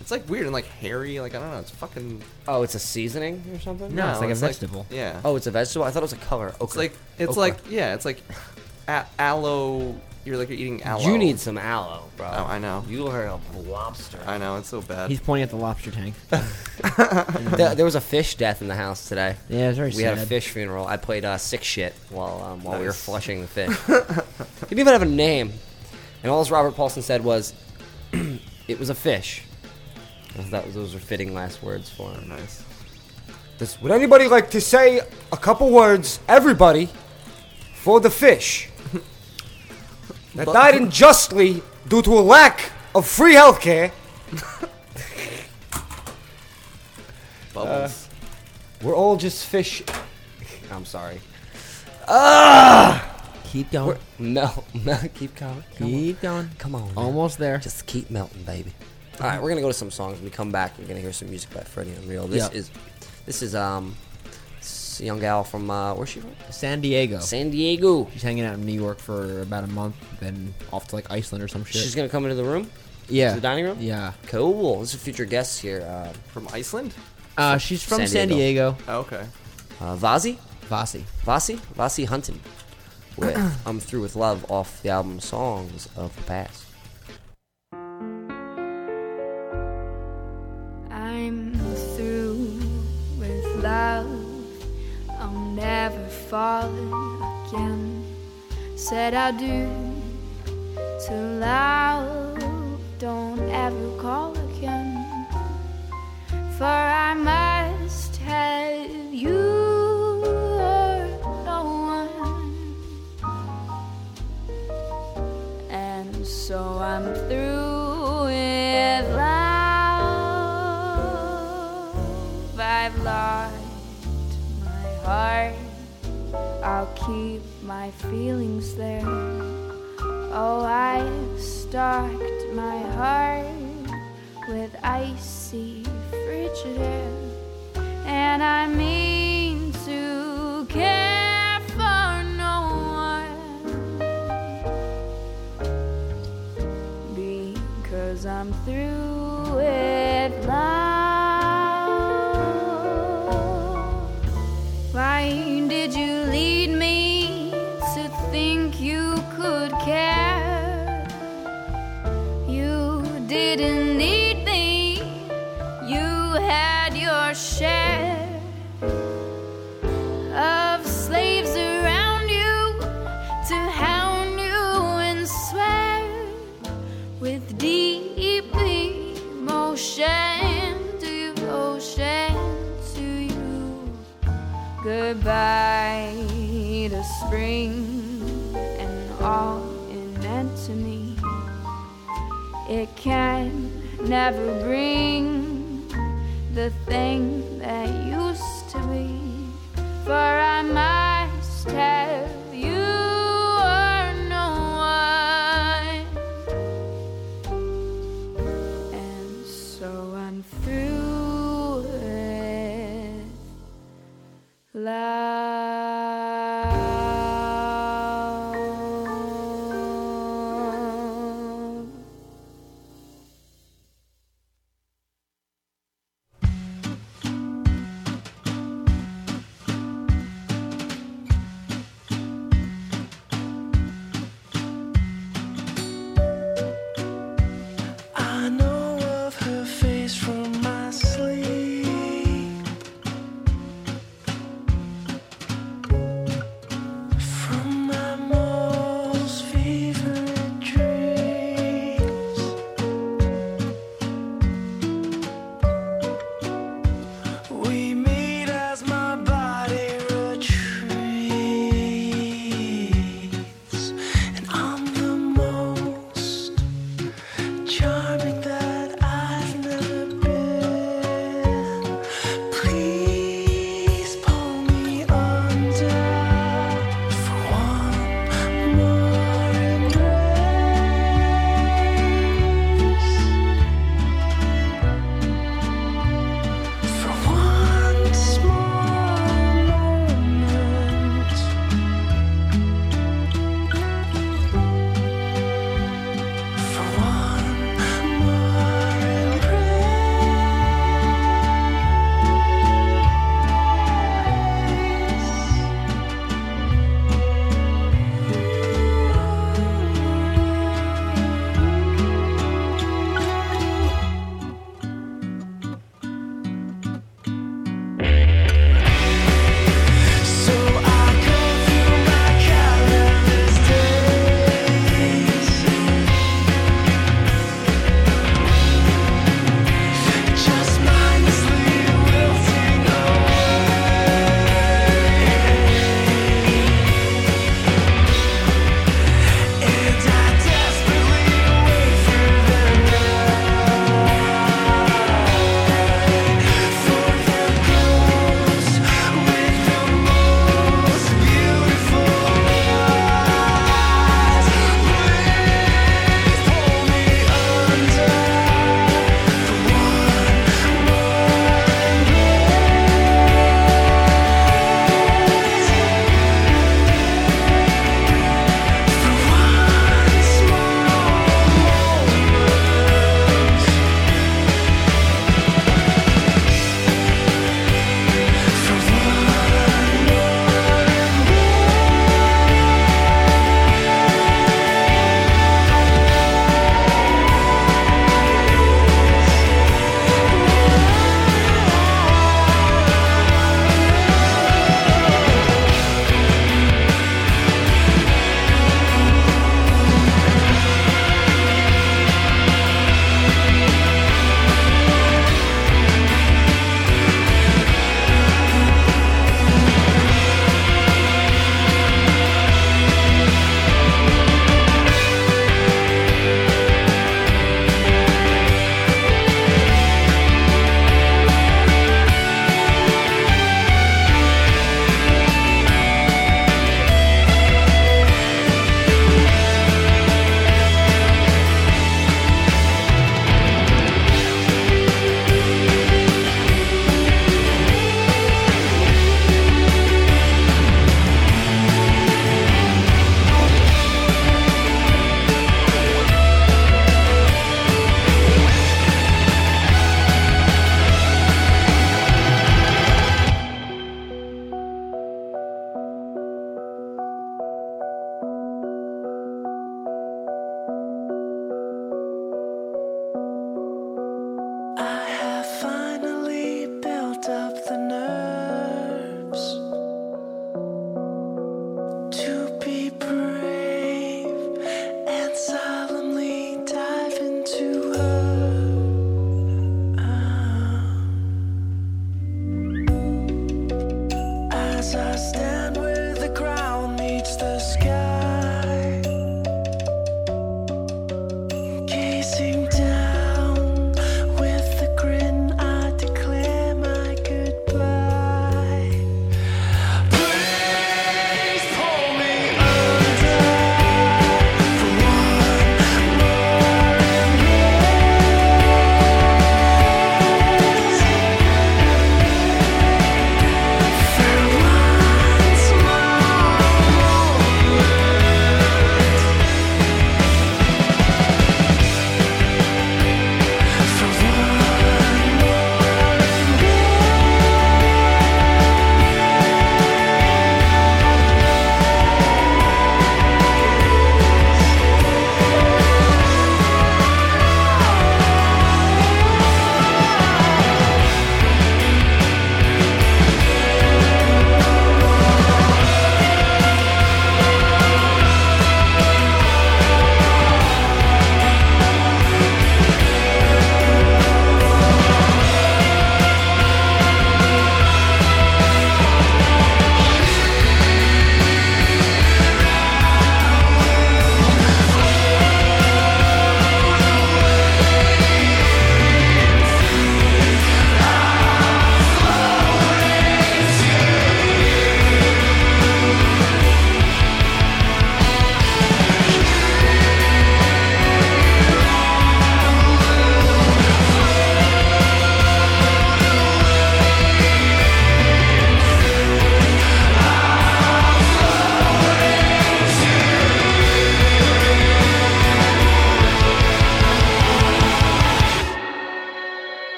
[SPEAKER 8] It's like weird and like hairy. Like I don't know. It's fucking.
[SPEAKER 7] Oh, it's a seasoning or something?
[SPEAKER 5] No, it's like a vegetable.
[SPEAKER 8] yeah.
[SPEAKER 7] Oh, it's a vegetable? I thought it was a color. Okra.
[SPEAKER 8] It's like it's
[SPEAKER 7] Okra.
[SPEAKER 8] like yeah. It's like a- aloe. You're like you're eating aloe.
[SPEAKER 7] You need some aloe, bro.
[SPEAKER 8] Oh, I know.
[SPEAKER 7] You are a lobster.
[SPEAKER 8] I know. It's so bad.
[SPEAKER 5] He's pointing at the lobster tank.
[SPEAKER 7] there, there was a fish death in the house today.
[SPEAKER 5] Yeah, it's very
[SPEAKER 7] We
[SPEAKER 5] sad.
[SPEAKER 7] had a fish funeral. I played uh, sick shit while um, while we were
[SPEAKER 8] Nice.
[SPEAKER 7] flushing the fish. Didn't even have a name, and all Robert Paulson said was, "It was a fish." I thought those were fitting last words for him.
[SPEAKER 8] Nice.
[SPEAKER 12] Does, would anybody like to say a couple words, everybody, for the fish that
[SPEAKER 8] But-
[SPEAKER 12] died unjustly due to a lack of free healthcare?
[SPEAKER 8] Bubbles.
[SPEAKER 7] Uh,
[SPEAKER 12] we're all just fish. I'm sorry.
[SPEAKER 7] Ah! Keep going. no, no, keep going.
[SPEAKER 5] Keep going.
[SPEAKER 7] Come on.
[SPEAKER 5] Almost there.
[SPEAKER 7] Just keep melting, baby. All right, we're gonna go to some songs. When we come back, we're gonna hear some music by Freddie Unreal. This
[SPEAKER 5] Yep.
[SPEAKER 7] is, this is um, this young gal from uh, where's she from?
[SPEAKER 5] San Diego.
[SPEAKER 7] San Diego.
[SPEAKER 5] She's hanging out in New York for about a month, then off to like Iceland or some shit.
[SPEAKER 7] She's gonna come into the room.
[SPEAKER 5] Yeah.
[SPEAKER 7] to the dining room.
[SPEAKER 5] Yeah.
[SPEAKER 7] Cool. This is a future guest here. Uh,
[SPEAKER 8] from Iceland.
[SPEAKER 5] Uh, she's from San Diego.
[SPEAKER 8] Oh, okay.
[SPEAKER 7] Uh, Vazi.
[SPEAKER 5] Vasi.
[SPEAKER 7] Vasi. Vasi Hunton. With I'm through with love off the album Songs of the Past.
[SPEAKER 13] I'm through with love. I'll never fall again. Said I do to love. Don't ever call again. For I must have you or no one. And so I'm through with love. I've lost my heart. I'll keep my feelings there. Oh, I've stocked my heart with icy frigid air. And I mean to care for no one. Because I'm through with love. Why did you lead me to think you could care? You didn't need me, you had your share of slaves around you to hound you and swear with deep emotion to you, ocean to you. Goodbye to spring and all it meant to me. It can never bring the thing that used to be, for I must have you or no one. And so I'm through with love.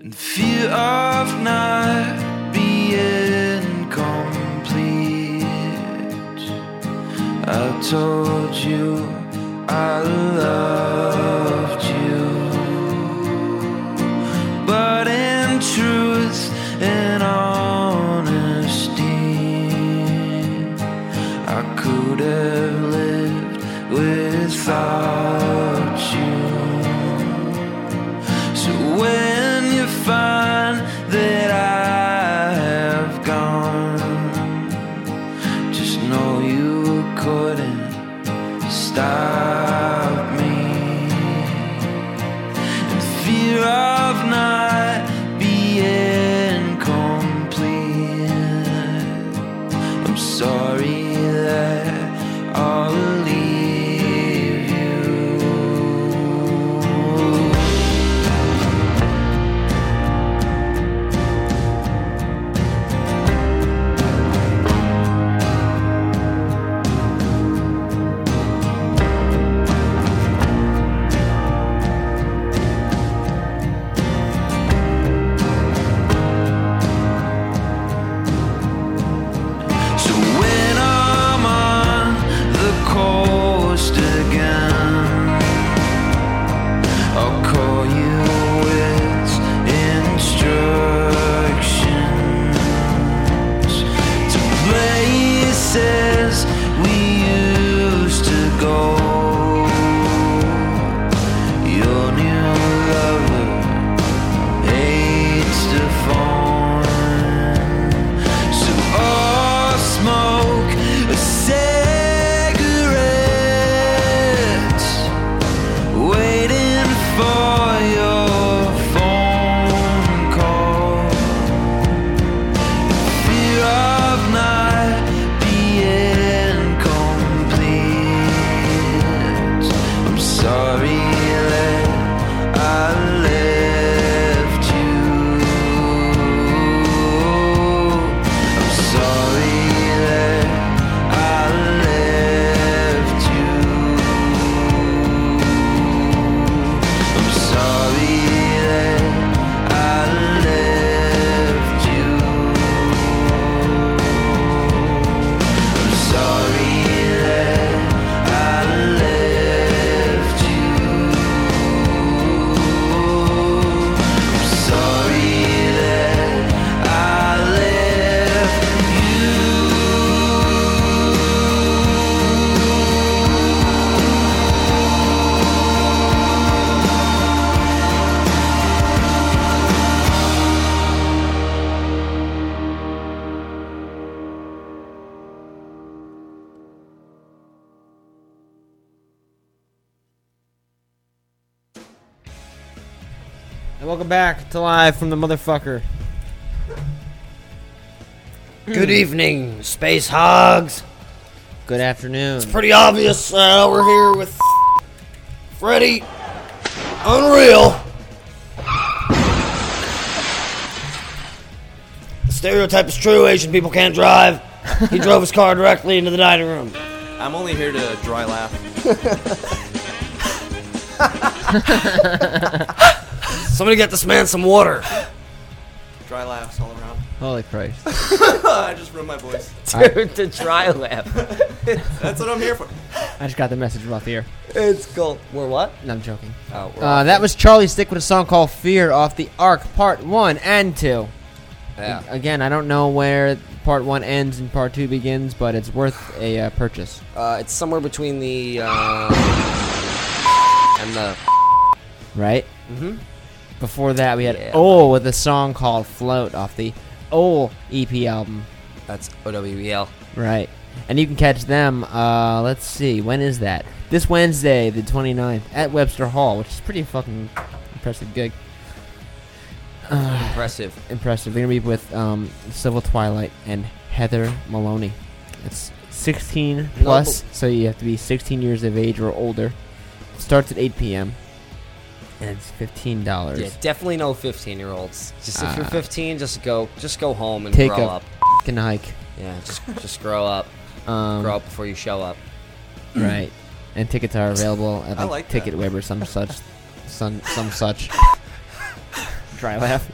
[SPEAKER 14] and fear of not being complete. I told you I loved you, but in truth and honesty, I could have lived without you. So when you find that I have gone, just know you couldn't stop me. In fear of not being complete, I'm sorry that I'll leave you. So when I'm on the coast again, I'll call you with instructions to places we used to go. Your new lover hates the phone. So I'll smoke a cigarette, waiting for your phone call. Fear of not being complete. I'm sorry that I left you. I'm sorry that I left you. I'm sorry that I left you. I'm sorry that I left you. I'm sorry that I left
[SPEAKER 9] And welcome back to live from the motherfucker.
[SPEAKER 11] Good evening, space hogs.
[SPEAKER 5] Good afternoon. It's
[SPEAKER 11] Pretty obvious. Uh, we're here with Freddy Unreal. The stereotype is true. Asian people can't drive. He drove his car directly into the dining room.
[SPEAKER 8] I'm only here to dry laugh.
[SPEAKER 11] Somebody get this man some water.
[SPEAKER 8] dry laughs all around.
[SPEAKER 5] Holy Christ.
[SPEAKER 8] I just ruined my voice.
[SPEAKER 5] Dude, the dry laugh.
[SPEAKER 8] That's what I'm here for.
[SPEAKER 5] I just got the message about the air.
[SPEAKER 7] It's cool. We're what?
[SPEAKER 5] No, I'm joking.
[SPEAKER 7] Oh, we're
[SPEAKER 5] Uh, that was Charlie Stick with a song called Fear off the Arc, part one and two.
[SPEAKER 7] Yeah.
[SPEAKER 5] A- Again, I don't know where part one ends and part two begins, but it's worth a uh, purchase.
[SPEAKER 7] Uh, it's somewhere between the uh, and the.
[SPEAKER 5] right?
[SPEAKER 11] Mm-hmm.
[SPEAKER 7] Mhm.
[SPEAKER 5] Before that, we had Oh with a song called Float off the Oh EP album.
[SPEAKER 7] That's E OWEL.
[SPEAKER 5] Right. And you can catch them, uh, let's see, when is that? This Wednesday, the 29th, at Webster Hall, which is pretty fucking impressive gig.
[SPEAKER 7] Impressive.
[SPEAKER 5] Impressive. They're going to be with um, Civil Twilight and Heather Maloney. It's 16
[SPEAKER 7] No,
[SPEAKER 5] plus, so you have to be 16 years of age or older. starts at 8 p.m. And it's $15.
[SPEAKER 7] Yeah, definitely no 15 year olds. Just if you're
[SPEAKER 5] Ah.
[SPEAKER 7] 15, just go, just go home and
[SPEAKER 5] Take
[SPEAKER 7] grow
[SPEAKER 5] a
[SPEAKER 7] up.
[SPEAKER 5] fucking hike.
[SPEAKER 7] Yeah, just just grow up.
[SPEAKER 5] Um,
[SPEAKER 7] grow up before you show up.
[SPEAKER 5] Right. And tickets are available at
[SPEAKER 7] I
[SPEAKER 5] like,
[SPEAKER 7] like that.
[SPEAKER 5] Ticket Web or some such, some some such. Try laugh.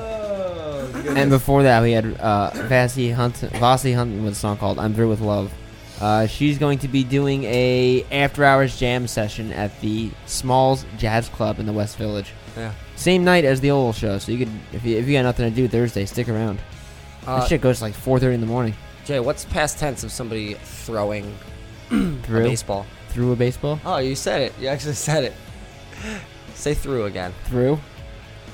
[SPEAKER 5] and before that, we had uh, Vassy Hunt, Vasi Hunton with a song called "I'm Through with Love." Uh, she's going to be doing a after hours jam session at the Smalls Jazz Club in the West Village.
[SPEAKER 15] Yeah.
[SPEAKER 5] Same night as the old show, so you could if you, if you got nothing to do Thursday, stick around.
[SPEAKER 7] Uh,
[SPEAKER 5] that shit goes to like four thirty in the morning.
[SPEAKER 7] Jay, what's past tense of somebody throwing
[SPEAKER 5] Through
[SPEAKER 7] a baseball?
[SPEAKER 5] Through a baseball.
[SPEAKER 7] Oh, you said it. You actually said it. Say through again.
[SPEAKER 5] Through.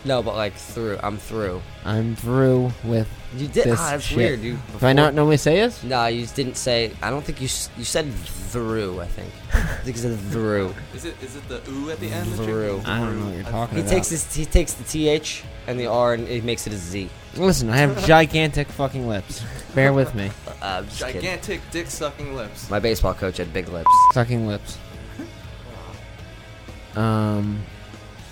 [SPEAKER 7] No, but like through. I'm through.
[SPEAKER 5] I'm through with.
[SPEAKER 7] You did.
[SPEAKER 5] This
[SPEAKER 7] ah, that's
[SPEAKER 5] shit.
[SPEAKER 7] weird. You,
[SPEAKER 5] Do I not normally say it?
[SPEAKER 7] No, you just didn't say. I don't think you. s- You said through. I think. I think you said through.
[SPEAKER 8] Is it is it the ooh at the end? that
[SPEAKER 7] Through.
[SPEAKER 8] you're-
[SPEAKER 5] I don't know what you're talking
[SPEAKER 7] He
[SPEAKER 5] about.
[SPEAKER 7] takes his. He takes the th and the r and it makes it a z.
[SPEAKER 5] Listen, I have gigantic fucking lips. Bear with me.
[SPEAKER 7] Uh, I'm just kidding.
[SPEAKER 8] Gigantic dick sucking lips.
[SPEAKER 7] My baseball coach had big lips.
[SPEAKER 5] Sucking lips. Um,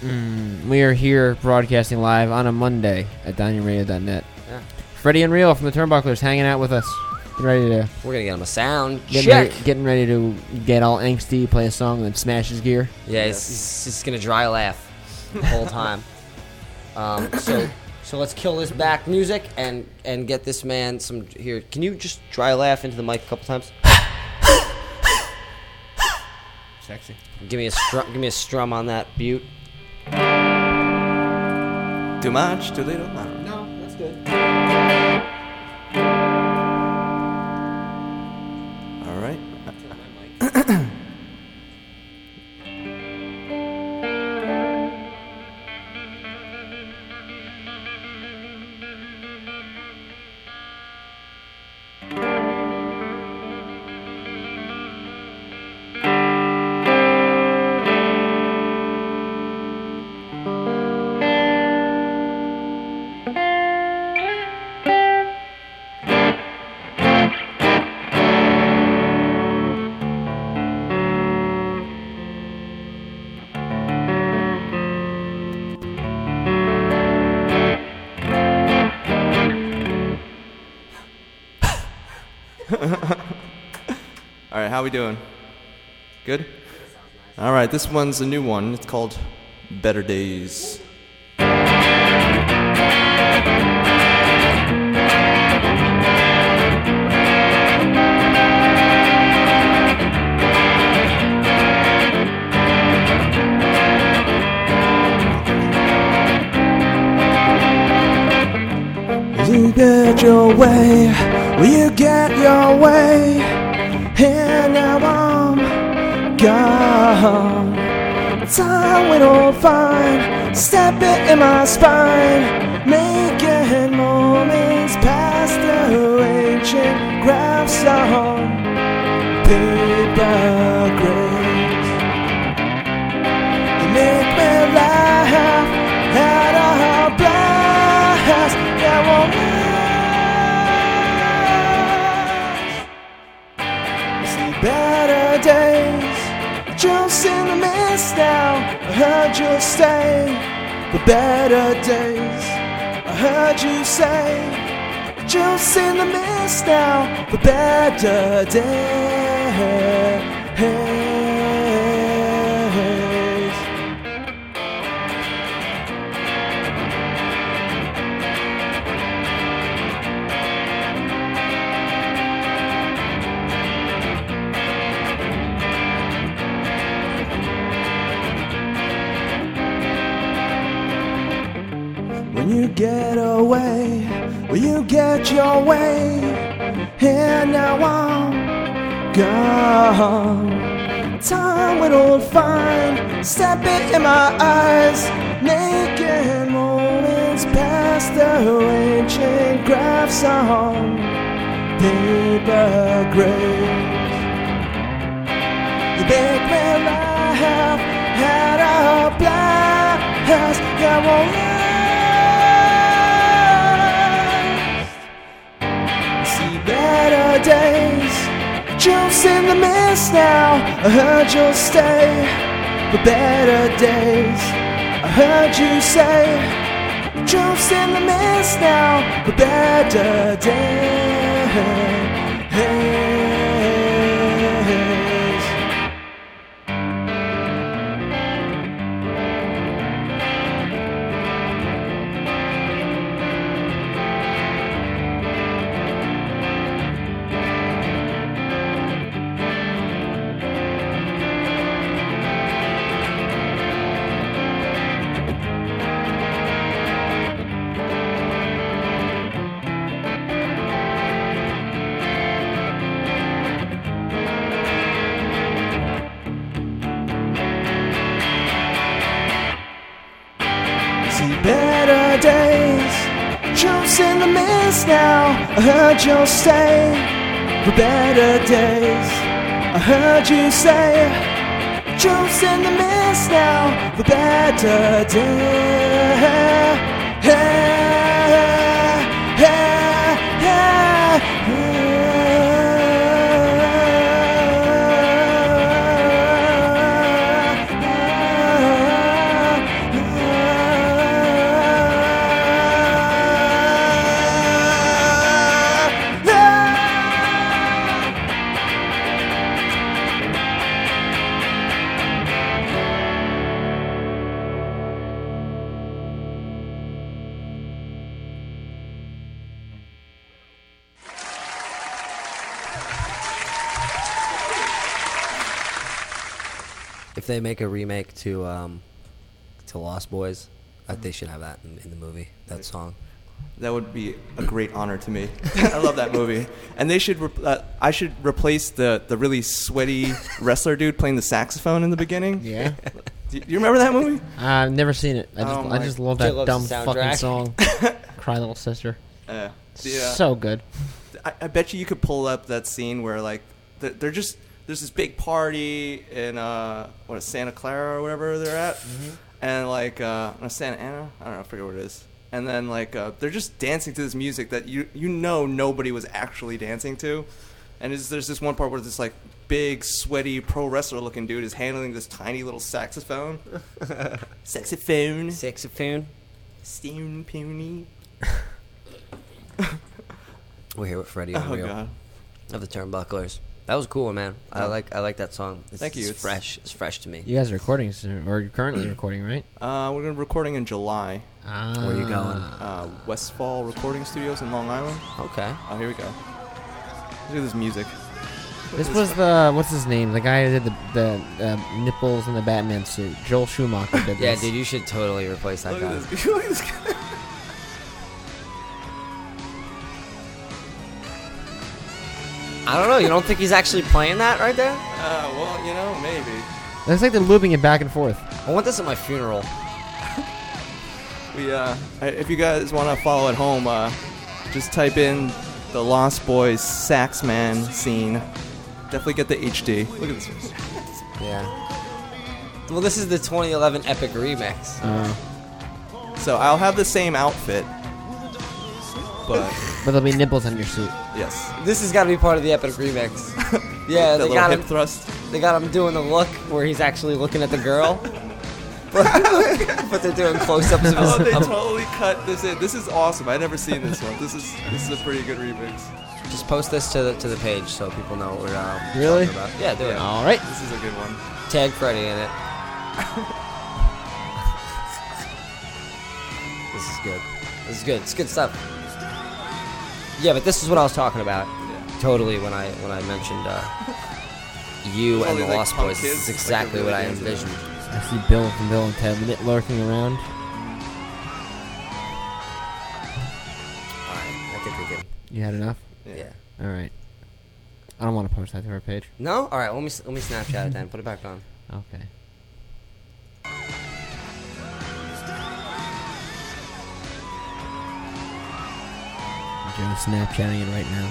[SPEAKER 5] mm, we are here broadcasting live on a Monday at diningradio.net.
[SPEAKER 7] Yeah.
[SPEAKER 5] Freddie and Real from the Turnbucklers hanging out with us. Get ready to
[SPEAKER 7] We're gonna get him a sound
[SPEAKER 5] getting
[SPEAKER 7] check.
[SPEAKER 5] Ready, getting ready to get all angsty, play a song, and then smash his gear.
[SPEAKER 7] Yeah, he's, he's just gonna dry laugh the whole time. um, so, so let's kill this back music and and get this man some here. Can you just dry laugh into the mic a couple times?
[SPEAKER 5] Sexy.
[SPEAKER 7] Give me a strum. Give me a strum on that butte.
[SPEAKER 8] Too much, too little. I don't know.
[SPEAKER 5] No, that's good.
[SPEAKER 8] All right. All right, how we doing? Good. All right, this one's a new one. It's called Better Days.
[SPEAKER 14] You get your way, will you get your way? And now I'm gone. Time went all fine, stepping in my spine, making moments past the ancient graphs on paper graves. You make me laugh at a blast that won't last. I see better days just in the mist now. I heard you stay for better days. I heard you say just in the mist now for better days. When you get away, will you get your way? And now I'm gone. Time went all fine, stepping in my eyes, naked moments past the ancient graphs on paper graves. You make me laugh at a blast that won't last. See better days, jumps in the mist now. I heard you'll stay for better days. I heard you say, jumps in the mist now for better days. mess now. I heard you'll stay for better days. I heard you say, Jumps in the mist now for better
[SPEAKER 7] If they make a remake to um, to Lost Boys, I, they should have that in, in the movie. That song.
[SPEAKER 8] That would be a great honor to me. I love that movie, and they should. Re- uh, I should replace the the really sweaty wrestler dude playing the saxophone in the beginning.
[SPEAKER 5] Yeah.
[SPEAKER 8] Do you remember that movie?
[SPEAKER 5] I've never seen it. I just,
[SPEAKER 8] Oh
[SPEAKER 5] I
[SPEAKER 8] my-
[SPEAKER 5] just love
[SPEAKER 8] Jay
[SPEAKER 5] that
[SPEAKER 8] loves
[SPEAKER 5] dumb
[SPEAKER 8] the
[SPEAKER 5] fucking
[SPEAKER 8] soundtrack.
[SPEAKER 5] song. Cry Little Sister.
[SPEAKER 8] Uh, yeah.
[SPEAKER 5] So good.
[SPEAKER 8] I, I bet you you could pull up that scene where like they're, they're just there's this big party in uh what is Santa Clara or whatever they're at,
[SPEAKER 5] Mm-hmm.
[SPEAKER 8] and like uh no, Santa Ana I don't know I forget what it is, and then like uh, they're just dancing to this music that you you know nobody was actually dancing to, and it's, there's this one part where this like big sweaty pro wrestler looking dude is handling this tiny little saxophone, saxophone,
[SPEAKER 7] saxophone,
[SPEAKER 8] stone pony.
[SPEAKER 7] We'll hear what Freddie on
[SPEAKER 8] Oh,
[SPEAKER 7] Real
[SPEAKER 8] God.
[SPEAKER 7] of the Turnbucklers. That was a cool, one, man. I
[SPEAKER 8] Yeah.
[SPEAKER 7] like I like that song. It's,
[SPEAKER 8] Thank you.
[SPEAKER 7] It's,
[SPEAKER 8] It's-
[SPEAKER 7] fresh. It's fresh to me.
[SPEAKER 5] You guys are recording soon, or you're currently recording, right?
[SPEAKER 8] Uh, we're gonna be recording in July.
[SPEAKER 5] Ah. Where you going?
[SPEAKER 8] Uh, Westfall Recording Studios in Long Island.
[SPEAKER 7] Okay.
[SPEAKER 8] Oh, here we go. Look at this music.
[SPEAKER 5] This was the what's his name? The guy who did the the uh, nipples in the Batman suit. Joel Schumacher did
[SPEAKER 7] Yeah,
[SPEAKER 5] this.
[SPEAKER 7] dude, you should totally replace that
[SPEAKER 8] Look
[SPEAKER 7] guy.
[SPEAKER 8] at this. Look at this guy.
[SPEAKER 7] I don't know. You don't think he's actually playing that right there?
[SPEAKER 8] Uh, well, you know, maybe.
[SPEAKER 5] Looks like they're looping it back and forth.
[SPEAKER 7] I want this at my funeral.
[SPEAKER 8] We, uh, I- if you guys want to follow at home, uh, just type in the Lost Boys Sax Man scene. Definitely get the HD. Look at this.
[SPEAKER 7] Yeah. Well, this is the 2011 Epic Remix.
[SPEAKER 8] So I'll have the same outfit, but
[SPEAKER 5] But there'll be nipples on your suit.
[SPEAKER 8] yes.
[SPEAKER 7] This has got to be part of the Epic Remix. yeah,
[SPEAKER 8] That
[SPEAKER 7] they
[SPEAKER 8] little
[SPEAKER 7] got
[SPEAKER 8] hip
[SPEAKER 7] him
[SPEAKER 8] thrust.
[SPEAKER 7] They got him doing the look where he's actually looking at the girl. but, but they're doing close-ups of his.
[SPEAKER 8] Oh, they
[SPEAKER 7] of-
[SPEAKER 8] totally cut this in. This is awesome. I never seen this one. This is this is a pretty good remix.
[SPEAKER 7] Just post this to the to the page so people know what we're um,
[SPEAKER 5] Really?
[SPEAKER 7] talking about. Yeah, do it.
[SPEAKER 5] All right.
[SPEAKER 8] This is a good one.
[SPEAKER 7] Tag Freddy in it. this is good. This is good. It's good stuff. Yeah, but this is what I was talking about. Totally when I when I mentioned uh, you
[SPEAKER 8] Totally
[SPEAKER 7] and the
[SPEAKER 8] like
[SPEAKER 7] Lost
[SPEAKER 8] punk
[SPEAKER 7] Boys.
[SPEAKER 8] kids,
[SPEAKER 7] This is
[SPEAKER 8] like
[SPEAKER 7] exactly
[SPEAKER 8] they're
[SPEAKER 7] what I
[SPEAKER 8] really into that.
[SPEAKER 7] envisioned.
[SPEAKER 5] I see Bill from Bill and Ted Lit lurking around.
[SPEAKER 7] All right, I think we can.
[SPEAKER 5] You had enough.
[SPEAKER 7] Yeah.
[SPEAKER 5] All right. I don't want to post that to our page.
[SPEAKER 7] No. All right. Let me s- let me Snapchat it then. Put it back on.
[SPEAKER 5] Okay. Joe's Snapchatting it right now.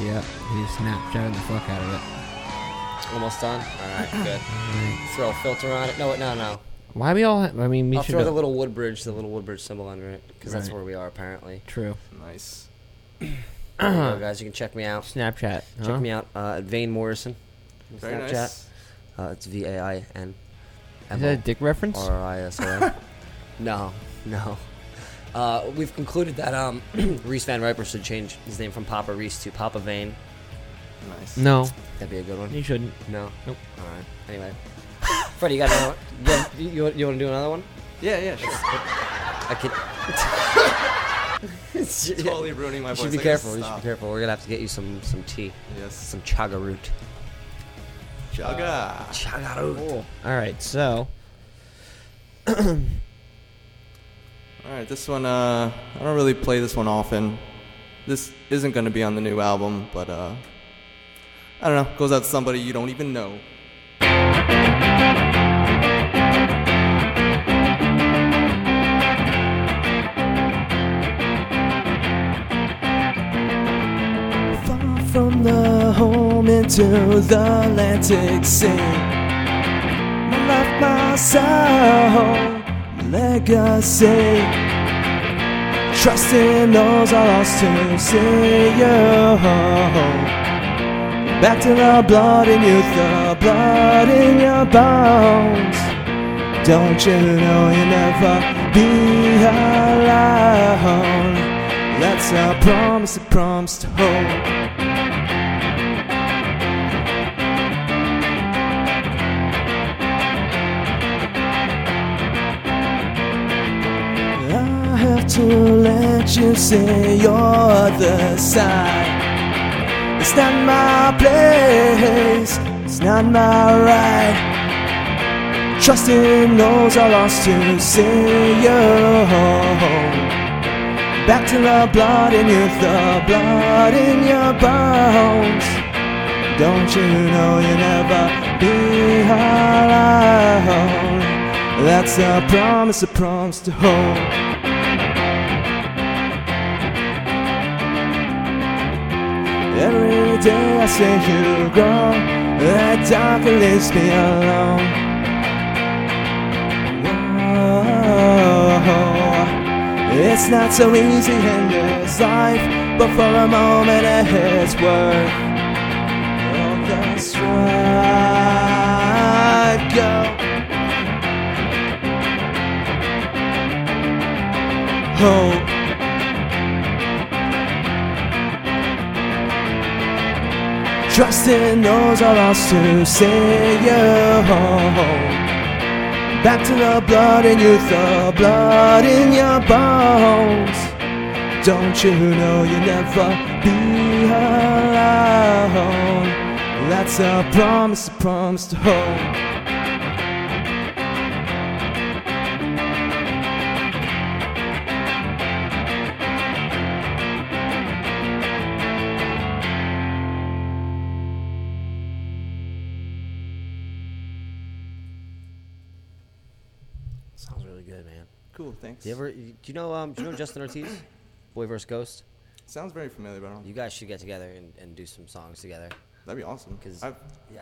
[SPEAKER 5] Yep, he Snapchatted the fuck out of it.
[SPEAKER 7] Almost done. All right. Good.
[SPEAKER 5] right.
[SPEAKER 7] Throw a filter on it. No. No. No.
[SPEAKER 5] Why we all? I mean, we
[SPEAKER 7] I'll
[SPEAKER 5] should.
[SPEAKER 7] throw
[SPEAKER 5] have-
[SPEAKER 7] the little Woodbridge, the little Woodbridge symbol under it, because that's
[SPEAKER 5] Right.
[SPEAKER 7] where we are apparently.
[SPEAKER 5] True.
[SPEAKER 8] Nice.
[SPEAKER 7] There you go, guys, you can check me out.
[SPEAKER 5] Snapchat,
[SPEAKER 7] Check
[SPEAKER 5] huh?
[SPEAKER 7] me out uh, at Vane Morrison. on
[SPEAKER 8] Very
[SPEAKER 7] Snapchat.
[SPEAKER 8] nice.
[SPEAKER 7] Uh, it's V A I N.
[SPEAKER 5] Is that a dick reference?
[SPEAKER 7] R I S O N. No, no. Uh, we've concluded that um, Reese Van Riper should change his name from Papa Reese to Papa Vane.
[SPEAKER 8] Nice.
[SPEAKER 5] No.
[SPEAKER 7] That'd be a good one.
[SPEAKER 5] You shouldn't.
[SPEAKER 7] No.
[SPEAKER 5] Nope.
[SPEAKER 7] All right. Anyway, Freddie, you got another one? You, you, you want to do another one?
[SPEAKER 8] Yeah, yeah, sure.
[SPEAKER 7] I could. It's
[SPEAKER 8] totally ruining my
[SPEAKER 7] you
[SPEAKER 8] voice.
[SPEAKER 7] should be
[SPEAKER 8] I gotta
[SPEAKER 7] careful. You should be
[SPEAKER 8] stop.
[SPEAKER 7] careful. We're gonna have to get you some some tea.
[SPEAKER 8] Yes.
[SPEAKER 7] Some chaga root.
[SPEAKER 8] Oh, Chaga.
[SPEAKER 7] chaga root.
[SPEAKER 5] All right, so
[SPEAKER 8] All right, this one. Uh, I don't really play this one often. This isn't going to be on the new album, but uh, I don't know. Goes out to somebody you don't even know.
[SPEAKER 14] from the home into the Atlantic Sea. I left my sound legacy. Trusting those I lost to see you. Back to the blood in you, the blood in your bones. Don't you know you'll never be alone? That's a promise, a promise to hold. I have to let you see your other side. It's not my place, it's not my right. Trusting those I lost to see you. Back to the blood in you, the blood in your bones. Don't you know you'll never be alone? That's a promise, a promise to hold. Every day I see you grow, that dark leaves me alone. Whoa. It's not so easy in this life, but for a moment it is worth. Oh, that's right, go. hope. Trusting those I lost to see you home. Back to the blood in you, the blood in your bones. Don't you know you'll never be alone? That's a promise, a promise to hold.
[SPEAKER 7] Sounds really good, man.
[SPEAKER 8] Cool, thanks.
[SPEAKER 7] Do you ever? Do you know? Um, do you know Justin Ortiz? Boy vs Ghost.
[SPEAKER 8] Sounds very familiar, but I don't.
[SPEAKER 7] You guys should get together and, and do some songs together.
[SPEAKER 8] That'd be awesome.
[SPEAKER 7] Because I,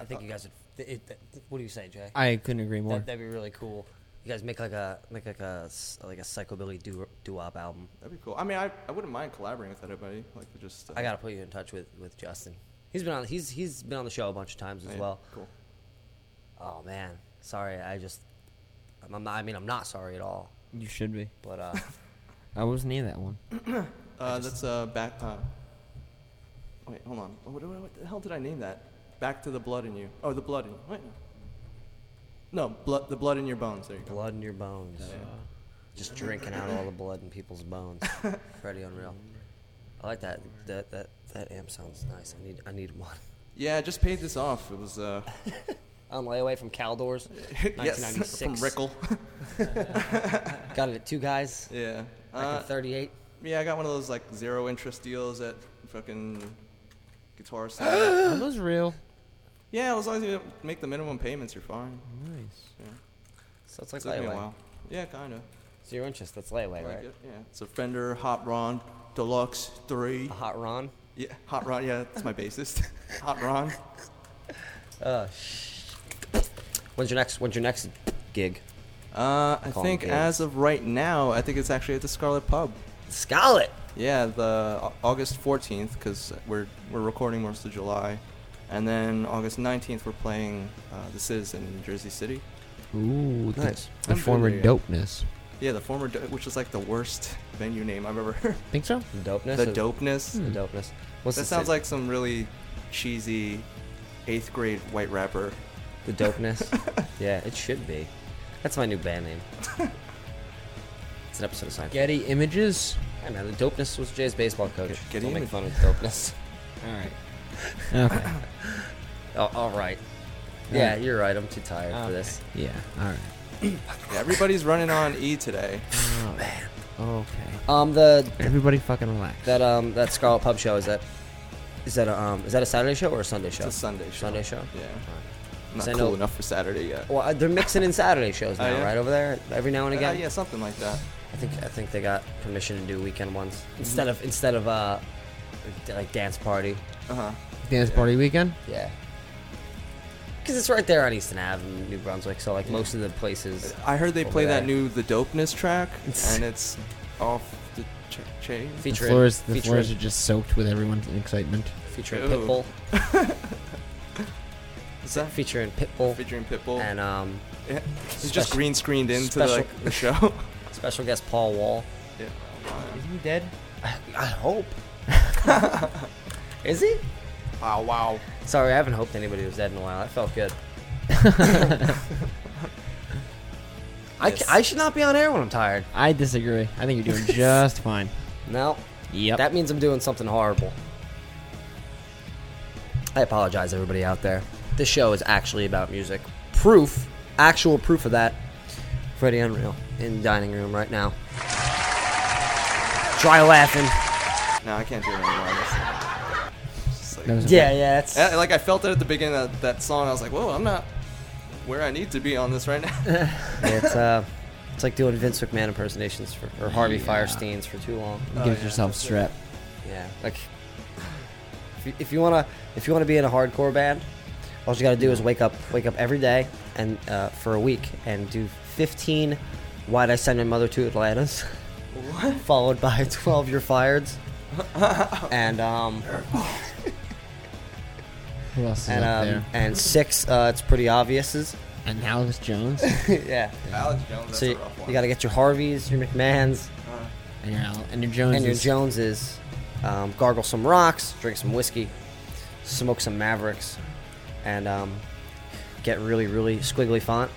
[SPEAKER 7] think you guys would. th- it, th- th- what do you say, Jay?
[SPEAKER 5] I couldn't agree more.
[SPEAKER 7] That, would be really cool. You guys make like a make like a s- like a psychobilly doo wop album.
[SPEAKER 8] That'd be cool. I mean, I, I wouldn't mind collaborating with anybody. Like to just. Uh,
[SPEAKER 7] I gotta put you in touch with with Justin. He's been on. He's he's been on the show a bunch of times as
[SPEAKER 8] Yeah,
[SPEAKER 7] well.
[SPEAKER 8] Cool.
[SPEAKER 7] Oh man, sorry. I just. I'm, I'm not, I mean, I'm not sorry at all.
[SPEAKER 5] You should be.
[SPEAKER 7] But uh,
[SPEAKER 5] I wasn't in that one.
[SPEAKER 8] Uh, that's uh back. Uh, wait, hold on. What, what, what the hell did I name that? Back to the blood in you. Oh, the blood in you. Wait. No, blood. The blood in your bones. There you go.
[SPEAKER 7] Blood in your bones. just drinking out all the blood in people's bones. Pretty unreal. I like that. That that that amp sounds nice. I need I need one.
[SPEAKER 8] Yeah, I just paid this off. It was uh.
[SPEAKER 7] On layaway from Caldors,
[SPEAKER 8] Yes,
[SPEAKER 7] 1996.
[SPEAKER 8] from Rickel.
[SPEAKER 7] Got it at two guys.
[SPEAKER 8] Yeah. Uh,
[SPEAKER 7] Back in 38.
[SPEAKER 8] Yeah, I got one of those like zero interest deals at fucking guitar store.
[SPEAKER 5] that was real.
[SPEAKER 8] yeah, as long as you make the minimum payments, you're fine.
[SPEAKER 5] Nice.
[SPEAKER 8] Yeah.
[SPEAKER 7] So it's like
[SPEAKER 8] Took me a
[SPEAKER 7] layaway.
[SPEAKER 8] while. Yeah, kind of.
[SPEAKER 7] Zero interest. That's layaway,
[SPEAKER 8] Like
[SPEAKER 7] right?
[SPEAKER 8] it, yeah. It's a Fender Hot Ron Deluxe 3.
[SPEAKER 7] Hot Ron?
[SPEAKER 8] Yeah, Hot Ron. Yeah, that's my bassist. Hot Ron.
[SPEAKER 7] Uh, sh- when's your next? When's your next gig?
[SPEAKER 8] Uh, I think as of right now, I think it's actually at the Scarlet Pub.
[SPEAKER 7] Scarlet.
[SPEAKER 8] Yeah, the Au- August 14th because we're we're recording most of July, and then August 19th we're playing uh, the Citizen in Jersey City.
[SPEAKER 5] Ooh, the-
[SPEAKER 8] Nice.
[SPEAKER 5] The,
[SPEAKER 8] I'm
[SPEAKER 5] former
[SPEAKER 8] familiar.
[SPEAKER 5] dopeness.
[SPEAKER 8] Yeah, the former, do- which is like the worst venue name I've ever heard.
[SPEAKER 5] Think so?
[SPEAKER 7] The dopeness.
[SPEAKER 8] The
[SPEAKER 7] of-
[SPEAKER 8] dopeness.
[SPEAKER 7] The dopeness. What's
[SPEAKER 8] that
[SPEAKER 7] the
[SPEAKER 8] sounds
[SPEAKER 7] ci-
[SPEAKER 8] like some really cheesy eighth grade white rapper.
[SPEAKER 7] The dopeness. yeah, it should be. That's my new band name. it's an episode of Seinfeld.
[SPEAKER 5] Getty Images.
[SPEAKER 7] Hey man, the dopeness was Jay's baseball coach.
[SPEAKER 8] Getty
[SPEAKER 7] Don't make
[SPEAKER 8] Images.
[SPEAKER 7] fun of the dopeness.
[SPEAKER 5] All right. Okay.
[SPEAKER 7] Oh, all right. Yeah, you're right. I'm too tired for this.
[SPEAKER 5] yeah. All right.
[SPEAKER 8] Yeah, everybody's running on E today.
[SPEAKER 7] man.
[SPEAKER 5] Okay.
[SPEAKER 7] Um, the
[SPEAKER 5] Oh, Everybody fucking relax.
[SPEAKER 7] that um that Scarlet Pub show is that is that a, um is that a Saturday show or a Sunday show?
[SPEAKER 8] It's a Sunday show.
[SPEAKER 7] Sunday show.
[SPEAKER 8] Yeah.
[SPEAKER 7] Right.
[SPEAKER 8] Not
[SPEAKER 7] So I
[SPEAKER 8] cool
[SPEAKER 7] know-
[SPEAKER 8] enough for Saturday yet.
[SPEAKER 7] Well, uh, they're mixing in Saturday shows
[SPEAKER 8] Oh,
[SPEAKER 7] now,
[SPEAKER 8] yeah?
[SPEAKER 7] right over there, every now and
[SPEAKER 8] Uh,
[SPEAKER 7] again.
[SPEAKER 8] yeah, something like that. Mm-hmm.
[SPEAKER 7] I think I think they got permission to do weekend ones instead of instead of uh d- like dance party.
[SPEAKER 8] Uh huh.
[SPEAKER 5] Dance party weekend.
[SPEAKER 7] Yeah. Because it's right there on Easton Ave, in New Brunswick. So like most of the places.
[SPEAKER 8] I heard they
[SPEAKER 7] over
[SPEAKER 8] play
[SPEAKER 7] there.
[SPEAKER 8] that new The Dopeness track, and it's off the ch- chain.
[SPEAKER 5] The floors, the floors are just soaked with everyone's excitement.
[SPEAKER 7] featuring
[SPEAKER 8] Ooh.
[SPEAKER 7] Pitbull.
[SPEAKER 8] Is that
[SPEAKER 7] featuring Pitbull?
[SPEAKER 8] Featuring Pitbull.
[SPEAKER 7] And um,
[SPEAKER 8] Yeah, it's just green screened into like the show.
[SPEAKER 7] special guest Paul Wall.
[SPEAKER 8] Yeah.
[SPEAKER 5] Isn't he dead?
[SPEAKER 7] I, I hope. Is he?
[SPEAKER 8] Wow, wow.
[SPEAKER 7] Sorry, I haven't hoped anybody was dead in a while. That felt good. I, ca- I should not be on air when I'm tired.
[SPEAKER 5] I disagree. I think you're doing just fine.
[SPEAKER 7] No. Yep. That means I'm doing something horrible. I apologize, everybody out there. This show is actually about music. Proof, actual proof of that. Freddie Unreal in the dining room right now. Dry laughing.
[SPEAKER 8] No, I can't do it anymore. It's just like-
[SPEAKER 7] That was a Yeah, bit- yeah, it's-
[SPEAKER 8] Uh, like I felt it at the beginning of that song. I was like, "Whoa, I'm not where I need to be on this right now."
[SPEAKER 7] It's uh, it's like doing Vince McMahon impersonations for, or Harvey
[SPEAKER 5] Yeah.
[SPEAKER 7] Firesteins for too long.
[SPEAKER 5] You give yourself strep.
[SPEAKER 7] Yeah, like if you, if you wanna if you wanna be in a hardcore band, all you gotta do is wake up wake up every day and uh, for a week and do 15 Why'd I Send My Mother to Atlantas,
[SPEAKER 8] What?
[SPEAKER 7] followed by 12 You're Fireds, and um
[SPEAKER 5] Who else is
[SPEAKER 7] and
[SPEAKER 5] up
[SPEAKER 7] um
[SPEAKER 5] there?
[SPEAKER 7] and six uh, It's Pretty Obviouses.
[SPEAKER 5] And Alex Jones.
[SPEAKER 7] yeah.
[SPEAKER 8] Alex Jones, that's
[SPEAKER 7] so
[SPEAKER 8] a
[SPEAKER 7] you,
[SPEAKER 8] rough one.
[SPEAKER 7] you got to get your Harveys, your McMahons,
[SPEAKER 5] Uh-huh. and your Al- and your Joneses.
[SPEAKER 7] and your Joneses. Um, gargle some rocks, drink some whiskey, smoke some Mavericks, and um, get really, really squiggly font.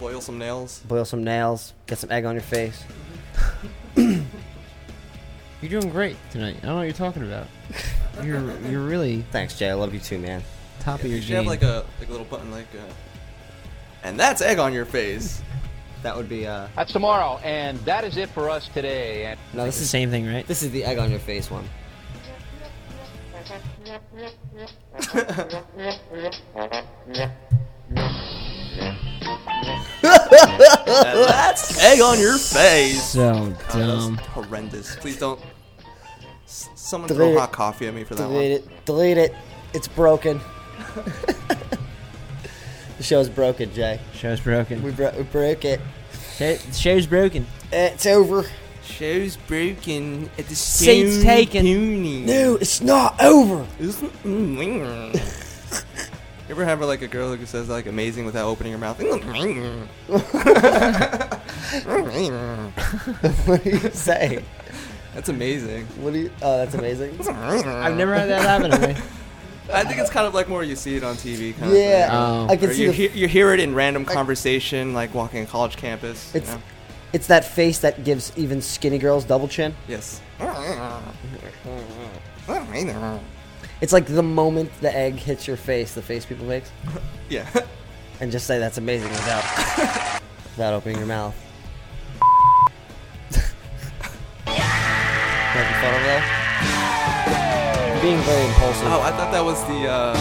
[SPEAKER 8] Boil some nails.
[SPEAKER 7] Boil some nails. Get some egg on your face.
[SPEAKER 5] You're doing great tonight. I don't know what you're talking about. You're you're really
[SPEAKER 7] thanks, Jay. I love you too, man.
[SPEAKER 5] Top of
[SPEAKER 8] You
[SPEAKER 5] your
[SPEAKER 8] should have
[SPEAKER 5] game.
[SPEAKER 8] like a like a little button like, uh, and that's egg on your face.
[SPEAKER 7] that would be uh.
[SPEAKER 16] That's tomorrow, and that is it for us today. And
[SPEAKER 7] No, this
[SPEAKER 5] the
[SPEAKER 7] is
[SPEAKER 5] same thing, right?
[SPEAKER 7] This is the egg on your face one.
[SPEAKER 8] that's egg on your face.
[SPEAKER 5] So
[SPEAKER 8] Oh, that was
[SPEAKER 5] dumb.
[SPEAKER 8] horrendous. Please don't. S- someone throw hot coffee at me for that
[SPEAKER 7] delete it. Delete it. It's broken. the show's broken, Jay.
[SPEAKER 5] Show's broken.
[SPEAKER 7] We, bro- we broke it.
[SPEAKER 5] show's broken.
[SPEAKER 7] It's over.
[SPEAKER 8] one. Show's broken at the
[SPEAKER 5] Seats taken.
[SPEAKER 7] No, it's not over.
[SPEAKER 8] you ever have like a girl who says like amazing without opening her mouth?
[SPEAKER 7] what do you say?
[SPEAKER 8] That's amazing.
[SPEAKER 7] What do you? Oh, that's amazing.
[SPEAKER 8] I've
[SPEAKER 5] never had that happen to me.
[SPEAKER 8] I think it's kind of like more you see it on TV. Kind
[SPEAKER 7] Yeah,
[SPEAKER 8] of
[SPEAKER 7] Oh.
[SPEAKER 8] thing.
[SPEAKER 7] I can
[SPEAKER 8] Or
[SPEAKER 7] see
[SPEAKER 8] you,
[SPEAKER 7] the-
[SPEAKER 8] hear, you hear it in random conversation, like walking a college campus. you
[SPEAKER 7] It's
[SPEAKER 8] know?
[SPEAKER 7] it's that face that gives even skinny girls double chin.
[SPEAKER 8] Yes.
[SPEAKER 7] It's like the moment the egg hits your face, the face people make.
[SPEAKER 8] Yeah.
[SPEAKER 7] And just say that's amazing without without opening your mouth. Have you thought of that? You're Being very impulsive.
[SPEAKER 8] Oh, I thought that was the uh,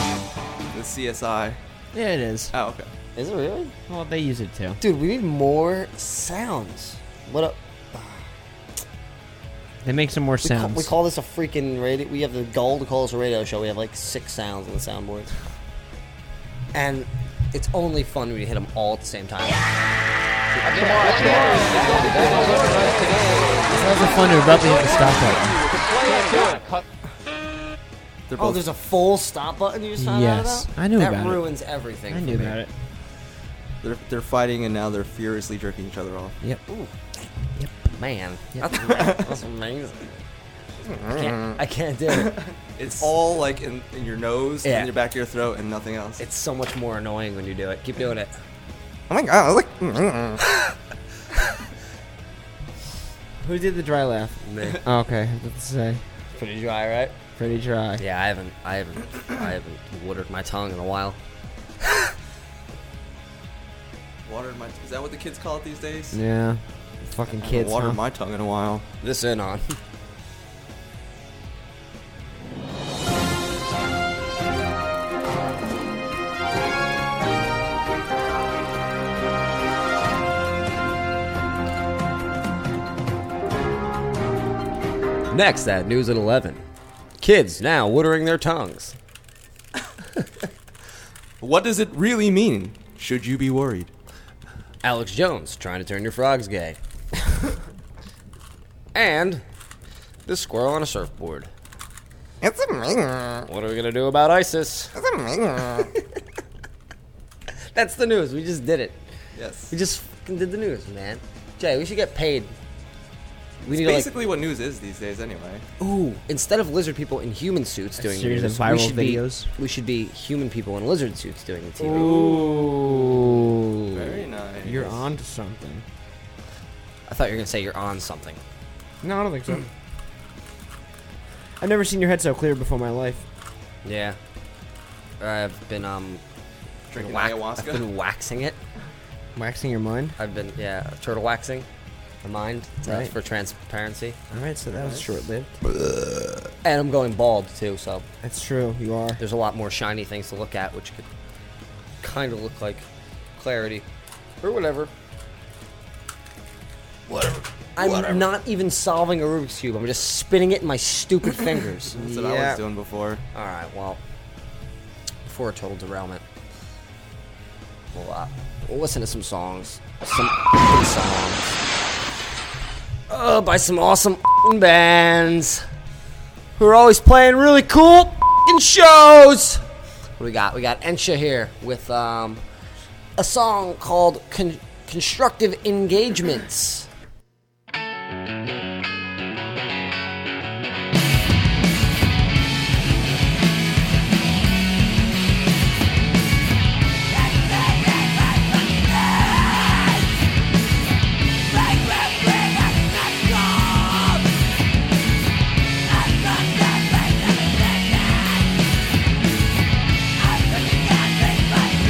[SPEAKER 8] the CSI.
[SPEAKER 5] Yeah, it is.
[SPEAKER 8] Oh, okay.
[SPEAKER 7] Is it really?
[SPEAKER 5] Well, they use it too.
[SPEAKER 7] Dude, we need more sounds. What up?
[SPEAKER 5] They make some more
[SPEAKER 7] We call,
[SPEAKER 5] sounds.
[SPEAKER 7] we call this a freaking radio. We have the goal to call this a radio show. We have like six sounds on the soundboard, and it's only fun when you hit them all at the same time.
[SPEAKER 5] that was a fun to abruptly hit the stop button.
[SPEAKER 7] Oh, there's a full stop button you just found
[SPEAKER 5] Yes,
[SPEAKER 7] out about?
[SPEAKER 5] I knew
[SPEAKER 7] that
[SPEAKER 5] about it.
[SPEAKER 7] ruins everything.
[SPEAKER 5] I
[SPEAKER 7] for
[SPEAKER 5] knew
[SPEAKER 7] me.
[SPEAKER 5] about it.
[SPEAKER 8] They're, they're fighting and now they're furiously jerking each other off.
[SPEAKER 5] Yep.
[SPEAKER 7] Ooh. Yep. Man,
[SPEAKER 5] Yep.
[SPEAKER 7] that's, that's amazing. I can't, I can't do it.
[SPEAKER 8] It's all like in, in your nose
[SPEAKER 7] Yeah.
[SPEAKER 8] and your back of your throat and nothing else.
[SPEAKER 7] It's so much more annoying when you do it. Keep doing it.
[SPEAKER 8] Oh my god! Like,
[SPEAKER 5] Who did the dry laugh?
[SPEAKER 7] Me.
[SPEAKER 5] okay, let's say
[SPEAKER 7] Pretty dry, right?
[SPEAKER 5] pretty dry.
[SPEAKER 7] Yeah, I haven't, I haven't, I haven't watered my tongue in a while.
[SPEAKER 8] watered my. Is that what the kids call it these days?
[SPEAKER 5] Yeah. Fucking
[SPEAKER 8] I haven't
[SPEAKER 5] kids.
[SPEAKER 8] watered
[SPEAKER 5] huh?
[SPEAKER 8] my tongue in a while.
[SPEAKER 7] This in on. Next at News at 11. Kids now woodering their tongues.
[SPEAKER 8] what does it really mean? Should you be worried?
[SPEAKER 7] Alex Jones trying to turn your frogs gay. and this squirrel on a surfboard.
[SPEAKER 8] It's a ringer.
[SPEAKER 7] What are we gonna do about ISIS?
[SPEAKER 8] It's a ringer.
[SPEAKER 7] That's the news. We just did it.
[SPEAKER 8] Yes.
[SPEAKER 7] We just fucking did the news, man. Jay, we should get paid. We
[SPEAKER 8] It's
[SPEAKER 7] need to like,
[SPEAKER 8] basically what news is these days, anyway.
[SPEAKER 7] ooh, instead of lizard people in human suits doing
[SPEAKER 8] series
[SPEAKER 7] the news,
[SPEAKER 8] of viral
[SPEAKER 7] we should
[SPEAKER 8] videos.
[SPEAKER 7] Be, we should be human people in lizard suits doing the TV.
[SPEAKER 9] Ooh.
[SPEAKER 8] Very nice.
[SPEAKER 9] You're on to something.
[SPEAKER 7] I thought you were gonna say you're on something.
[SPEAKER 9] No, I don't think so. I've never seen your head so clear before in my life.
[SPEAKER 7] Yeah. I've been um
[SPEAKER 8] Drinking
[SPEAKER 7] wax-
[SPEAKER 8] ayahuasca?
[SPEAKER 7] I've been waxing it.
[SPEAKER 9] Waxing your mind?
[SPEAKER 7] I've been yeah turtle waxing, the mind uh,
[SPEAKER 9] Right.
[SPEAKER 7] for transparency.
[SPEAKER 9] All right, so that was short lived.
[SPEAKER 7] And I'm going bald too, so
[SPEAKER 9] That's true. You are.
[SPEAKER 7] there's a lot more shiny things to look at, which could kind of look like clarity or whatever. Whatever. I'm
[SPEAKER 8] Whatever.
[SPEAKER 7] not even solving a Rubik's cube. I'm just spinning it in my stupid fingers.
[SPEAKER 8] That's what I was doing before.
[SPEAKER 7] All right. Well, before a total derailment, we'll, uh, we'll listen to some songs. Some f***ing songs. Uh, by some awesome f***ing bands who are always playing really cool f***ing shows. What do we got? We got Ensha here with um, a song called Con- Constructive Engagements.
[SPEAKER 14] Thank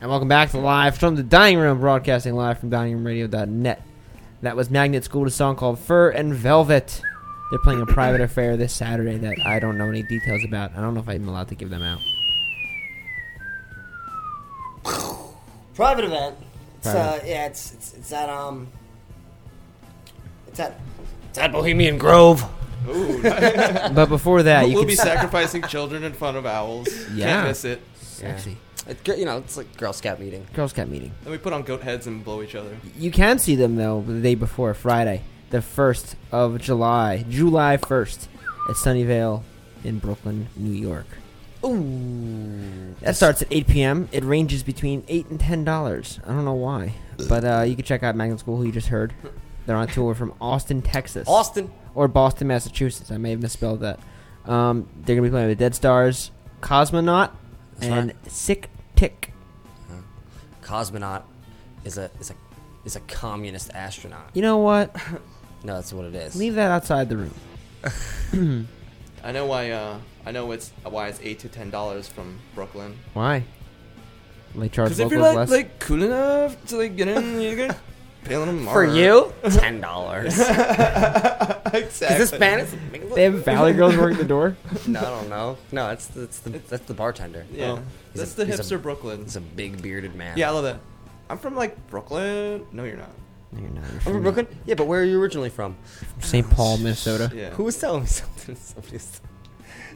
[SPEAKER 5] And welcome back to live from the dining room, broadcasting live from diningroomradio.net. That was Magnet School with a song called Fur and Velvet. They're playing a private affair this Saturday that I don't know any details about. I don't know if I'm allowed to give them out.
[SPEAKER 7] Private event. It's uh,
[SPEAKER 5] Private.
[SPEAKER 7] yeah, it's it's it's at um, it's at
[SPEAKER 17] It's at Bohemian Grove.
[SPEAKER 8] Ooh.
[SPEAKER 5] But before that,
[SPEAKER 8] we'll,
[SPEAKER 5] you
[SPEAKER 8] we'll
[SPEAKER 5] can
[SPEAKER 8] be
[SPEAKER 5] s-
[SPEAKER 8] sacrificing children in front of owls.
[SPEAKER 5] Yeah.
[SPEAKER 8] Can't miss it.
[SPEAKER 5] Sexy.
[SPEAKER 7] It, you know, it's like Girl Scout meeting.
[SPEAKER 5] Girl Scout meeting.
[SPEAKER 8] And we put on goat heads and blow each other.
[SPEAKER 5] You can see them though the day before Friday, the first of July, July first, at Sunnyvale in Brooklyn, New York.
[SPEAKER 7] Ooh.
[SPEAKER 5] That starts at 8 p.m. It ranges between eight and ten dollars. I don't know why, but uh, you can check out Magnet School, who you just heard. They're on tour from Austin, Texas,
[SPEAKER 7] Austin.
[SPEAKER 5] or Boston, Massachusetts. I may have misspelled that. Um, they're gonna be playing with Dead Stars, Cosmonaut,
[SPEAKER 7] That's
[SPEAKER 5] and Sick Tick.
[SPEAKER 7] Cosmonaut is a is a is a communist astronaut.
[SPEAKER 5] You know what?
[SPEAKER 7] No, that's what it is.
[SPEAKER 5] Leave that outside the room.
[SPEAKER 8] I know why. Uh, I know it's why it's eight to ten dollars from Brooklyn.
[SPEAKER 5] why? They charge
[SPEAKER 8] Because if you're like,
[SPEAKER 5] locals less?
[SPEAKER 8] like cool enough to like get in, you're gonna paying them
[SPEAKER 7] For you, ten dollars.
[SPEAKER 8] exactly.
[SPEAKER 7] Is this Spanish?
[SPEAKER 5] They have Valley girls working the door?
[SPEAKER 7] No, I don't know. No, it's that's the that's the bartender. Oh.
[SPEAKER 8] Yeah.
[SPEAKER 7] He's
[SPEAKER 8] That's the
[SPEAKER 7] he's
[SPEAKER 8] hipster Brooklyn.
[SPEAKER 7] He's a big bearded man.
[SPEAKER 8] Yeah, I love that. I'm from like Brooklyn. No, you're not.
[SPEAKER 5] No, you're not. You're
[SPEAKER 7] I'm from
[SPEAKER 5] from-
[SPEAKER 7] Brooklyn. Yeah, but where are you originally from?
[SPEAKER 5] St. Paul, Minnesota.
[SPEAKER 8] Yeah.
[SPEAKER 7] Who was telling me something? Somebody was,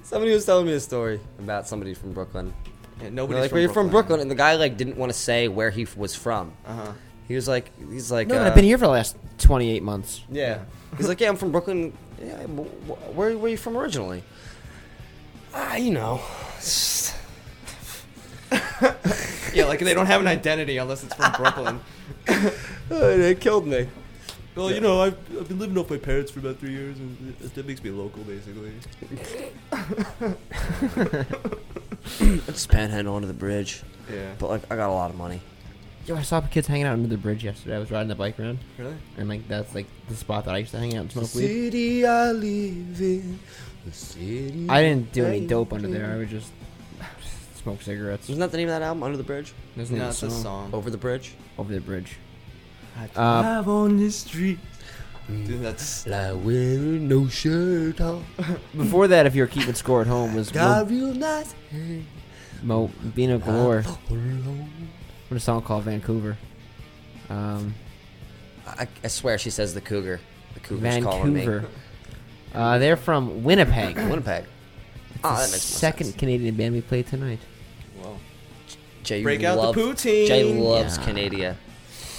[SPEAKER 7] somebody was telling me a story about somebody from Brooklyn.
[SPEAKER 8] Yeah,
[SPEAKER 7] They're
[SPEAKER 8] nobody's
[SPEAKER 7] like,
[SPEAKER 8] from
[SPEAKER 7] "Well, you're from Brooklyn, and the guy like didn't want to say where he f- was from.
[SPEAKER 8] Uh-huh.
[SPEAKER 7] He was like, he's like,
[SPEAKER 5] no,
[SPEAKER 7] uh,
[SPEAKER 5] but I've been here for the last 28 months.
[SPEAKER 7] Yeah. He's like, yeah, I'm from Brooklyn. Yeah, wh- wh- where were you from originally? Ah, you know.
[SPEAKER 8] Yeah, like they don't have an identity unless it's from Brooklyn.
[SPEAKER 7] they killed me.
[SPEAKER 8] Well, you know, I've, I've been living off my parents for about three years, and that- that makes me local, basically.
[SPEAKER 7] I just panhandle under the bridge.
[SPEAKER 8] Yeah.
[SPEAKER 7] But like, I got a lot of money.
[SPEAKER 5] Yo, I saw kids hanging out under the bridge yesterday. I was riding the bike around.
[SPEAKER 8] Really?
[SPEAKER 5] And like that's like the spot that I used to hang out and smoke weed.
[SPEAKER 3] city I live in. The city.
[SPEAKER 5] I didn't do any dope under there. I would just smoke cigarettes.
[SPEAKER 7] Wasn't that the name of that album, Under the Bridge?
[SPEAKER 5] That's the name
[SPEAKER 8] No,
[SPEAKER 5] of the
[SPEAKER 8] it's a
[SPEAKER 5] song.
[SPEAKER 7] Over the Bridge?
[SPEAKER 5] Over the bridge.
[SPEAKER 8] i
[SPEAKER 5] Uh,
[SPEAKER 8] on the street. Dude, that's
[SPEAKER 7] like wearing no shirt on.
[SPEAKER 5] before that, if you were keeping score at home, was
[SPEAKER 7] Got
[SPEAKER 5] Mo,
[SPEAKER 7] real nice.
[SPEAKER 5] Mo Bino Galore
[SPEAKER 7] I,
[SPEAKER 5] with a song called Vancouver. Um,
[SPEAKER 7] I swear she says the Cougar. The Cougar's calling me.
[SPEAKER 5] Vancouver. Uh, they're from Winnipeg.
[SPEAKER 7] Winnipeg.
[SPEAKER 5] It's the
[SPEAKER 7] Ah, that makes more
[SPEAKER 5] second Canadian band we played tonight.
[SPEAKER 8] Whoa.
[SPEAKER 7] Jay
[SPEAKER 8] Break out the
[SPEAKER 7] love-
[SPEAKER 8] poutine.
[SPEAKER 7] Jay loves
[SPEAKER 5] Yeah.
[SPEAKER 7] Canada.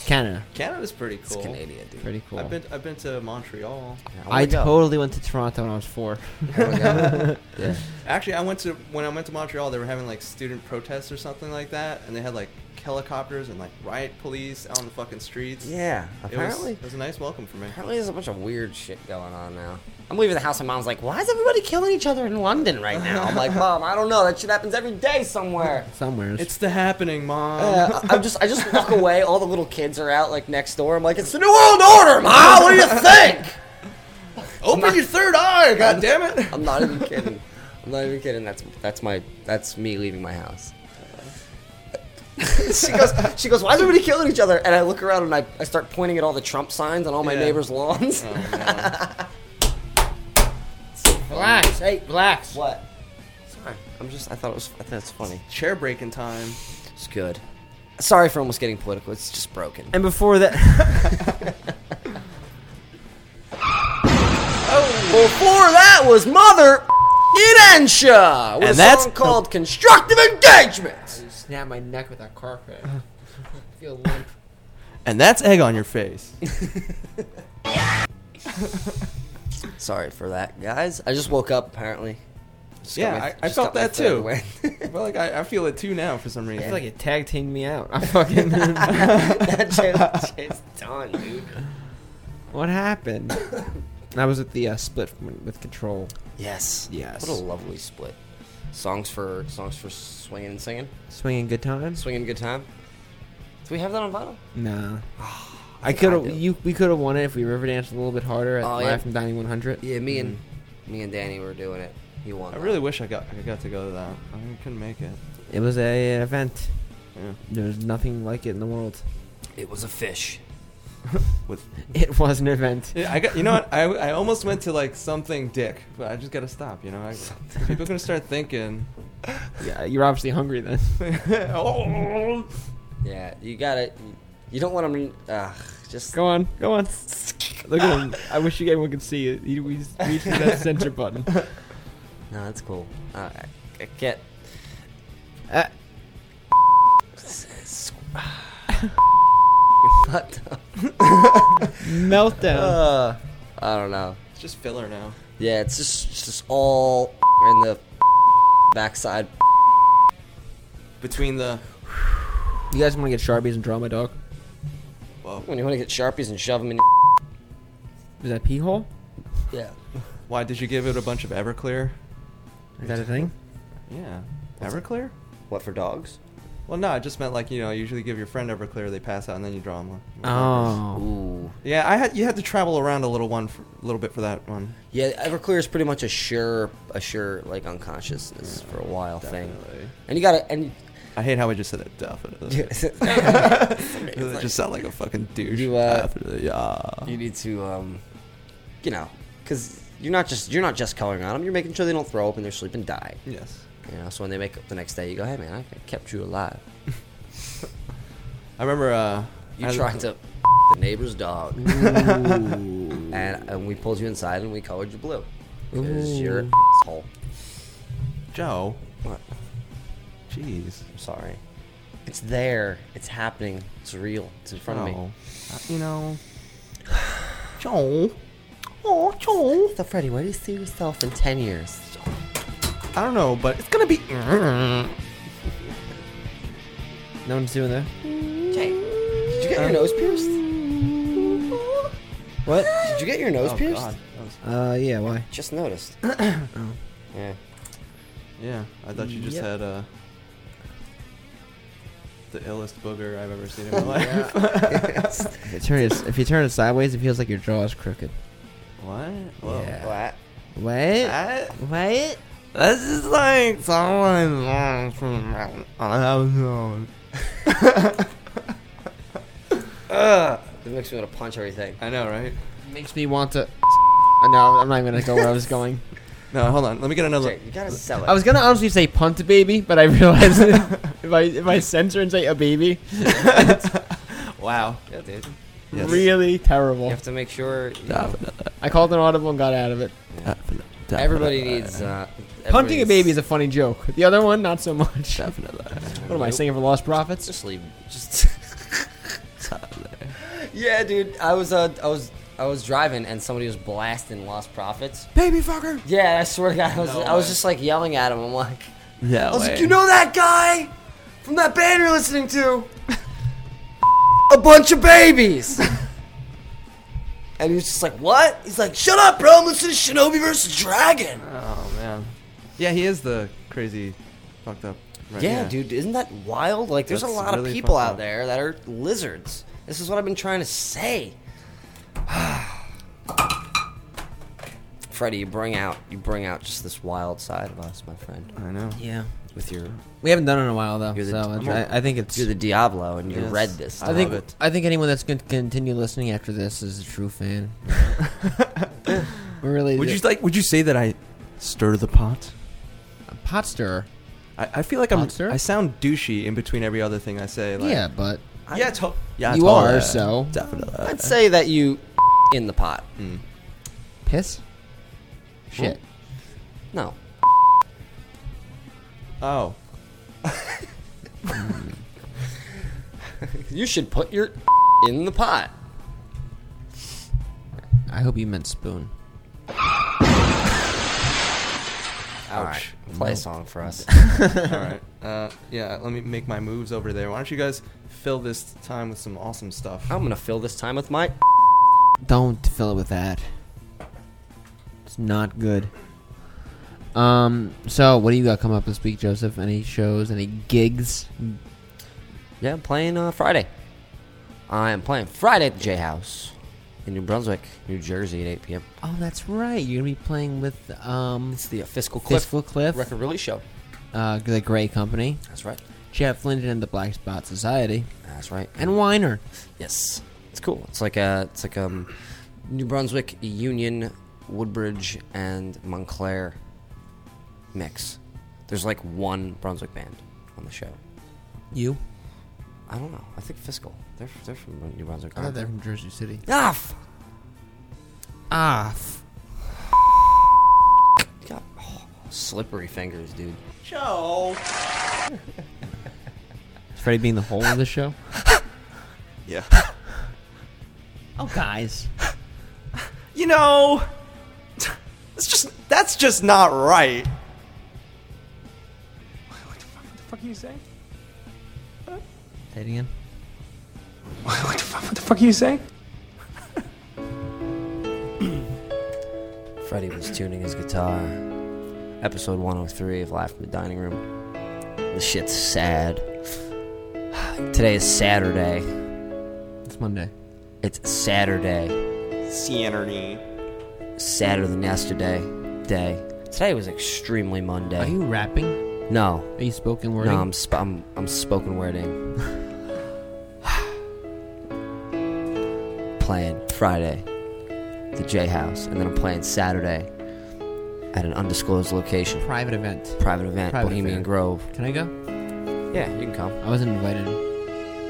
[SPEAKER 5] Canada.
[SPEAKER 8] Canada's pretty
[SPEAKER 7] It's
[SPEAKER 8] cool.
[SPEAKER 7] Canada, dude.
[SPEAKER 5] Pretty cool.
[SPEAKER 8] I've been I've been to Montreal.
[SPEAKER 5] I totally went to Toronto when I was four. yeah.
[SPEAKER 8] Actually, I went to when I went to Montreal, they were having like student protests or something like that, and they had like helicopters and like riot police out on the fucking streets.
[SPEAKER 7] Yeah,
[SPEAKER 8] It was-
[SPEAKER 7] apparently-
[SPEAKER 8] it was, a nice welcome for me.
[SPEAKER 7] Apparently, there's a bunch of weird shit going on now. I'm leaving the house, and mom's like, "Why is everybody killing each other in London right now?" I'm like, "Mom, I don't know. That shit happens every day somewhere."
[SPEAKER 5] Somewhere.
[SPEAKER 8] It's the happening, mom.
[SPEAKER 7] Uh, I, I'm just, I just walk away. All the little kids are out like next door. I'm like, "It's the New World Order, mom. What do you think?"
[SPEAKER 8] Open your third eye, God damn it!
[SPEAKER 7] I'm not even kidding. I'm not even kidding. That's that's my that's me leaving my house. she goes, she goes. Why is everybody killing each other? And I look around and I, I start pointing at all the Trump signs on all my
[SPEAKER 8] Yeah.
[SPEAKER 7] neighbors' lawns.
[SPEAKER 5] Relax. Hey, relax.
[SPEAKER 7] What? Sorry. I'm just. I thought it was. I thought it's funny.
[SPEAKER 8] Chair breaking time.
[SPEAKER 7] It's good. Sorry for almost getting political. It's just broken.
[SPEAKER 5] And before that,
[SPEAKER 7] Before that was Mother Inensha with
[SPEAKER 5] And
[SPEAKER 7] a
[SPEAKER 5] that's-
[SPEAKER 7] song called "Constructive Engagement."
[SPEAKER 5] snap my neck with that carpet. I feel limp.
[SPEAKER 8] And that's egg on your face.
[SPEAKER 7] Sorry for that, guys. I just woke up apparently. Just got
[SPEAKER 8] yeah,
[SPEAKER 7] my-
[SPEAKER 8] I, I
[SPEAKER 7] just
[SPEAKER 8] felt
[SPEAKER 7] got my
[SPEAKER 8] that
[SPEAKER 7] third
[SPEAKER 8] too.
[SPEAKER 7] win.
[SPEAKER 8] I feel like I, I feel it too now for some
[SPEAKER 5] I
[SPEAKER 8] reason.
[SPEAKER 5] feel like it tag teamed me out. I fucking.
[SPEAKER 7] that shit, shit's done, dude.
[SPEAKER 5] what happened? I was at the uh, split from, with Control.
[SPEAKER 7] Yes.
[SPEAKER 5] Yes.
[SPEAKER 7] What a lovely split. Songs for songs for swinging and singing,
[SPEAKER 5] Swinging good times.
[SPEAKER 7] swinging good time. Do we have that on vinyl?
[SPEAKER 5] Nah. I could have you. We could have won it if we river danced a little bit harder at
[SPEAKER 7] Ah, Oh,
[SPEAKER 5] live
[SPEAKER 7] yeah.
[SPEAKER 5] from Dining 100.
[SPEAKER 7] Yeah, me and me and Danny were doing it. You won.
[SPEAKER 8] I
[SPEAKER 7] that.
[SPEAKER 8] really wish I got I got to go to that. I couldn't make it.
[SPEAKER 5] It was a event. There's nothing like it in the world.
[SPEAKER 18] It was a fish.
[SPEAKER 8] With
[SPEAKER 5] it was an event.
[SPEAKER 8] Yeah, I got. You know what? I, I almost went to like something dick, but I just got to stop. You know, I, people are gonna start thinking.
[SPEAKER 5] Yeah, you're obviously hungry then.
[SPEAKER 8] oh.
[SPEAKER 7] Yeah, you gotta. You don't want him. Uh, just
[SPEAKER 5] go on, go on. Look at him. I wish you everyone could see it. He we reached for that center button.
[SPEAKER 7] No, that's cool. Uh, I, I can't.
[SPEAKER 5] Uh,
[SPEAKER 7] what? the-
[SPEAKER 5] Meltdown.
[SPEAKER 7] Uh, I don't know.
[SPEAKER 8] It's just filler now.
[SPEAKER 7] Yeah, it's just it's just all in the backside.
[SPEAKER 8] Between the
[SPEAKER 5] You guys want to get Sharpies and draw my dog?
[SPEAKER 7] when you want to get sharpies and shove them in.
[SPEAKER 5] Is that pee hole?
[SPEAKER 7] Your, yeah.
[SPEAKER 8] Why did you give it a bunch of Everclear?
[SPEAKER 5] Is that a thing?
[SPEAKER 8] Yeah. Everclear?
[SPEAKER 7] What for dogs?
[SPEAKER 8] Well, no, I just meant like you know, you usually give your friend Everclear, they pass out, and then you draw them one.
[SPEAKER 5] Oh.
[SPEAKER 8] Yeah, I had you had to travel around a little one, for, a little bit for that one.
[SPEAKER 7] Yeah, Everclear is pretty much a sure, a sure like unconsciousness for a while thing. And you gotta and
[SPEAKER 8] I hate how I just said it. Definitely.
[SPEAKER 7] It's
[SPEAKER 8] it just sound like a fucking douche.
[SPEAKER 7] You, uh,
[SPEAKER 8] Definitely, yeah.
[SPEAKER 7] you need to, um, you know, because you're not just you're not just coloring on them. You're making sure they don't throw up and they're sleeping die.
[SPEAKER 8] Yes.
[SPEAKER 7] You know, so when they wake up the next day, you go, "Hey, man, I kept you alive."
[SPEAKER 8] I remember uh,
[SPEAKER 7] You
[SPEAKER 8] I-
[SPEAKER 7] tried to the neighbor's dog, and, and uh, we pulled you inside and we colored you blue because you're an asshole.
[SPEAKER 8] Joe.
[SPEAKER 7] What?
[SPEAKER 8] Jeez.
[SPEAKER 7] I'm sorry. It's there. It's happening. It's real. It's in front of me.
[SPEAKER 8] Oh. You know. Joe. Oh, Joe.
[SPEAKER 7] So, Freddie, where do you see yourself in 10 years?
[SPEAKER 8] I don't know, but it's gonna be.
[SPEAKER 5] No one's doing that.
[SPEAKER 7] Jay, did you get your nose pierced? What? Did you get your nose
[SPEAKER 8] Oh,
[SPEAKER 7] pierced?
[SPEAKER 8] God.
[SPEAKER 5] Uh, yeah. Why?
[SPEAKER 7] Just noticed. Oh. Yeah.
[SPEAKER 8] Yeah, I thought you just
[SPEAKER 7] Yep.
[SPEAKER 8] had uh, the illest booger I've ever seen in my life.
[SPEAKER 5] If you, turn it, if you turn it sideways, it feels like your jaw is crooked.
[SPEAKER 8] What? Whoa.
[SPEAKER 7] What?
[SPEAKER 5] What? What?
[SPEAKER 8] This is uh, like someone long from I have known.
[SPEAKER 7] It makes me want to punch everything.
[SPEAKER 8] I know, right?
[SPEAKER 5] Makes me want to. Uh, No, I'm not even gonna go where I was going.
[SPEAKER 8] No, hold on. Let me get another.
[SPEAKER 7] You gotta sell it.
[SPEAKER 5] I was gonna honestly say punt a baby, but I realized if I if I censor and say a baby, it's
[SPEAKER 8] wow.
[SPEAKER 7] Yeah, dude.
[SPEAKER 8] Yes.
[SPEAKER 5] really
[SPEAKER 7] You
[SPEAKER 5] terrible.
[SPEAKER 7] have to make sure. you know,
[SPEAKER 5] I called an audible and got out of it.
[SPEAKER 7] everybody needs. Uh,
[SPEAKER 5] Punting a
[SPEAKER 7] everybody's-
[SPEAKER 5] baby is a funny joke. The other one, not so much. What am I
[SPEAKER 7] Nope.
[SPEAKER 5] singing for Lost Prophets?
[SPEAKER 7] Just leave. Just. yeah, dude. I was uh, I was I was driving and somebody was blasting Lost Profits.
[SPEAKER 8] Baby fucker.
[SPEAKER 7] Yeah, I swear to God, I was
[SPEAKER 8] No
[SPEAKER 7] I was
[SPEAKER 8] way.
[SPEAKER 7] just like yelling at him. I'm like,
[SPEAKER 8] Yeah.
[SPEAKER 7] I was like,
[SPEAKER 8] way.
[SPEAKER 7] you know that guy from that band you're listening to? a bunch of babies. and he was just like, what? He's like, shut up, bro. I'm listening to Shinobi versus Dragon.
[SPEAKER 8] Oh man. Yeah, he is the crazy, fucked up. Right?
[SPEAKER 7] yeah, dude, isn't that wild? Like, there's
[SPEAKER 8] That's
[SPEAKER 7] a lot
[SPEAKER 8] really
[SPEAKER 7] of people
[SPEAKER 8] fucked
[SPEAKER 7] out
[SPEAKER 8] up.
[SPEAKER 7] there that are lizards. This is what I've been trying to say. Freddie, you bring out you bring out just this wild side of us, my friend.
[SPEAKER 8] I know.
[SPEAKER 5] Yeah.
[SPEAKER 7] With your
[SPEAKER 5] We haven't done it in a while though,
[SPEAKER 7] You're the-
[SPEAKER 5] so
[SPEAKER 7] I'm
[SPEAKER 5] I, I think it's.
[SPEAKER 7] you're the Diablo and you
[SPEAKER 8] Yes.
[SPEAKER 7] read this.
[SPEAKER 5] I think
[SPEAKER 8] love it.
[SPEAKER 5] I think anyone that's going to continue listening after this is a true fan. We're really
[SPEAKER 8] Would you like? Would you say that I stir the pot?
[SPEAKER 5] pot stirrer?
[SPEAKER 8] I, I feel like I'm.
[SPEAKER 5] Pot stir?
[SPEAKER 8] I sound douchey in between every other thing I say. Like,
[SPEAKER 5] yeah, but
[SPEAKER 8] Yeah. To- yeah.
[SPEAKER 5] you
[SPEAKER 8] totally.
[SPEAKER 5] are so
[SPEAKER 8] Definitely.
[SPEAKER 7] I'd say that you in the pot. Hmm?
[SPEAKER 5] piss. Shit.
[SPEAKER 7] No.
[SPEAKER 8] Oh.
[SPEAKER 7] You should put your in the pot.
[SPEAKER 5] I hope you meant spoon.
[SPEAKER 7] Ouch. Play a song for us.
[SPEAKER 8] All right. Uh, yeah. Let me make my moves over there. Why don't you guys fill this time with some awesome stuff?
[SPEAKER 7] I'm gonna fill this time with my
[SPEAKER 5] Don't fill it with that. It's not good. Um. So, what do you got coming up this week, Joseph? Any shows? Any gigs?
[SPEAKER 7] Yeah, I'm playing uh, Friday. I am playing Friday at the J House in New Brunswick, New Jersey at 8 p.m.
[SPEAKER 5] Oh, that's right. You're gonna be playing with um
[SPEAKER 7] It's the uh, Fiscal Cliff
[SPEAKER 5] Fiscal Cliff,
[SPEAKER 7] record release show.
[SPEAKER 5] uh, the Gray Company.
[SPEAKER 7] That's right.
[SPEAKER 9] Chad Flynn and the Black Spot Society.
[SPEAKER 7] That's right.
[SPEAKER 9] And Weiner.
[SPEAKER 7] Yes, it's cool. It's like a, it's like um, New Brunswick, Union, Woodbridge, and Montclair mix. There's like one Brunswick band on the show.
[SPEAKER 9] You?
[SPEAKER 7] I don't know. I think Fiscal. They're they're from New Brunswick.
[SPEAKER 9] I thought
[SPEAKER 7] aren't
[SPEAKER 9] they're
[SPEAKER 7] they?
[SPEAKER 9] from Jersey City.
[SPEAKER 7] Ah, f-
[SPEAKER 9] ah, f-
[SPEAKER 7] got oh, slippery fingers, dude.
[SPEAKER 8] Joe.
[SPEAKER 9] Freddie being the whole of the show.
[SPEAKER 8] Yeah.
[SPEAKER 9] Oh, guys.
[SPEAKER 8] You know, it's just that's just not right.
[SPEAKER 14] the fuck are you saying?
[SPEAKER 9] Say it again.
[SPEAKER 14] What the fuck are you saying?
[SPEAKER 7] Freddie was tuning his guitar. Episode 103 of Live from the Dining Room. This shit's sad. Today is Saturday.
[SPEAKER 9] It's Monday.
[SPEAKER 7] It's Saturday.
[SPEAKER 8] Saturday.
[SPEAKER 7] Sadder than yesterday. Day. Today was extremely Monday.
[SPEAKER 9] Are you rapping?
[SPEAKER 7] No.
[SPEAKER 9] Are you spoken wording?
[SPEAKER 7] No, I'm, sp- I'm, I'm spoken wording. playing Friday, the J House, and then I'm playing Saturday at an undisclosed location.
[SPEAKER 9] Private event.
[SPEAKER 7] Private event,
[SPEAKER 9] Private
[SPEAKER 7] Bohemian
[SPEAKER 9] affair.
[SPEAKER 7] Grove.
[SPEAKER 9] Can I go?
[SPEAKER 7] Yeah, you can come.
[SPEAKER 9] I wasn't invited.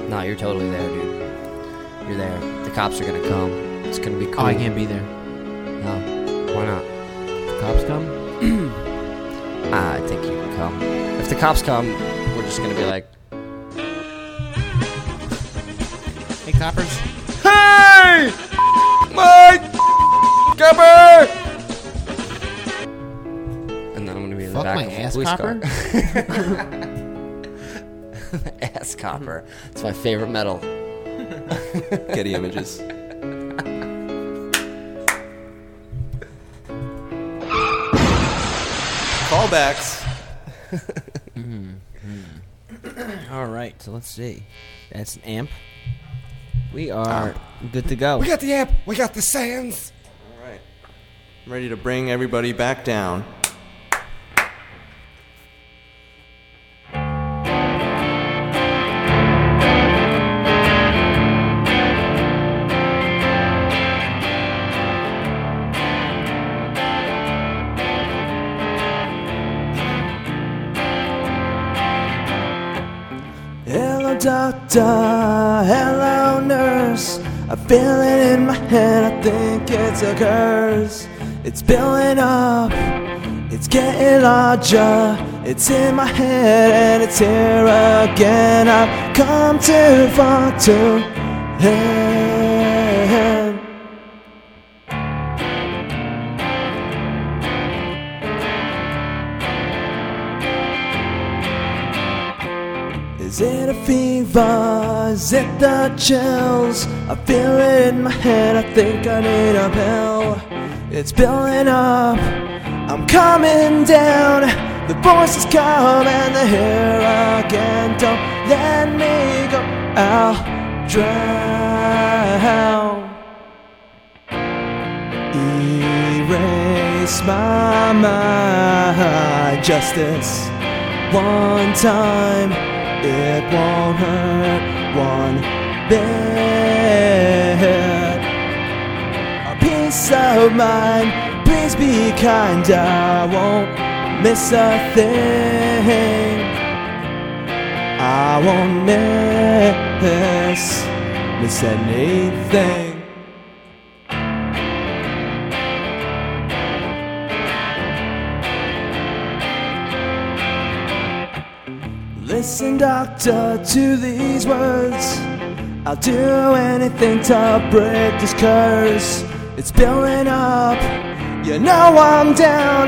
[SPEAKER 7] No, you're totally there, dude. You're there. The cops are gonna come. It's gonna be cool.
[SPEAKER 9] Oh, I can't be there.
[SPEAKER 7] No, why not?
[SPEAKER 9] The cops come.
[SPEAKER 7] Ah, I think you can come. If the cops come, we're just gonna be like,
[SPEAKER 9] Hey, coppers.
[SPEAKER 14] Hey! My copper!
[SPEAKER 7] and then I'm gonna be in
[SPEAKER 9] Fuck
[SPEAKER 7] the back
[SPEAKER 9] my
[SPEAKER 7] of a
[SPEAKER 9] ass
[SPEAKER 7] police
[SPEAKER 9] copper?
[SPEAKER 7] car. ass copper. It's my favorite metal.
[SPEAKER 8] Getty Images. Callbacks.
[SPEAKER 9] Mm-hmm. All right, so let's see. That's an amp. We are good to go.
[SPEAKER 12] We got the amp. We got the sands.
[SPEAKER 8] All right. I'm ready to bring everybody back down.
[SPEAKER 14] Hello, doctor. Hello, nurse. I feel it in my head. I think it's a curse. It's building up. It's getting larger. It's in my head and it's here again. I've come too far to end. Is it a fever? Is it the chills? I feel it in my head, I think I need a pill. It's building up, I'm coming down. The voices come and they're here again. Don't let me go, I'll drown. Erase my mind. Justice, one time, it won't hurt one bit. A peace of mind, please be kind. I won't miss a thing. I won't miss, miss anything. Listen, doctor, to these words. I'll do anything to break this curse. It's building up. You know I'm down.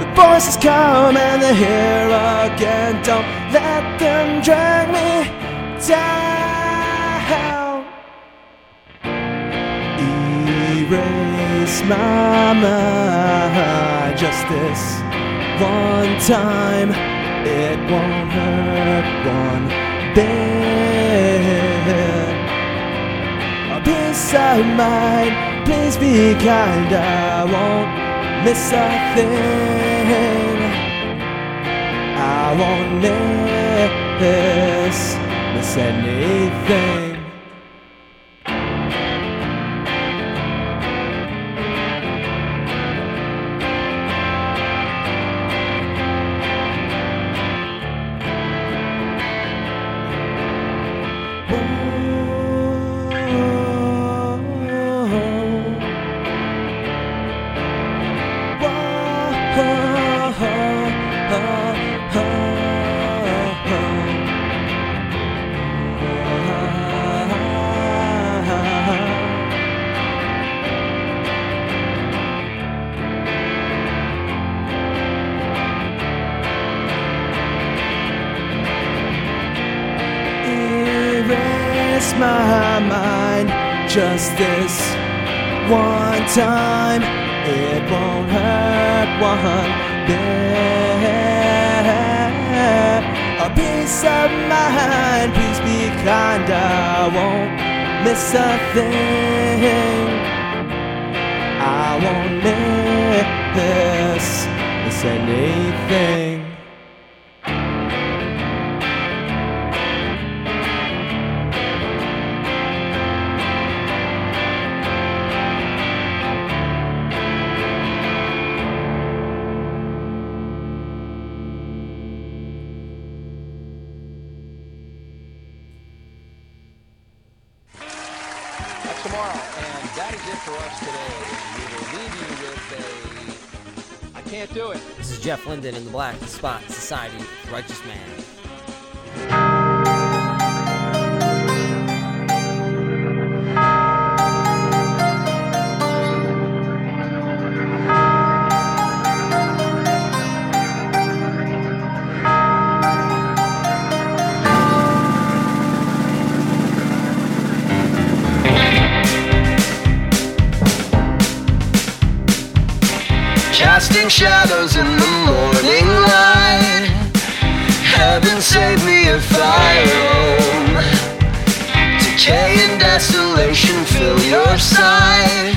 [SPEAKER 14] The voices come and they're here again. Don't let them drag me down. Erase my mind. Just this one time. It won't hurt one bit. A peace of mind, please be kind. I won't miss a thing. I won't this miss anything. erase my mind just this one time. It won't hurt one bit. A peace of mind, please be kind. I won't miss a thing. I won't miss, miss anything.
[SPEAKER 19] That's tomorrow, and that is it for us today. We will leave you with a. I can't do it.
[SPEAKER 7] This is Jeff Linden in the Black the Spot Society, Righteous Man.
[SPEAKER 3] Casting shadows in the morning light. Heaven save me if I roam. Decay and desolation fill your sight.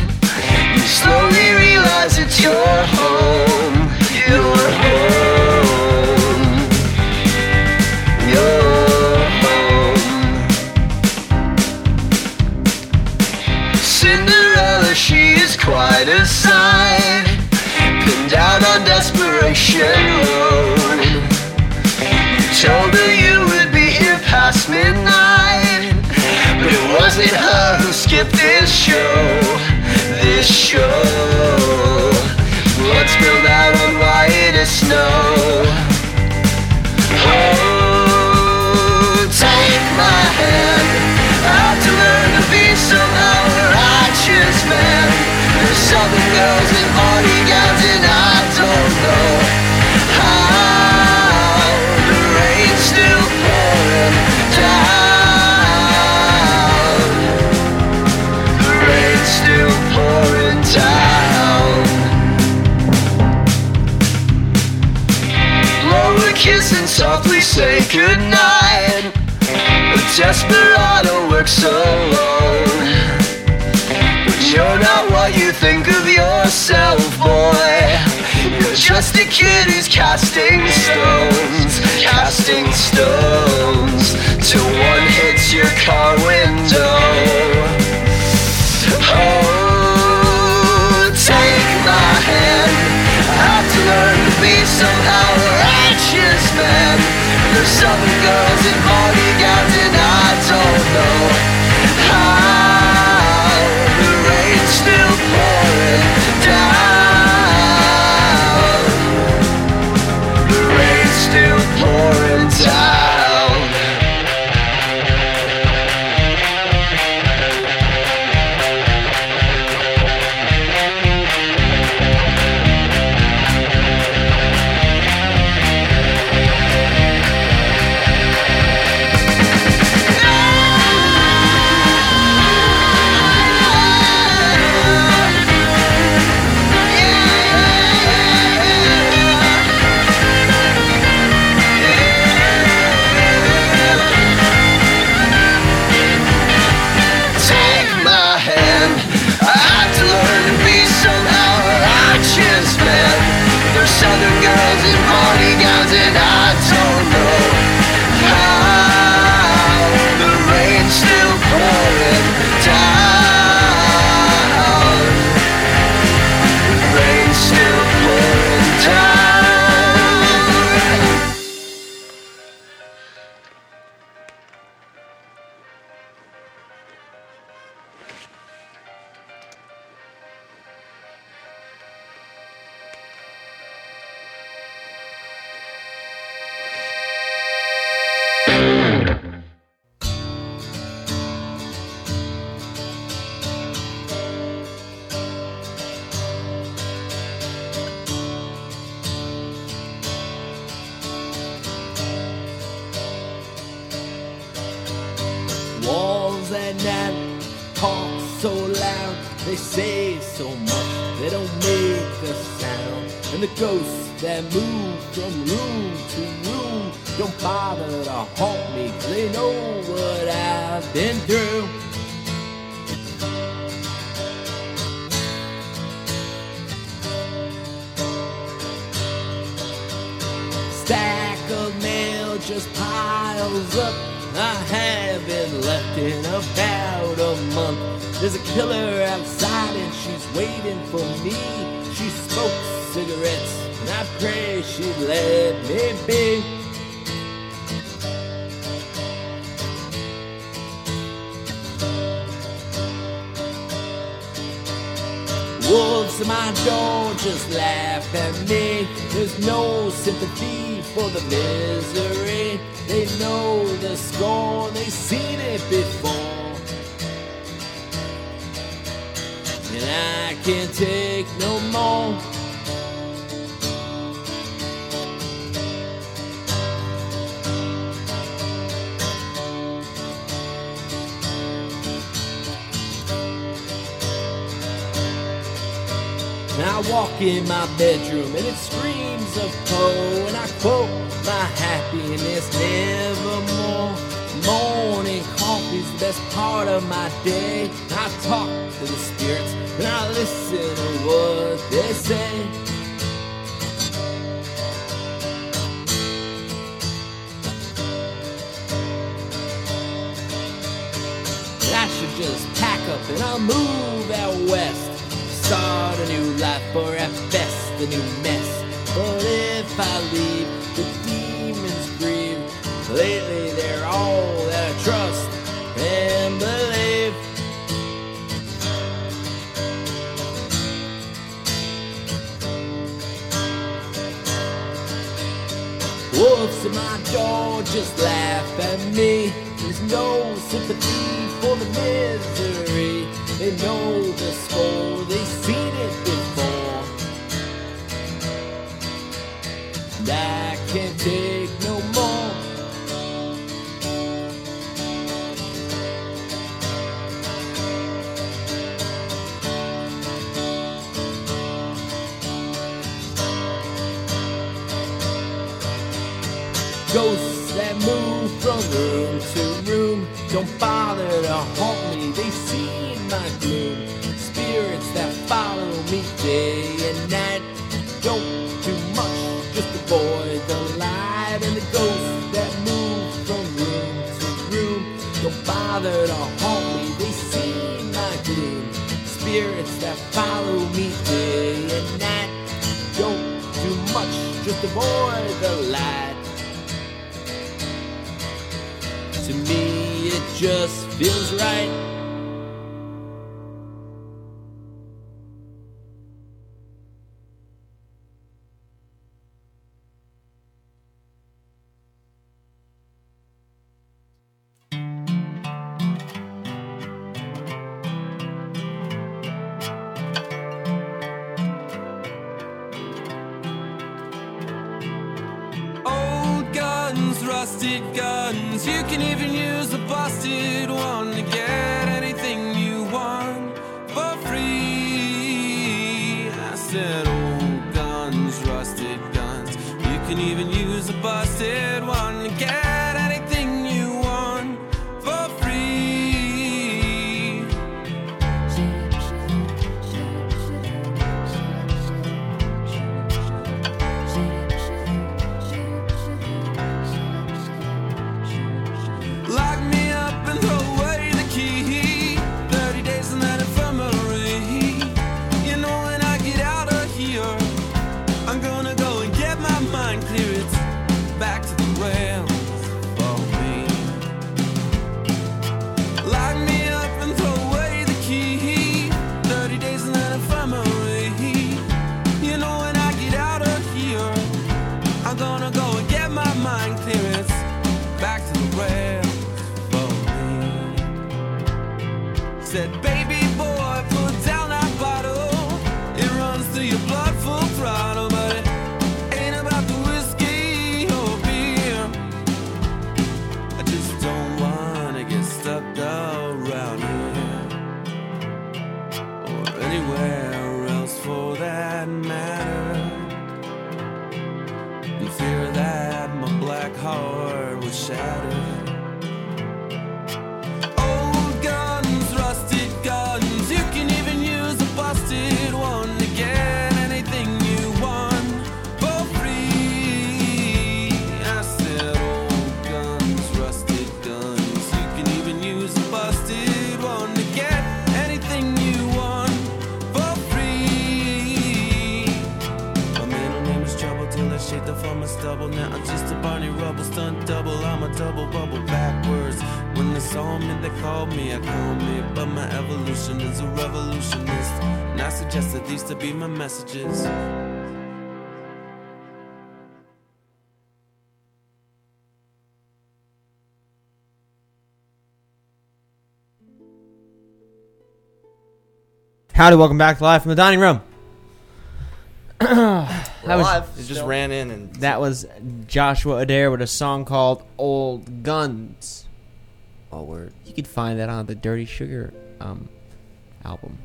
[SPEAKER 3] You slowly realize it's your home. Your home. Your home. Cinderella, she is quite a sight pinned down on desperation road. You told her you would be here past midnight, but it wasn't her who skipped this show. This show. Blood spilled out on riotous snow. Oh, take my hand. I've to learn to be somehow a righteous man. There's Southern girls in party gowns and I don't know how the rain's still pouring down. The rain's still pouring down. Blow a kiss and softly say goodnight. A desperado works alone. But you're not what you think of yourself, boy. You're just a kid who's casting stones, casting stones. Till one hits your car window. Oh, take my hand. I've to learn to be somehow a righteous man. There's some girls in party gowns and I don't know how. The rain's still pouring down. The rain's still pouring down.
[SPEAKER 20] They say so much, they don't make a sound. And the ghosts that move from room to room don't bother to haunt me, 'cause they know what I've been through. Stack of mail just piles up. I haven't left in about a month. There's a killer outside and she's waiting for me. She smokes cigarettes and I pray she let me be. Wolves at my door just laugh at me. There's no sympathy for the misery. They know the score, they've seen it before. And I can't take no more. And I walk in my bedroom and it screams of Poe. And I quote my happiness nevermore. Morning coffee's the best part of my day. And I talk to the spirits and I listen to what they say. And I should just pack up and I'll move out west. Start a new life or at best a new mess. But if I leave, the demons grieve. Lately they're all that I trust and believe. Wolves at my door just laugh at me. There's no sympathy for the misery. They know the score, they've seen it before. And I can't take no more. Ghosts that move from room to room don't bother to haunt me, they see my gloom. Spirits that follow me day and night don't do much, just avoid the light. And the ghosts that move from room to room don't bother to haunt me, they see my gloom. Spirits that follow me day and night don't do much, just avoid the light. To me, it just feels right.
[SPEAKER 1] Old guns, rusted guns. You can even use a busted one to get anything you want for free. I said, Old guns, rusted guns. You can even use a busted one to get anything you want for free. Lock me up and throw away the key. 30 days in that infirmary. You know, when I get out of here, I'm gonna go and get my mind clear. It's back to the rails. fear that my black heart would shatter. Old guns, rusted guns, you can even use a busted one to get anything you want for free. I said, old guns, rusted guns, you can even use a busted one to get anything you want for free. My middle name is Trouble till I shaped up from a stubble. Now I'm just a Barney Rubble stunt double. I'm a double bubble backwards. When they saw me, they called me, I called me. But my evolution is a revolutionist. And I suggest that these to be my messages.
[SPEAKER 5] Howdy, welcome back to Live from the Dining Room. that
[SPEAKER 8] We're live, It just still. ran in and-
[SPEAKER 5] That was Joshua Adair with a song called Old Guns.
[SPEAKER 7] Oh, word.
[SPEAKER 5] You could find that on the Dirty Sugar um, album.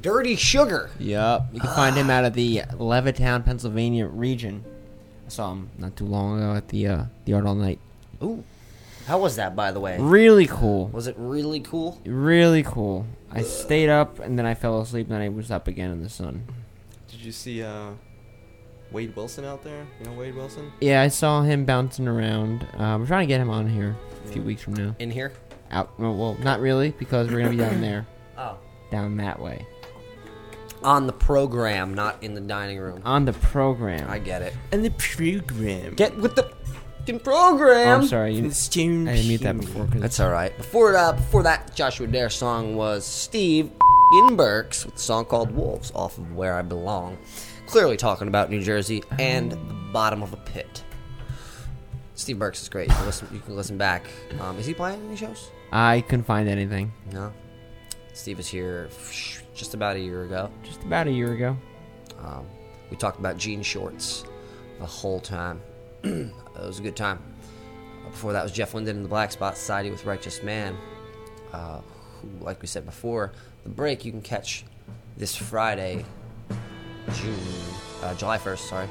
[SPEAKER 21] Dirty Sugar.
[SPEAKER 5] Yep. You can find him out of the Levittown, Pennsylvania region. I saw him not too long ago at the uh, the Art All Night.
[SPEAKER 7] Ooh. How was that, by the way?
[SPEAKER 5] Really cool.
[SPEAKER 7] Was it really cool?
[SPEAKER 5] Really cool. I stayed up and then I fell asleep and then I was up again in the sun.
[SPEAKER 8] Did you see uh, Wade Wilson out there? You know Wade Wilson?
[SPEAKER 5] Yeah, I saw him bouncing around. Um, we're trying to get him on here a few weeks from now.
[SPEAKER 7] In here?
[SPEAKER 5] Out. Well, well, not really, because we're gonna be down there.
[SPEAKER 7] Oh.
[SPEAKER 5] Down that way.
[SPEAKER 7] On the program, not in the dining room.
[SPEAKER 5] On the program.
[SPEAKER 7] I get it.
[SPEAKER 8] And the program.
[SPEAKER 7] Get with the fucking program.
[SPEAKER 5] Oh, I'm sorry. You, I didn't mute that before.
[SPEAKER 7] That's all right. Before uh, before that Joshua Dare song was Steve in Burks with a song called Wolves off of Where I Belong. Clearly talking about New Jersey and the bottom of a pit. Steve Burks is great. You can listen, you can listen back. Um, is he playing any shows?
[SPEAKER 5] I couldn't find anything.
[SPEAKER 7] No. Steve was here psh, just about a year ago.
[SPEAKER 5] Just about a year ago.
[SPEAKER 7] Um, we talked about jean shorts the whole time. it was a good time. Uh, Before that was Jeff Linden in the Black Spot Society with Righteous Man, uh, who, like we said before, the break you can catch this Friday, June, uh, July 1st, sorry,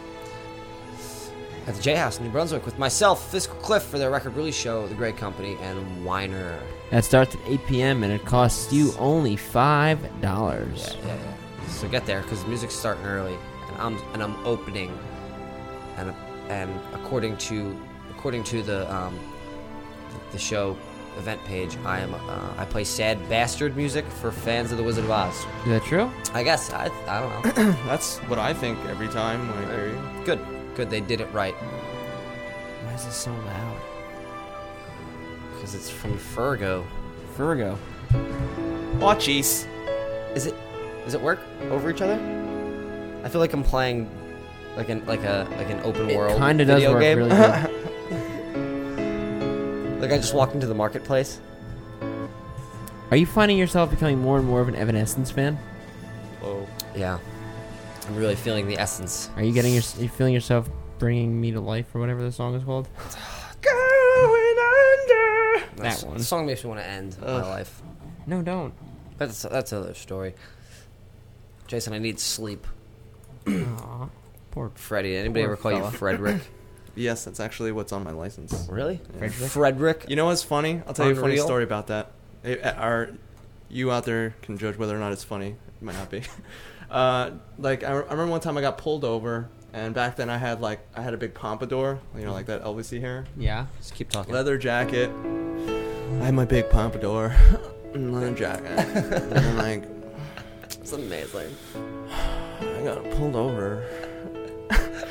[SPEAKER 7] at the J House in New Brunswick with myself, Fiscal Cliff, for their record release show, The Great Company, and Weiner.
[SPEAKER 5] That starts at 8 p.m. and it costs you only five dollars.
[SPEAKER 7] Yeah, yeah. So get there because music's starting early, and I'm and I'm opening, and and according to according to the um, the show event page, I am uh, I play sad bastard music for fans of the Wizard of Oz.
[SPEAKER 5] Is that true?
[SPEAKER 7] I guess I I don't know.
[SPEAKER 8] That's what I think every time when I hear you.
[SPEAKER 7] Good, good. They did it right
[SPEAKER 5] Why is it so loud?
[SPEAKER 7] because it's from Furgo.
[SPEAKER 5] Virgo.
[SPEAKER 8] Oh jeez.
[SPEAKER 7] Is it does it work over each other? I feel like I'm playing like an like a like an open world
[SPEAKER 5] kinda does
[SPEAKER 7] video
[SPEAKER 5] work
[SPEAKER 7] game.
[SPEAKER 5] really
[SPEAKER 7] like I just walked into the marketplace.
[SPEAKER 5] Are you finding yourself becoming more and more of an Evanescence fan?
[SPEAKER 8] Oh.
[SPEAKER 7] Yeah. I'm really feeling the essence.
[SPEAKER 5] Are you getting your, you feeling yourself bringing me to life or whatever the song is called?
[SPEAKER 7] That
[SPEAKER 5] one.
[SPEAKER 7] The song makes me want to end my life.
[SPEAKER 5] No, don't.
[SPEAKER 7] That's that's another story. Jason, I need sleep.
[SPEAKER 5] Aw, poor
[SPEAKER 7] Freddie. Anybody
[SPEAKER 8] poor
[SPEAKER 7] ever call
[SPEAKER 8] fella.
[SPEAKER 7] you Frederick?
[SPEAKER 8] Yes, that's actually what's on my license.
[SPEAKER 7] Really?
[SPEAKER 8] Yeah.
[SPEAKER 7] Frederick? Frederick?
[SPEAKER 8] You know what's funny? I'll tell you a funny
[SPEAKER 7] Unreal?
[SPEAKER 8] story about that. It- uh, Our, you out there can judge whether or not it's funny. It might not be. Uh, like I, I remember one time I got pulled over, and back then I had like I had a big pompadour, you know, like that Elvisy hair.
[SPEAKER 5] Yeah.
[SPEAKER 7] Mm-hmm. Just keep talking.
[SPEAKER 8] Leather jacket. I had my big pompadour, and leather jacket, and I'm like
[SPEAKER 7] It's amazing.
[SPEAKER 8] I got pulled over.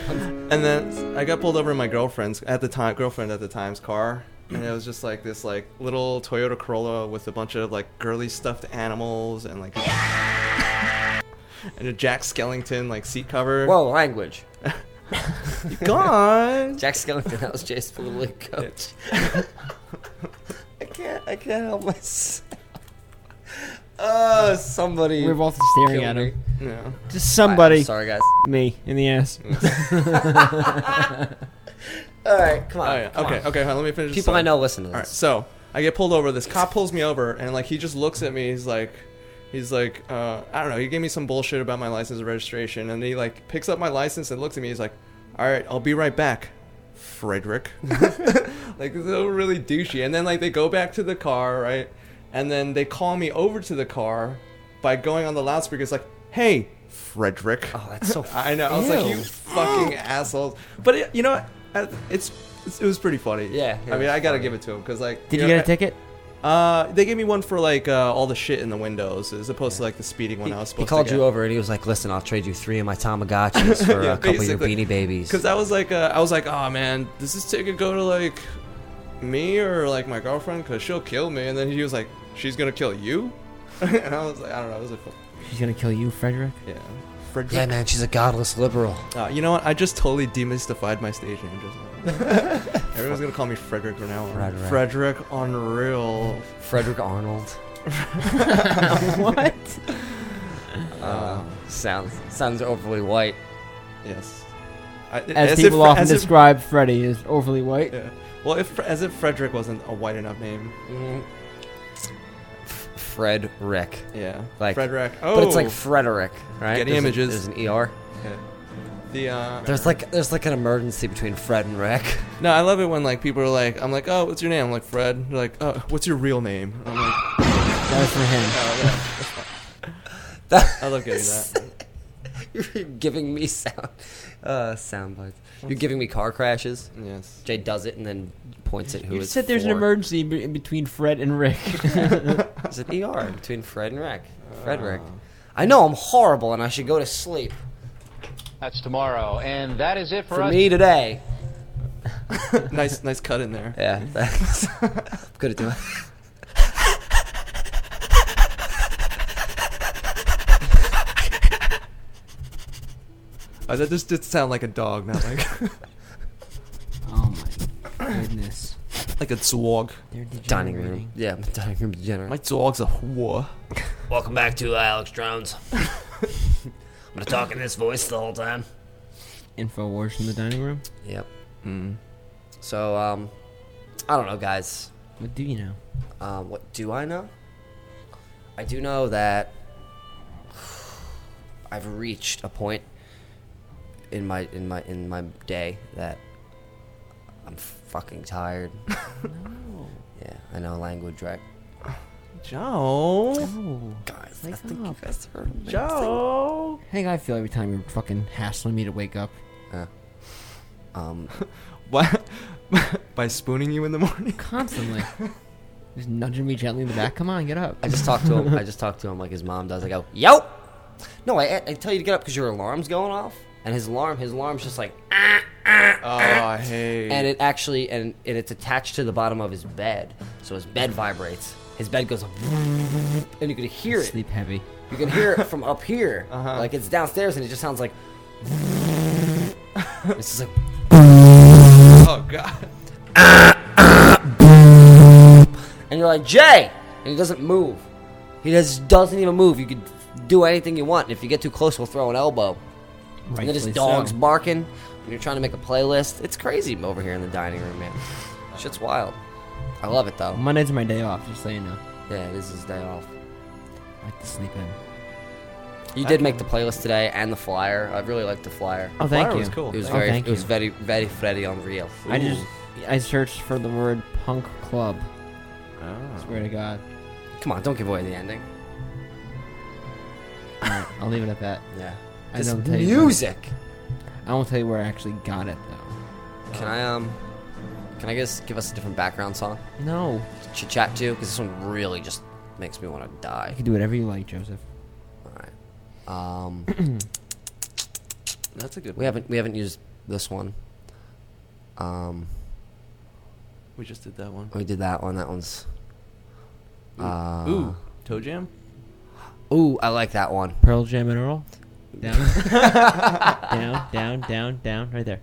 [SPEAKER 8] and then I got pulled over in my girlfriend's at the time girlfriend at the time's car. And it was just like this like little Toyota Corolla with a bunch of like girly stuffed animals and like and a Jack Skellington like seat cover.
[SPEAKER 7] Whoa, language.
[SPEAKER 8] Gone.
[SPEAKER 7] Jack Skellington, that was Jason Little League coach. I can't I can't help myself. Oh, somebody.
[SPEAKER 5] We're both staring at him.
[SPEAKER 8] Yeah.
[SPEAKER 5] Just somebody.
[SPEAKER 7] I'm sorry, guys.
[SPEAKER 5] Me in the ass.
[SPEAKER 7] All right, come on.
[SPEAKER 8] Oh, yeah.
[SPEAKER 7] come
[SPEAKER 8] okay,
[SPEAKER 7] on.
[SPEAKER 8] okay, hold on, let me finish. this
[SPEAKER 7] People I
[SPEAKER 8] song.
[SPEAKER 7] know listen to
[SPEAKER 8] All right,
[SPEAKER 7] this.
[SPEAKER 8] so I get pulled over. This cop pulls me over, and like he just looks at me. He's like, he's like, uh, I don't know. He gave me some bullshit about my license and registration, and he like picks up my license and looks at me. He's like, all right, I'll be right back. Frederick. like so really douchey. And then like they go back to the car, right? And then they call me over to the car by going on the loudspeaker. It's like, hey, Frederick. Oh,
[SPEAKER 7] that's so.
[SPEAKER 8] I know. I was like,
[SPEAKER 7] Ew.
[SPEAKER 8] you fucking assholes. But it, you know, what? Uh, it's, it's it was pretty funny.
[SPEAKER 7] Yeah, yeah,
[SPEAKER 8] I mean,
[SPEAKER 7] it's
[SPEAKER 8] I gotta
[SPEAKER 7] funny.
[SPEAKER 8] give it to him because like.
[SPEAKER 5] Did you
[SPEAKER 8] know,
[SPEAKER 5] get a
[SPEAKER 8] I-
[SPEAKER 5] ticket?
[SPEAKER 8] Uh, they gave me one for like uh, all the shit in the windows, as opposed to like the speeding one I was
[SPEAKER 7] He
[SPEAKER 8] supposed.
[SPEAKER 7] called
[SPEAKER 8] to get.
[SPEAKER 7] you over and he was like, "Listen, I'll trade you three of my Tamagotchis for
[SPEAKER 8] Yeah,
[SPEAKER 7] a couple of your
[SPEAKER 8] basically.
[SPEAKER 7] Beanie Babies."
[SPEAKER 8] Because I was like, uh, I was like, oh man, does this ticket go to like me or like my girlfriend? Because she'll kill me. And then he was like, she's gonna kill you. and I was like, I don't know. I was like,
[SPEAKER 5] She's gonna kill Oh, you, Frederick.
[SPEAKER 8] yeah.
[SPEAKER 7] Yeah, man, she's a godless liberal.
[SPEAKER 8] Uh, you know what? I just totally demystified my stage name. Just everyone's gonna call me Frederick from now on.
[SPEAKER 7] Frederick.
[SPEAKER 8] Frederick Unreal.
[SPEAKER 7] Frederick Arnold.
[SPEAKER 8] what?
[SPEAKER 7] Uh, sounds sounds overly white.
[SPEAKER 8] Yes. I,
[SPEAKER 5] As,
[SPEAKER 8] if
[SPEAKER 5] people
[SPEAKER 8] Fre-
[SPEAKER 5] often
[SPEAKER 8] as if-
[SPEAKER 5] describe Freddy as overly white.
[SPEAKER 8] yeah. Well, if as if Frederick wasn't a white enough name.
[SPEAKER 7] Mm-hmm. Fred Rick.
[SPEAKER 8] Yeah.
[SPEAKER 7] Like
[SPEAKER 8] Frederick.
[SPEAKER 7] But it's like
[SPEAKER 8] Oh.
[SPEAKER 7] Frederick, right?
[SPEAKER 8] Getty
[SPEAKER 7] There's a-
[SPEAKER 8] Images.
[SPEAKER 7] there's an ER.
[SPEAKER 8] Yeah. The uh,
[SPEAKER 7] There's like there's like an emergency between Fred and Rick.
[SPEAKER 8] No, I love it when like people are like, I'm like, oh, what's your name? I'm like Fred. They're like, oh, what's your real name? I'm like, Oh,
[SPEAKER 5] that's for him.
[SPEAKER 8] I love getting that.
[SPEAKER 7] You're giving me sound uh, sound bites. You're giving me car crashes.
[SPEAKER 8] Yes.
[SPEAKER 7] Jay does it and then points at who
[SPEAKER 5] You
[SPEAKER 7] it's
[SPEAKER 5] said there's an
[SPEAKER 7] for.
[SPEAKER 5] emergency be- in between Fred and Rick.
[SPEAKER 7] It's an ER between Fred and Rick. Frederick. I know I'm horrible and I should go to sleep.
[SPEAKER 22] That's tomorrow, and that is it for,
[SPEAKER 7] For
[SPEAKER 22] us.
[SPEAKER 7] me today.
[SPEAKER 8] nice, nice cut in there.
[SPEAKER 7] Yeah, thanks. I'm good at doing.
[SPEAKER 8] Oh, that just did sound like a dog, not like
[SPEAKER 5] oh my goodness.
[SPEAKER 8] like a zwog.
[SPEAKER 7] Dining room. Yeah, my dining room degenerate.
[SPEAKER 8] My zwog's a whore.
[SPEAKER 11] Welcome back to uh, Alex Jones. I'm gonna talk in this voice the whole time.
[SPEAKER 5] Infowars in the dining room.
[SPEAKER 7] Yep.
[SPEAKER 5] Mm-hmm.
[SPEAKER 7] So, um, I don't know, guys.
[SPEAKER 5] What do you know?
[SPEAKER 7] Um, what do I know? I do know that I've reached a point in my in my in my day that I'm fucking tired. Yeah, I know language right.
[SPEAKER 8] Joe.
[SPEAKER 7] Guys, I think you guys are amazing.
[SPEAKER 8] Joe.
[SPEAKER 5] I think I feel every time you're fucking hassling me to wake up.
[SPEAKER 7] Uh, um,
[SPEAKER 8] What? By spooning you in the morning?
[SPEAKER 5] Constantly. Just nudging me gently in the back. Come on, get up.
[SPEAKER 7] I just talked to him. I just talked to him like his mom does. I go, "Yo!" No, I, I tell you to get up because your alarm's going off, and his alarm, his alarm's just like, "Ah,
[SPEAKER 8] Oh, I hate.
[SPEAKER 7] and it actually, and, and it's attached to the bottom of his bed, so his bed vibrates. His bed goes, and you can hear it.
[SPEAKER 5] Sleep heavy.
[SPEAKER 7] You can hear it from up here,
[SPEAKER 8] Uh-huh.
[SPEAKER 7] like it's downstairs, and it just sounds like. It's just like
[SPEAKER 8] Oh god.
[SPEAKER 7] and you're like Jay, and he doesn't move. He just doesn't even move. You could do anything you want, and if you get too close, we'll throw an elbow. and then
[SPEAKER 5] Rightfully
[SPEAKER 7] his dog's
[SPEAKER 5] so.
[SPEAKER 7] barking. And you're trying to make a playlist. It's crazy over here in the dining room, man. Shit's wild. I love it though.
[SPEAKER 5] Monday's my day off, just so you know.
[SPEAKER 7] Yeah, it is his day off.
[SPEAKER 5] I like to sleep in.
[SPEAKER 7] You did make the playlist today and the flyer. I really liked the flyer.
[SPEAKER 5] Oh, thank Flyer you.
[SPEAKER 7] It
[SPEAKER 5] was cool.
[SPEAKER 7] It was
[SPEAKER 5] Oh,
[SPEAKER 7] very,
[SPEAKER 5] thank
[SPEAKER 7] it was
[SPEAKER 5] you.
[SPEAKER 7] very, very Freddy Unreal.
[SPEAKER 5] I just I searched for the word punk club. Swear to God.
[SPEAKER 7] come on, don't give away the ending.
[SPEAKER 5] Alright, I'll leave it at that.
[SPEAKER 7] Yeah.
[SPEAKER 5] I
[SPEAKER 7] This
[SPEAKER 5] don't tell you-
[SPEAKER 7] music.
[SPEAKER 5] I won't tell you where I actually got it though.
[SPEAKER 7] Can I um, can I guess give us a different background song?
[SPEAKER 5] No.
[SPEAKER 7] Chit chat too, because this one really just makes me want to die.
[SPEAKER 5] You can do whatever you like, Joseph.
[SPEAKER 7] All right. Um.
[SPEAKER 8] That's a good.
[SPEAKER 7] We haven't we haven't used this one. Um, oh,
[SPEAKER 8] We just did that one.
[SPEAKER 7] we did that one. That one's. Uh,
[SPEAKER 8] Ooh, toe jam.
[SPEAKER 7] Ooh, I like that one.
[SPEAKER 5] Pearl Jam and Earl. Down. down, down, down, down. Right there.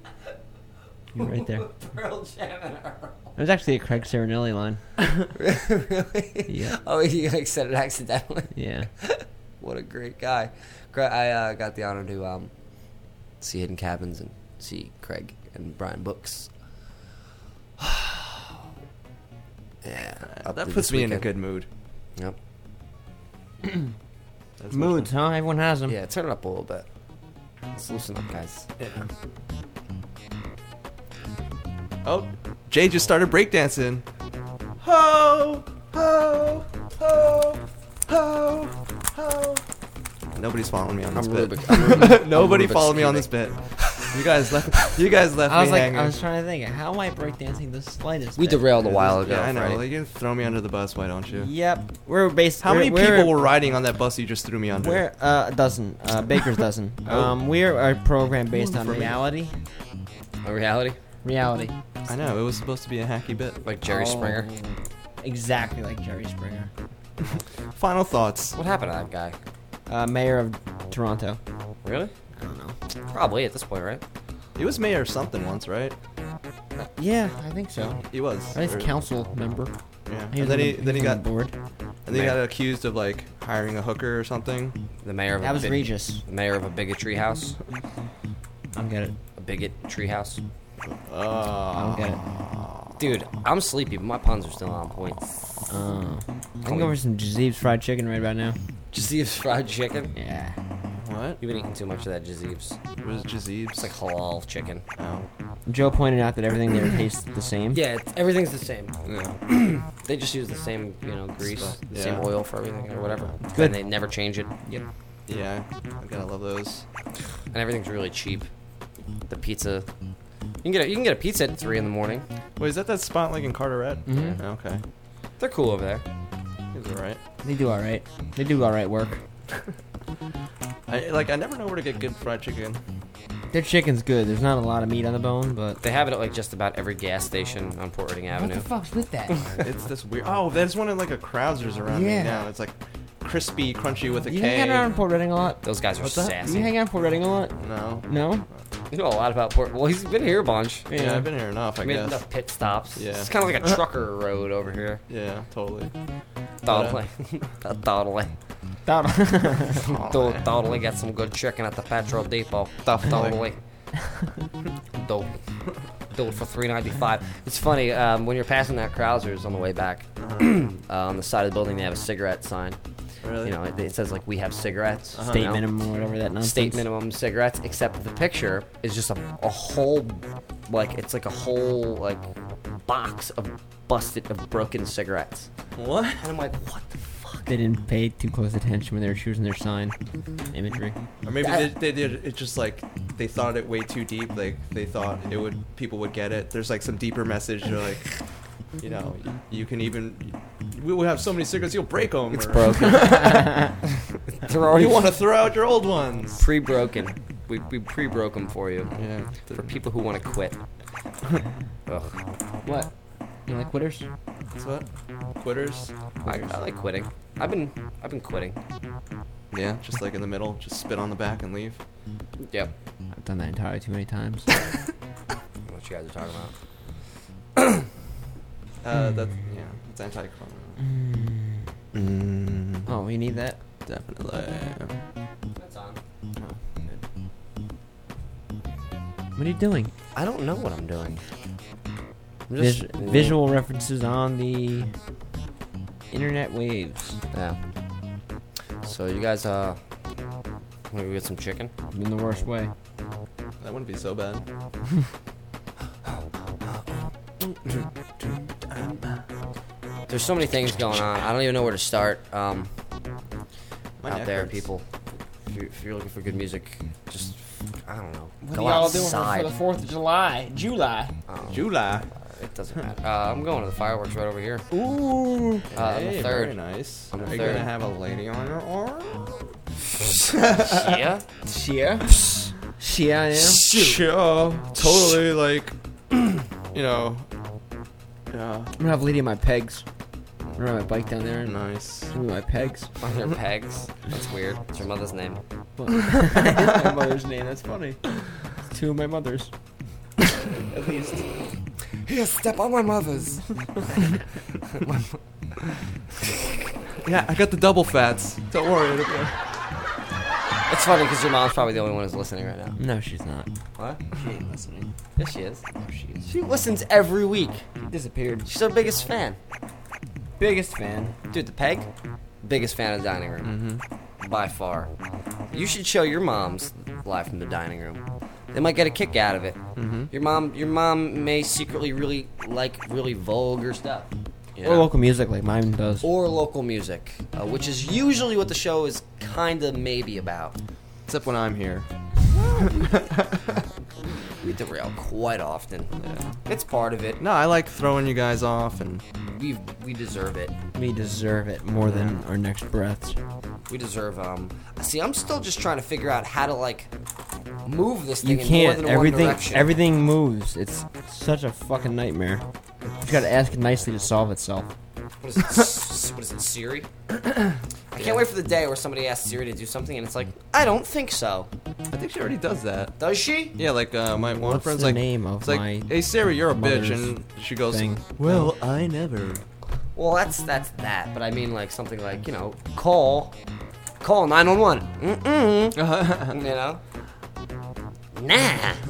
[SPEAKER 5] You're right there.
[SPEAKER 7] Pearl Jam and Earl.
[SPEAKER 5] It was actually a Craig Serenelli line.
[SPEAKER 7] really?
[SPEAKER 5] Yeah.
[SPEAKER 7] Oh, you like said it accidentally.
[SPEAKER 5] Yeah.
[SPEAKER 7] what a great guy. Gra- I uh, got the honor to um, see Hidden Cabins and see Craig and Brian Books. yeah. up
[SPEAKER 8] That
[SPEAKER 7] to
[SPEAKER 8] puts
[SPEAKER 7] this
[SPEAKER 8] me in a
[SPEAKER 7] weekend.
[SPEAKER 8] good mood.
[SPEAKER 7] Yep.
[SPEAKER 5] Moods, huh? Everyone has them.
[SPEAKER 7] Yeah, turn it up a little bit. Let's loosen up, guys.
[SPEAKER 8] Oh, Jay just started breakdancing.
[SPEAKER 23] Ho, ho, ho, ho, ho.
[SPEAKER 8] Nobody's following me on this
[SPEAKER 23] I'm
[SPEAKER 8] bit.
[SPEAKER 23] Rubik- I'm Rubik- I'm
[SPEAKER 8] Nobody
[SPEAKER 23] Rubik's
[SPEAKER 8] followed me on this bit. You guys left. You guys left
[SPEAKER 5] I was
[SPEAKER 8] me
[SPEAKER 5] like,
[SPEAKER 8] hanging.
[SPEAKER 5] I was trying to think, how am I breakdancing the slightest?
[SPEAKER 8] We
[SPEAKER 5] bit?
[SPEAKER 8] derailed
[SPEAKER 7] a while ago,
[SPEAKER 8] Yeah, I know.
[SPEAKER 7] Freddie.
[SPEAKER 8] Like, you throw me under the bus, why don't you?
[SPEAKER 5] Yep, we're based.
[SPEAKER 8] How many
[SPEAKER 5] we're- we're-
[SPEAKER 8] people were riding on that bus you just threw me under?
[SPEAKER 5] We're uh, a dozen, uh, Baker's dozen.
[SPEAKER 8] Oh.
[SPEAKER 5] Um, we are a program based on
[SPEAKER 8] For me.
[SPEAKER 5] reality.
[SPEAKER 8] A reality?
[SPEAKER 5] Reality.
[SPEAKER 8] I know. It was supposed to be a hacky bit, like
[SPEAKER 5] Oh. Exactly like Jerry Springer.
[SPEAKER 8] Final thoughts.
[SPEAKER 7] What happened to that guy?
[SPEAKER 5] Uh, mayor of Toronto.
[SPEAKER 7] Really?
[SPEAKER 5] I don't know.
[SPEAKER 7] Probably at this point, right?
[SPEAKER 8] He was mayor of something once, right?
[SPEAKER 5] Yeah, I think so.
[SPEAKER 8] He was.
[SPEAKER 5] Or he's
[SPEAKER 8] Or-
[SPEAKER 5] council member.
[SPEAKER 8] Yeah.
[SPEAKER 5] He
[SPEAKER 8] and
[SPEAKER 5] was
[SPEAKER 8] then
[SPEAKER 5] on
[SPEAKER 8] he
[SPEAKER 5] the-
[SPEAKER 8] then he
[SPEAKER 5] was on
[SPEAKER 8] got
[SPEAKER 5] the board.
[SPEAKER 8] And then he got accused of like hiring a hooker or something.
[SPEAKER 7] The mayor of
[SPEAKER 5] That
[SPEAKER 7] a
[SPEAKER 5] was
[SPEAKER 7] big-
[SPEAKER 5] Regis.
[SPEAKER 7] The mayor of a bigotry house.
[SPEAKER 5] I don't get it.
[SPEAKER 7] A bigot tree house.
[SPEAKER 8] Oh. I
[SPEAKER 5] don't get it.
[SPEAKER 7] Dude, I'm sleepy, but my puns are still on point.
[SPEAKER 5] Oh. I can go for some Jazeeb's fried chicken right about now.
[SPEAKER 7] Jazeeb's fried chicken?
[SPEAKER 5] Yeah.
[SPEAKER 8] What?
[SPEAKER 7] You've been eating too much of that Jazeeb's.
[SPEAKER 8] What is Jazeeb's? It's
[SPEAKER 7] like halal chicken.
[SPEAKER 8] Oh.
[SPEAKER 5] Joe pointed out that everything there tastes the same.
[SPEAKER 7] Yeah, it's, everything's the same.
[SPEAKER 8] Yeah.
[SPEAKER 7] they just use the same, you know, grease,
[SPEAKER 8] Stuff,
[SPEAKER 7] the same
[SPEAKER 8] yeah.
[SPEAKER 7] oil for everything or whatever.
[SPEAKER 5] Good.
[SPEAKER 7] And they never change it. Yep.
[SPEAKER 8] Yeah, I gotta love those.
[SPEAKER 7] And everything's really cheap. The pizza. You can get a, you can get a pizza at three in the morning.
[SPEAKER 8] Wait, is that that spot like in Carteret?
[SPEAKER 5] Mhm.
[SPEAKER 8] Okay.
[SPEAKER 7] They're cool over there.
[SPEAKER 8] It's alright.
[SPEAKER 5] They do all right. They do all right work.
[SPEAKER 8] I, like I never know where to get good fried chicken.
[SPEAKER 5] Their chicken's good. There's not a lot of meat on the bone, but
[SPEAKER 7] They have it at like just about every gas station on Port Reading Avenue.
[SPEAKER 5] fuck's with that?
[SPEAKER 8] it's this weird. Oh, there's one in like a Krausers around me
[SPEAKER 5] Yeah.
[SPEAKER 8] now. It's like crispy, crunchy with a K.
[SPEAKER 5] you hang around in Port Reading a lot.
[SPEAKER 7] Those guys are
[SPEAKER 5] What's that?
[SPEAKER 7] sassy.
[SPEAKER 5] You hang out in Port Reading a lot.
[SPEAKER 8] No.
[SPEAKER 5] No.
[SPEAKER 7] You know a lot about Port. Well, he's been here a bunch.
[SPEAKER 8] Yeah, I've been here enough. I
[SPEAKER 7] Made
[SPEAKER 8] guess.
[SPEAKER 7] enough pit stops.
[SPEAKER 8] Yeah.
[SPEAKER 7] It's kind of like a trucker road over here.
[SPEAKER 8] Yeah, totally. uh,
[SPEAKER 7] Dawdling. a dawdling. Dawdling. Dawdling got some good chicken at the petrol depot. Dawdling. Dole. Dole for three ninety five. It's funny um, when you're passing that Krausers on the way back.
[SPEAKER 8] Uh-huh.
[SPEAKER 7] uh, on the side of the building, they have a cigarette sign.
[SPEAKER 5] Really?
[SPEAKER 7] You know, it, it says like we have cigarettes.
[SPEAKER 5] Uh-huh.
[SPEAKER 7] you
[SPEAKER 5] State
[SPEAKER 7] know?
[SPEAKER 5] minimum or whatever that nonsense.
[SPEAKER 7] State minimum cigarettes, except the picture is just a, a whole, like it's like a whole like box of busted of broken cigarettes.
[SPEAKER 8] What?
[SPEAKER 7] And I'm like, what?
[SPEAKER 5] They didn't pay too close attention when they were choosing their sign imagery.
[SPEAKER 8] Or maybe
[SPEAKER 7] I-
[SPEAKER 8] they, they did it just like they thought it way too deep. Like they thought it would people would get it. There's like some deeper message. They're like, you know, you can even we will have so many cigarettes you'll break them. It's
[SPEAKER 7] broken. They're already-
[SPEAKER 8] you want to throw out your old ones.
[SPEAKER 7] Pre-broken. We, we pre-broke them for you.
[SPEAKER 8] Yeah.
[SPEAKER 7] For people who want to quit. Ugh.
[SPEAKER 5] What? You like quitters?
[SPEAKER 8] That's what quitters.
[SPEAKER 7] I, I like quitting. I've been I've been quitting.
[SPEAKER 8] Yeah, just like in the middle, just spit on the back and leave.
[SPEAKER 7] Yep.
[SPEAKER 5] I've done that entirely too many times.
[SPEAKER 7] What you guys are talking about?
[SPEAKER 8] Uh, that's yeah, it's anti-climate. Mm.
[SPEAKER 5] oh, you need that?
[SPEAKER 8] Definitely.
[SPEAKER 7] That's on.
[SPEAKER 5] What are you doing?
[SPEAKER 7] I don't know what I'm doing. I'm
[SPEAKER 5] Vis- visual references on the internet waves.
[SPEAKER 7] Yeah. So you guys uh, want to get some chicken?
[SPEAKER 5] In the worst way.
[SPEAKER 8] That wouldn't be so bad.
[SPEAKER 7] There's so many things going on. I don't even know where to start. Um,
[SPEAKER 8] My
[SPEAKER 7] out
[SPEAKER 8] neck
[SPEAKER 7] there,
[SPEAKER 8] hurts.
[SPEAKER 7] people. If you're, if you're looking for good music, just I don't know.
[SPEAKER 5] What
[SPEAKER 7] go
[SPEAKER 5] are y'all
[SPEAKER 7] outside.
[SPEAKER 5] doing for- for the 4th of July? July.
[SPEAKER 7] Oh,
[SPEAKER 8] July.
[SPEAKER 7] It doesn't matter. Uh, I'm going to the fireworks right over here.
[SPEAKER 8] Ooh.
[SPEAKER 7] Uh, on the
[SPEAKER 8] Hey,
[SPEAKER 7] third.
[SPEAKER 8] Very nice.
[SPEAKER 7] On the
[SPEAKER 8] Are you
[SPEAKER 7] third.
[SPEAKER 8] gonna have a lady on your arm?
[SPEAKER 7] yeah.
[SPEAKER 5] Shia? Shia, I am.
[SPEAKER 8] Yeah, totally. Like, you know, yeah,
[SPEAKER 5] I'm gonna have Lady in my pegs. I'm gonna ride my bike down there and
[SPEAKER 8] nice.
[SPEAKER 5] give me my pegs.
[SPEAKER 7] On their pegs. That's weird. It's your mother's name.
[SPEAKER 5] my mother's name, that's funny. It's two of my mothers.
[SPEAKER 8] At least.
[SPEAKER 24] Here, step on my mother's.
[SPEAKER 8] Yeah, I got the double fats. Don't worry. it'll be-
[SPEAKER 7] It's funny because your mom's probably the only one who's listening right now.
[SPEAKER 5] No, she's not.
[SPEAKER 7] What?
[SPEAKER 5] She ain't listening.
[SPEAKER 7] Yes, she is. She listens every week.
[SPEAKER 5] Disappeared.
[SPEAKER 7] She's our biggest fan.
[SPEAKER 5] Biggest fan.
[SPEAKER 7] Dude, the peg, biggest fan of the dining
[SPEAKER 5] Mm-hmm.
[SPEAKER 7] room. By far. You should show your moms live from the dining room. They might get a kick out of it.
[SPEAKER 5] Mm-hmm.
[SPEAKER 8] Mm-hmm.
[SPEAKER 9] Mhm.
[SPEAKER 7] Your mom, your mom may secretly really like really vulgar stuff. you
[SPEAKER 9] Or
[SPEAKER 7] know?
[SPEAKER 9] local music like mine does.
[SPEAKER 7] or local music, uh, which is usually what the show is kind of maybe about.
[SPEAKER 8] Except when I'm here.
[SPEAKER 7] we derail quite often.
[SPEAKER 8] It's part of it. No, I like throwing you guys off, and
[SPEAKER 7] we we deserve it.
[SPEAKER 9] We deserve it more than our next breaths.
[SPEAKER 7] We deserve um. See, I'm still just trying to figure out how to like move this thing
[SPEAKER 9] You
[SPEAKER 7] in
[SPEAKER 9] can't.
[SPEAKER 7] more than one
[SPEAKER 9] Everything
[SPEAKER 7] direction.
[SPEAKER 9] everything moves. It's such a fucking nightmare. You gotta ask it nicely to solve itself.
[SPEAKER 7] What is it? S- what is it? Siri. I can't wait for the day where somebody asks Siri to do something and it's like, I don't think so.
[SPEAKER 8] I think she already does that.
[SPEAKER 7] Does she?
[SPEAKER 8] Yeah, like uh, my one
[SPEAKER 9] What's
[SPEAKER 8] friend's
[SPEAKER 9] the
[SPEAKER 8] like,
[SPEAKER 9] name of
[SPEAKER 8] it's like,
[SPEAKER 9] my
[SPEAKER 8] "Hey Siri, you're a bitch,"
[SPEAKER 9] mother's
[SPEAKER 8] and she goes,
[SPEAKER 9] thing?
[SPEAKER 8] "Well, I never."
[SPEAKER 7] Well, that's that's that. But I mean, like something like you know, call, call 911. Mm-mm. you know. Nah.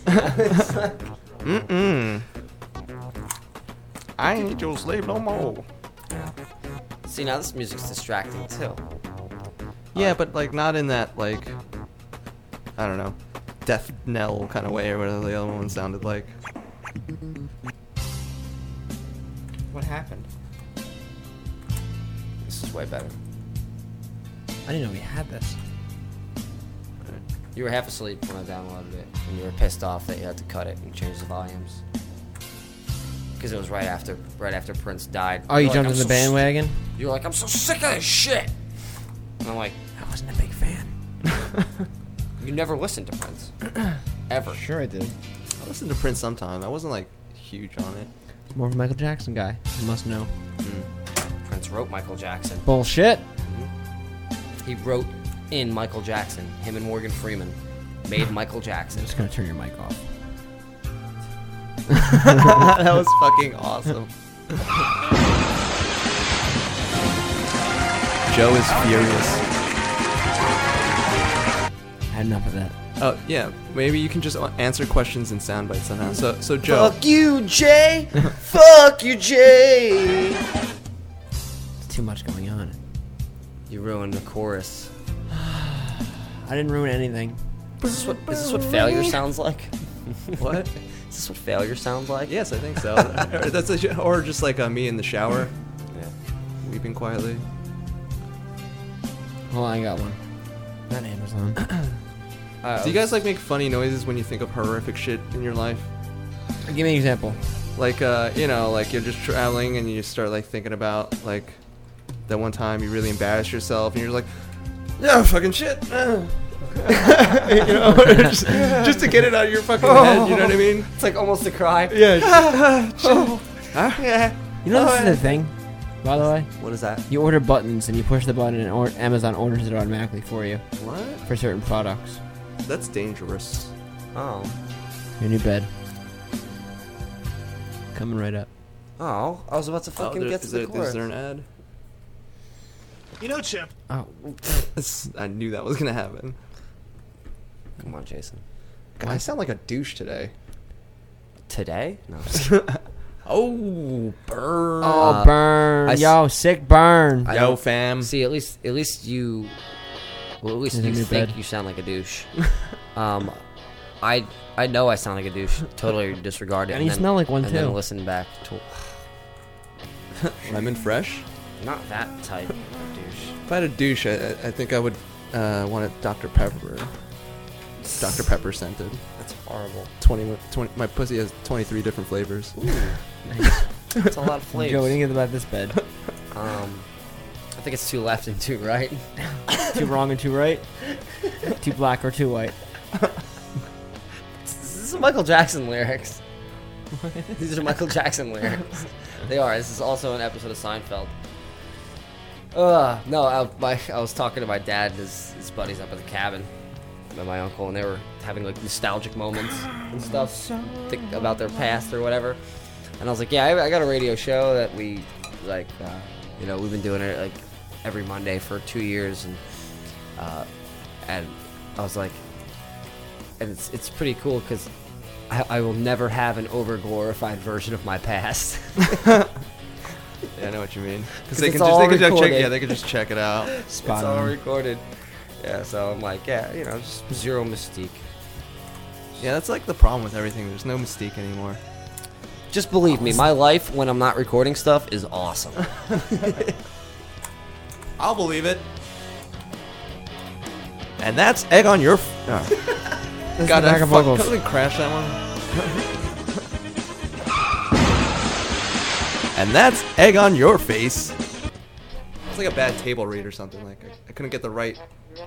[SPEAKER 9] uh,
[SPEAKER 8] Mm-mm. I ain't your slave no more.
[SPEAKER 7] See, now this music's distracting too.
[SPEAKER 8] Yeah, but like not in that like, I don't know, death knell kind of way or whatever the other one sounded like.
[SPEAKER 7] What happened? This is way better.
[SPEAKER 9] I didn't know we had this.
[SPEAKER 7] You were half asleep when I downloaded it, and you were pissed off that you had to cut it and change the volumes. Because it was right after, right after Prince died.
[SPEAKER 9] Oh, you
[SPEAKER 7] You're like,
[SPEAKER 9] jumped
[SPEAKER 7] "I'm
[SPEAKER 9] in the
[SPEAKER 7] so
[SPEAKER 9] bandwagon?
[SPEAKER 7] st-" You're like, I'm so sick of this shit. And I'm like, I wasn't a big fan. you never listened to Prince, ever.
[SPEAKER 9] Sure, I did.
[SPEAKER 8] I listened to Prince sometime. I wasn't like huge on it.
[SPEAKER 9] More of a Michael Jackson guy. You must know.
[SPEAKER 7] Hmm. Prince wrote Michael Jackson.
[SPEAKER 9] Bullshit.
[SPEAKER 7] He wrote in Michael Jackson. Him and Morgan Freeman made Michael Jackson.
[SPEAKER 9] Just gonna turn your mic off.
[SPEAKER 8] that was fucking awesome. Joe is furious.
[SPEAKER 9] Had enough of that.
[SPEAKER 8] Oh yeah, maybe you can just answer questions in sound bites somehow. So so Joe,
[SPEAKER 7] Fuck you, Jay. Fuck you, Jay.
[SPEAKER 9] Too much going on.
[SPEAKER 7] You ruined the chorus.
[SPEAKER 9] I didn't ruin anything.
[SPEAKER 7] Is this what, is this what failure sounds like?
[SPEAKER 8] What?
[SPEAKER 7] Is this what failure sounds like?
[SPEAKER 8] Yes, I think so. Or That's a, or just like uh, me in the shower, weeping quietly.
[SPEAKER 9] Hold on, I got one. Not Amazon.
[SPEAKER 7] Uh,
[SPEAKER 8] Do you guys like make funny noises when you think of horrific shit in your life?
[SPEAKER 9] Give me an example.
[SPEAKER 8] Like uh, you know, like you're just traveling and you start like thinking about like that one time you really embarrassed yourself and you're like, yeah, fucking shit. uh." you know, just, just to get it out of your fucking head. You know what I mean?
[SPEAKER 7] It's like almost a cry.
[SPEAKER 8] Yeah.
[SPEAKER 7] Yeah.
[SPEAKER 9] You know this is the thing, by the way.
[SPEAKER 7] What is that?
[SPEAKER 9] You order buttons and you push the button and or- Amazon orders it automatically for you.
[SPEAKER 8] What?
[SPEAKER 9] For certain products.
[SPEAKER 8] That's dangerous.
[SPEAKER 7] Oh.
[SPEAKER 9] Your new bed. Coming right up.
[SPEAKER 7] Oh, I was about to fucking
[SPEAKER 8] there-
[SPEAKER 7] get to
[SPEAKER 8] is
[SPEAKER 7] the
[SPEAKER 8] there- is
[SPEAKER 7] chorus.
[SPEAKER 8] there an ad?
[SPEAKER 25] You know, Chip,
[SPEAKER 9] Oh.
[SPEAKER 8] I knew that was gonna happen.
[SPEAKER 7] Come on, Jason.
[SPEAKER 8] God, I sound like a douche today.
[SPEAKER 7] Today? No.
[SPEAKER 8] oh, burn.
[SPEAKER 9] Oh, burn.
[SPEAKER 7] I s-
[SPEAKER 9] Yo, sick burn.
[SPEAKER 7] I don't- See, at least at least you, well, at least
[SPEAKER 9] Is it
[SPEAKER 7] you
[SPEAKER 9] new
[SPEAKER 7] think
[SPEAKER 9] bed?
[SPEAKER 7] you sound like a douche. um, I I know I sound like a douche. Totally disregard it.
[SPEAKER 9] And you smell like one,
[SPEAKER 7] and then
[SPEAKER 9] too.
[SPEAKER 7] listen back to
[SPEAKER 8] Lemon fresh.
[SPEAKER 7] not that type of douche.
[SPEAKER 8] If I had a douche, I, I I think I would uh, want it Dr. Pepper. Dr. Pepper scented.
[SPEAKER 7] That's horrible.
[SPEAKER 8] 20, 20, my pussy has 23 different flavors.
[SPEAKER 7] That's a lot of flavors.
[SPEAKER 9] Joe, what do you think about this bed?
[SPEAKER 8] Uh,
[SPEAKER 7] Um, I think it's two left and two right.
[SPEAKER 9] two wrong and two right? two black or two white?
[SPEAKER 7] This is Michael Jackson lyrics. These are Michael Jackson lyrics. They are. This is also an episode of Seinfeld. Uh, no, I, my, I was talking to my dad and his, his buddies up at the cabin, and my uncle, and they were having like nostalgic moments and stuff think about their past or whatever. And I was like, yeah, I, I got a radio show that we like, uh, you know, we've been doing it like every Monday for two years, and uh, and I was like, and it's it's pretty cool because I, I will never have an over glorified version of my past.
[SPEAKER 8] Yeah, I know what you mean. Because
[SPEAKER 7] 'Cause
[SPEAKER 8] they
[SPEAKER 7] it's
[SPEAKER 8] can just
[SPEAKER 7] all
[SPEAKER 8] they can just check,
[SPEAKER 7] recorded.
[SPEAKER 8] yeah, they can just check it out.
[SPEAKER 7] it's all recorded. Yeah, so I'm like, yeah, you know, just zero mystique.
[SPEAKER 8] Yeah, that's like the problem with everything. There's no mystique anymore.
[SPEAKER 7] Just believe me, my life when I'm not recording stuff is awesome.
[SPEAKER 8] I'll believe it. And that's egg on your. F-
[SPEAKER 9] That's
[SPEAKER 8] God,
[SPEAKER 9] the
[SPEAKER 8] I
[SPEAKER 9] back of
[SPEAKER 8] fuck-
[SPEAKER 9] vocals.
[SPEAKER 8] couldn't crash that one. and that's egg on your face. It's like a bad table read or something. Like I, I couldn't get the right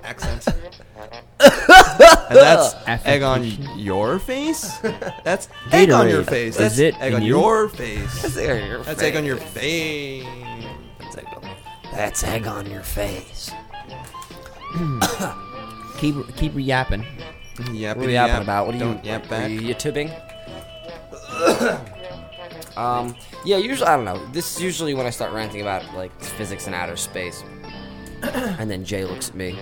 [SPEAKER 8] accent. and that's egg on your face. That's egg on your
[SPEAKER 14] Gatorade.
[SPEAKER 8] face.
[SPEAKER 14] Is
[SPEAKER 8] That's
[SPEAKER 14] it
[SPEAKER 8] egg
[SPEAKER 14] in
[SPEAKER 8] on
[SPEAKER 14] you?
[SPEAKER 8] your face.
[SPEAKER 14] That's egg on your
[SPEAKER 8] That's egg on your
[SPEAKER 14] face.
[SPEAKER 8] face.
[SPEAKER 7] That's egg on your face.
[SPEAKER 9] keep keep yapping.
[SPEAKER 8] Yapping,
[SPEAKER 7] what are you yapping about? What are you,
[SPEAKER 8] Don't yap back.
[SPEAKER 7] Are you, you tubing? um, yeah, usually I don't know. This is usually when I start ranting about like physics and outer space, and then Jay looks at me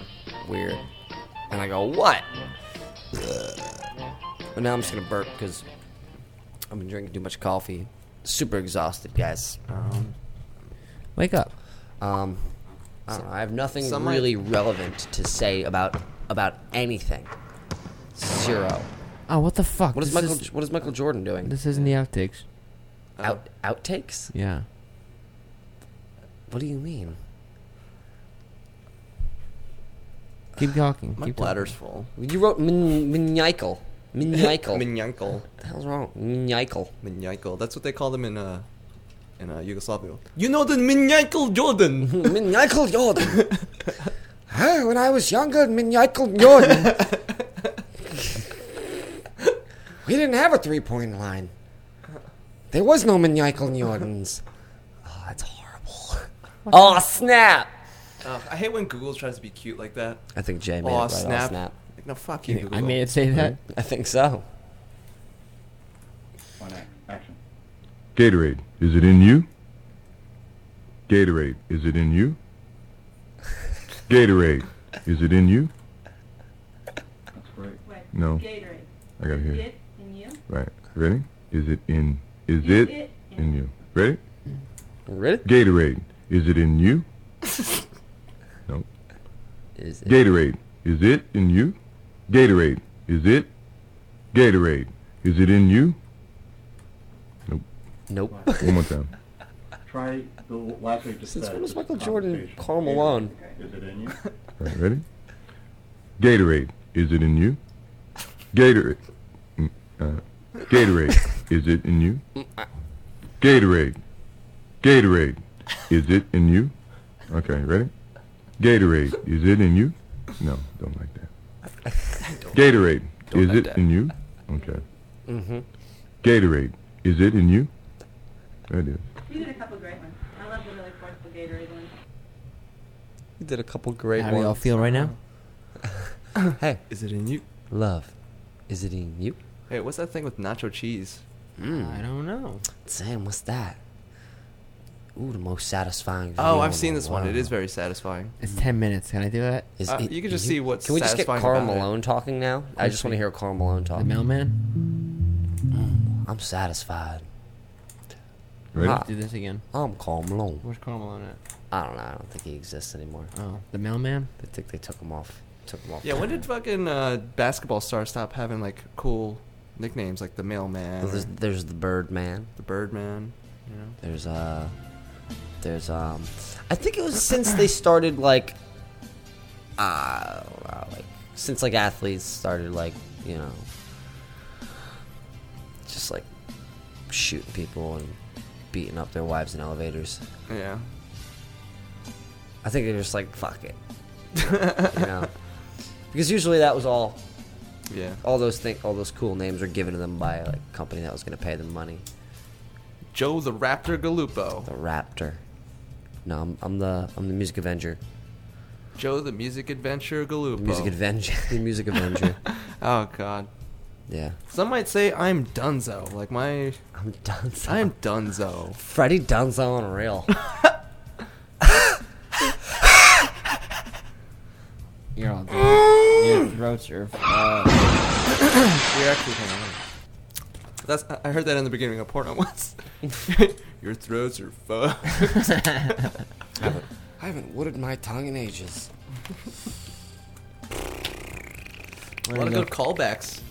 [SPEAKER 7] weird, and I go, "What?" but now I'm just gonna burp because I've been drinking too much coffee. Super exhausted, guys. Um,
[SPEAKER 9] Wake up.
[SPEAKER 7] Um, I don't know. I have nothing
[SPEAKER 9] Some might-
[SPEAKER 7] really relevant to say about about anything. Zero.
[SPEAKER 9] Oh, what the fuck?
[SPEAKER 7] What is
[SPEAKER 9] This
[SPEAKER 7] Michael? what is Michael Jordan doing?
[SPEAKER 9] This isn't the outtakes.
[SPEAKER 8] Uh,
[SPEAKER 7] Out outtakes?
[SPEAKER 9] Yeah.
[SPEAKER 7] What do you mean?
[SPEAKER 9] Keep talking.
[SPEAKER 7] My
[SPEAKER 9] keep
[SPEAKER 7] bladder's
[SPEAKER 9] talking.
[SPEAKER 8] full.
[SPEAKER 7] You wrote min Minykel. Minykel.
[SPEAKER 8] Minyankel.
[SPEAKER 7] What the hell's wrong? Minykel.
[SPEAKER 8] Minyankel. That's what they call them in uh, in uh, Yugoslavia. You know the Minyankel Jordan.
[SPEAKER 7] Minyankel Jordan.
[SPEAKER 12] Hey, when I was younger, Michael Jordan. we didn't have a three-point line. There was no Michael Jordans.
[SPEAKER 7] Oh, that's horrible. Oh snap!
[SPEAKER 8] Ugh, I hate when Google tries to be cute like that.
[SPEAKER 7] I think Jay made
[SPEAKER 8] Aw,
[SPEAKER 7] it right off
[SPEAKER 8] snap.
[SPEAKER 7] snap.
[SPEAKER 8] Like, no, fuck you. Google.
[SPEAKER 7] I think so.
[SPEAKER 22] Gatorade, is it in you? Gatorade, is it in you? Gatorade, is it in you? That's great. No. Gatorade. I gotta hear. it in you? Right. Ready? Is it in? Is it, in you? Ready?
[SPEAKER 7] Ready?
[SPEAKER 22] Gatorade, is it in you? no.
[SPEAKER 7] Is
[SPEAKER 22] Gatorade, is it in you? Gatorade, is it? Gatorade, is it in you? Nope.
[SPEAKER 7] Nope.
[SPEAKER 22] One more time.
[SPEAKER 7] Try the last week Since when was Michael Jordan Carl Malone? Is it in you?
[SPEAKER 22] Right, ready? Gatorade, is it in you? Gatorade, mm, uh, Gatorade, is it in you? Gatorade, Gatorade, is it in you? Okay, ready? Gatorade, is it in you? No, don't like that. Gatorade, is it in you? Okay.
[SPEAKER 7] Mm-hmm.
[SPEAKER 22] Gatorade, is it in you? There it is.
[SPEAKER 26] You did a couple great ones. I love the really forceful Gatorade one.
[SPEAKER 7] You did a couple great
[SPEAKER 9] How
[SPEAKER 7] ones.
[SPEAKER 9] do y'all feel right now?
[SPEAKER 7] hey,
[SPEAKER 8] is it in you?
[SPEAKER 7] Love, is it in you? Hmm.
[SPEAKER 8] Hey, what's that thing with nacho cheese?
[SPEAKER 7] I don't know. Damn, what's that? Ooh, the most satisfying.
[SPEAKER 8] Oh,
[SPEAKER 7] view
[SPEAKER 8] I've
[SPEAKER 7] in
[SPEAKER 8] seen
[SPEAKER 7] the
[SPEAKER 8] this one. It
[SPEAKER 7] world.
[SPEAKER 8] is very satisfying.
[SPEAKER 9] It's ten minutes. Can I do that?
[SPEAKER 7] Is
[SPEAKER 8] Uh,
[SPEAKER 7] it
[SPEAKER 8] you can just
[SPEAKER 7] in
[SPEAKER 8] see what's
[SPEAKER 7] Can we just get
[SPEAKER 8] satisfying
[SPEAKER 7] Carl
[SPEAKER 8] about it.
[SPEAKER 7] Malone talking now? I just want to hear Carl Malone talk.
[SPEAKER 9] The mailman.
[SPEAKER 7] I'm satisfied.
[SPEAKER 9] Ready?
[SPEAKER 7] Ah,
[SPEAKER 9] Do this again.
[SPEAKER 7] I'm Carl Malone.
[SPEAKER 9] Where's Carl Malone at?
[SPEAKER 7] I don't know. I don't think he exists anymore.
[SPEAKER 9] Oh, the mailman.
[SPEAKER 7] I think they took him off. Took him off.
[SPEAKER 8] Yeah, when did fucking uh, basketball stars stop having like cool nicknames like the mailman?
[SPEAKER 7] Well, there's, there's the Birdman.
[SPEAKER 8] The Birdman. You know.
[SPEAKER 7] There's uh, there's um, I think it was since they started like, uh, I don't know, like since like athletes started like you know, just like shooting people and beating up their wives in elevators.
[SPEAKER 8] Yeah.
[SPEAKER 7] I think they're just like fuck it, you know, because usually that was all.
[SPEAKER 8] Yeah.
[SPEAKER 7] All those thing, all those cool names were given to them by like a company that was going to pay them money.
[SPEAKER 8] Joe the Raptor Galupo.
[SPEAKER 7] The Raptor. No, I'm, I'm the I'm the music avenger.
[SPEAKER 8] Joe the Music Adventure Galupo.
[SPEAKER 7] Music Avenger. The Music Avenger.
[SPEAKER 8] oh God.
[SPEAKER 7] Yeah.
[SPEAKER 8] Some might say I'm Dunzo. Like my.
[SPEAKER 7] I'm Dunzo.
[SPEAKER 8] I'm Dunzo.
[SPEAKER 7] Freddie Dunzo on real.
[SPEAKER 9] You're all dead. Your throats are. Uh,
[SPEAKER 8] You're actually kind of. That's. I- I heard that in the beginning of porno once. Your throats are fucked.
[SPEAKER 12] I haven't, I haven't wooded my tongue in ages.
[SPEAKER 8] A lot of good callbacks.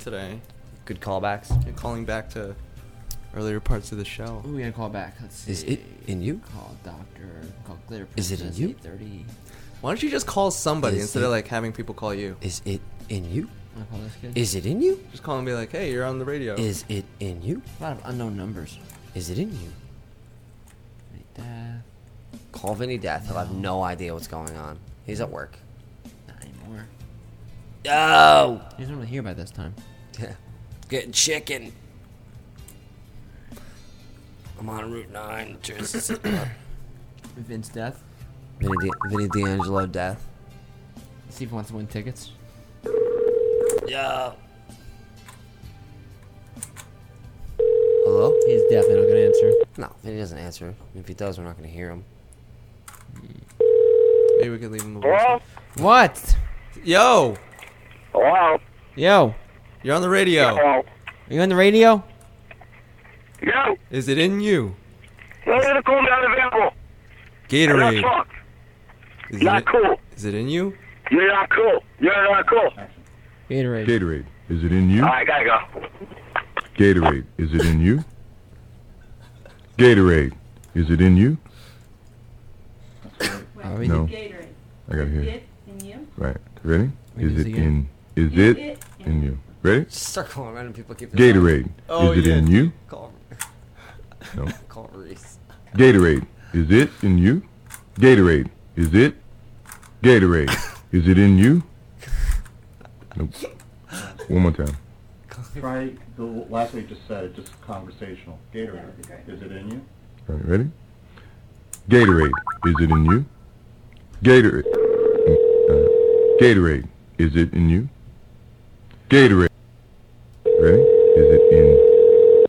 [SPEAKER 8] today.
[SPEAKER 27] Good callbacks.
[SPEAKER 8] You're calling back to earlier parts of the show.
[SPEAKER 5] We're gonna call back. Let's see.
[SPEAKER 8] Is it in you?
[SPEAKER 5] Call doctor. Call glitter.
[SPEAKER 8] Is it in
[SPEAKER 5] Princess,
[SPEAKER 8] you?
[SPEAKER 5] 8:30.
[SPEAKER 8] Why don't you just call somebody
[SPEAKER 5] Is
[SPEAKER 8] instead
[SPEAKER 5] it-
[SPEAKER 8] of like having people call you?
[SPEAKER 5] Is it in you? Wanna call this kid?
[SPEAKER 8] it in you? Just call and be like, hey, you're on the radio.
[SPEAKER 5] Is it in you? A lot of unknown numbers. Is it in you?
[SPEAKER 7] Call Vinny Death. He'll have no idea what's going on. He's at work.
[SPEAKER 5] Anymore.
[SPEAKER 7] Oh!
[SPEAKER 5] He doesn't really hear by this time.
[SPEAKER 7] Yeah.
[SPEAKER 11] Getting chicken. I'm on Route 9 to Mississippi.
[SPEAKER 5] Vince Death.
[SPEAKER 7] Vinny, D- Vinny D'Angelo Death.
[SPEAKER 5] See if he wants to win tickets.
[SPEAKER 11] Yeah.
[SPEAKER 7] Hello?
[SPEAKER 5] He's definitely not gonna answer.
[SPEAKER 7] No, Vinny doesn't answer. If he does, we're not going to hear him.
[SPEAKER 8] Maybe we could leave him a
[SPEAKER 7] Hello?
[SPEAKER 5] What?
[SPEAKER 8] Yo.
[SPEAKER 28] Hello.
[SPEAKER 5] Yo.
[SPEAKER 8] You're on the radio.
[SPEAKER 28] Hello.
[SPEAKER 5] Are you on the radio?
[SPEAKER 28] No,
[SPEAKER 8] Is it in you?
[SPEAKER 28] no, you're gonna call me unavailable.
[SPEAKER 8] Gatorade.
[SPEAKER 28] Not,
[SPEAKER 8] Is
[SPEAKER 28] not
[SPEAKER 8] it,
[SPEAKER 28] cool.
[SPEAKER 8] Is it in you?
[SPEAKER 28] You're not cool. You're not cool.
[SPEAKER 5] Gatorade.
[SPEAKER 22] Gatorade, is it in you?
[SPEAKER 28] I gotta go.
[SPEAKER 22] Gatorade, is it in you? Gatorade, is it in you? No. I gotta hear.
[SPEAKER 29] It in you?
[SPEAKER 22] Right. Ready?
[SPEAKER 7] Maybe
[SPEAKER 22] Is it
[SPEAKER 7] it's
[SPEAKER 22] in?
[SPEAKER 7] again.
[SPEAKER 22] Is
[SPEAKER 29] Is
[SPEAKER 22] it
[SPEAKER 29] it
[SPEAKER 22] in you? Ready?
[SPEAKER 7] Start calling around and people keep their
[SPEAKER 22] Gatorade,
[SPEAKER 7] Oh,
[SPEAKER 22] is it
[SPEAKER 7] yeah.
[SPEAKER 22] in you?
[SPEAKER 7] Call,
[SPEAKER 22] No.
[SPEAKER 7] call Reese.
[SPEAKER 22] Gatorade, is it in you? Gatorade, is it? Gatorade, is it in you? Nope. One more time.
[SPEAKER 30] Try the last one you just said, just conversational. Gatorade, is it in you?
[SPEAKER 22] All right, ready? Gatorade, is it in you? Gatorade. uh, Gatorade, is it in you? Gatorade. Ready? Is it in?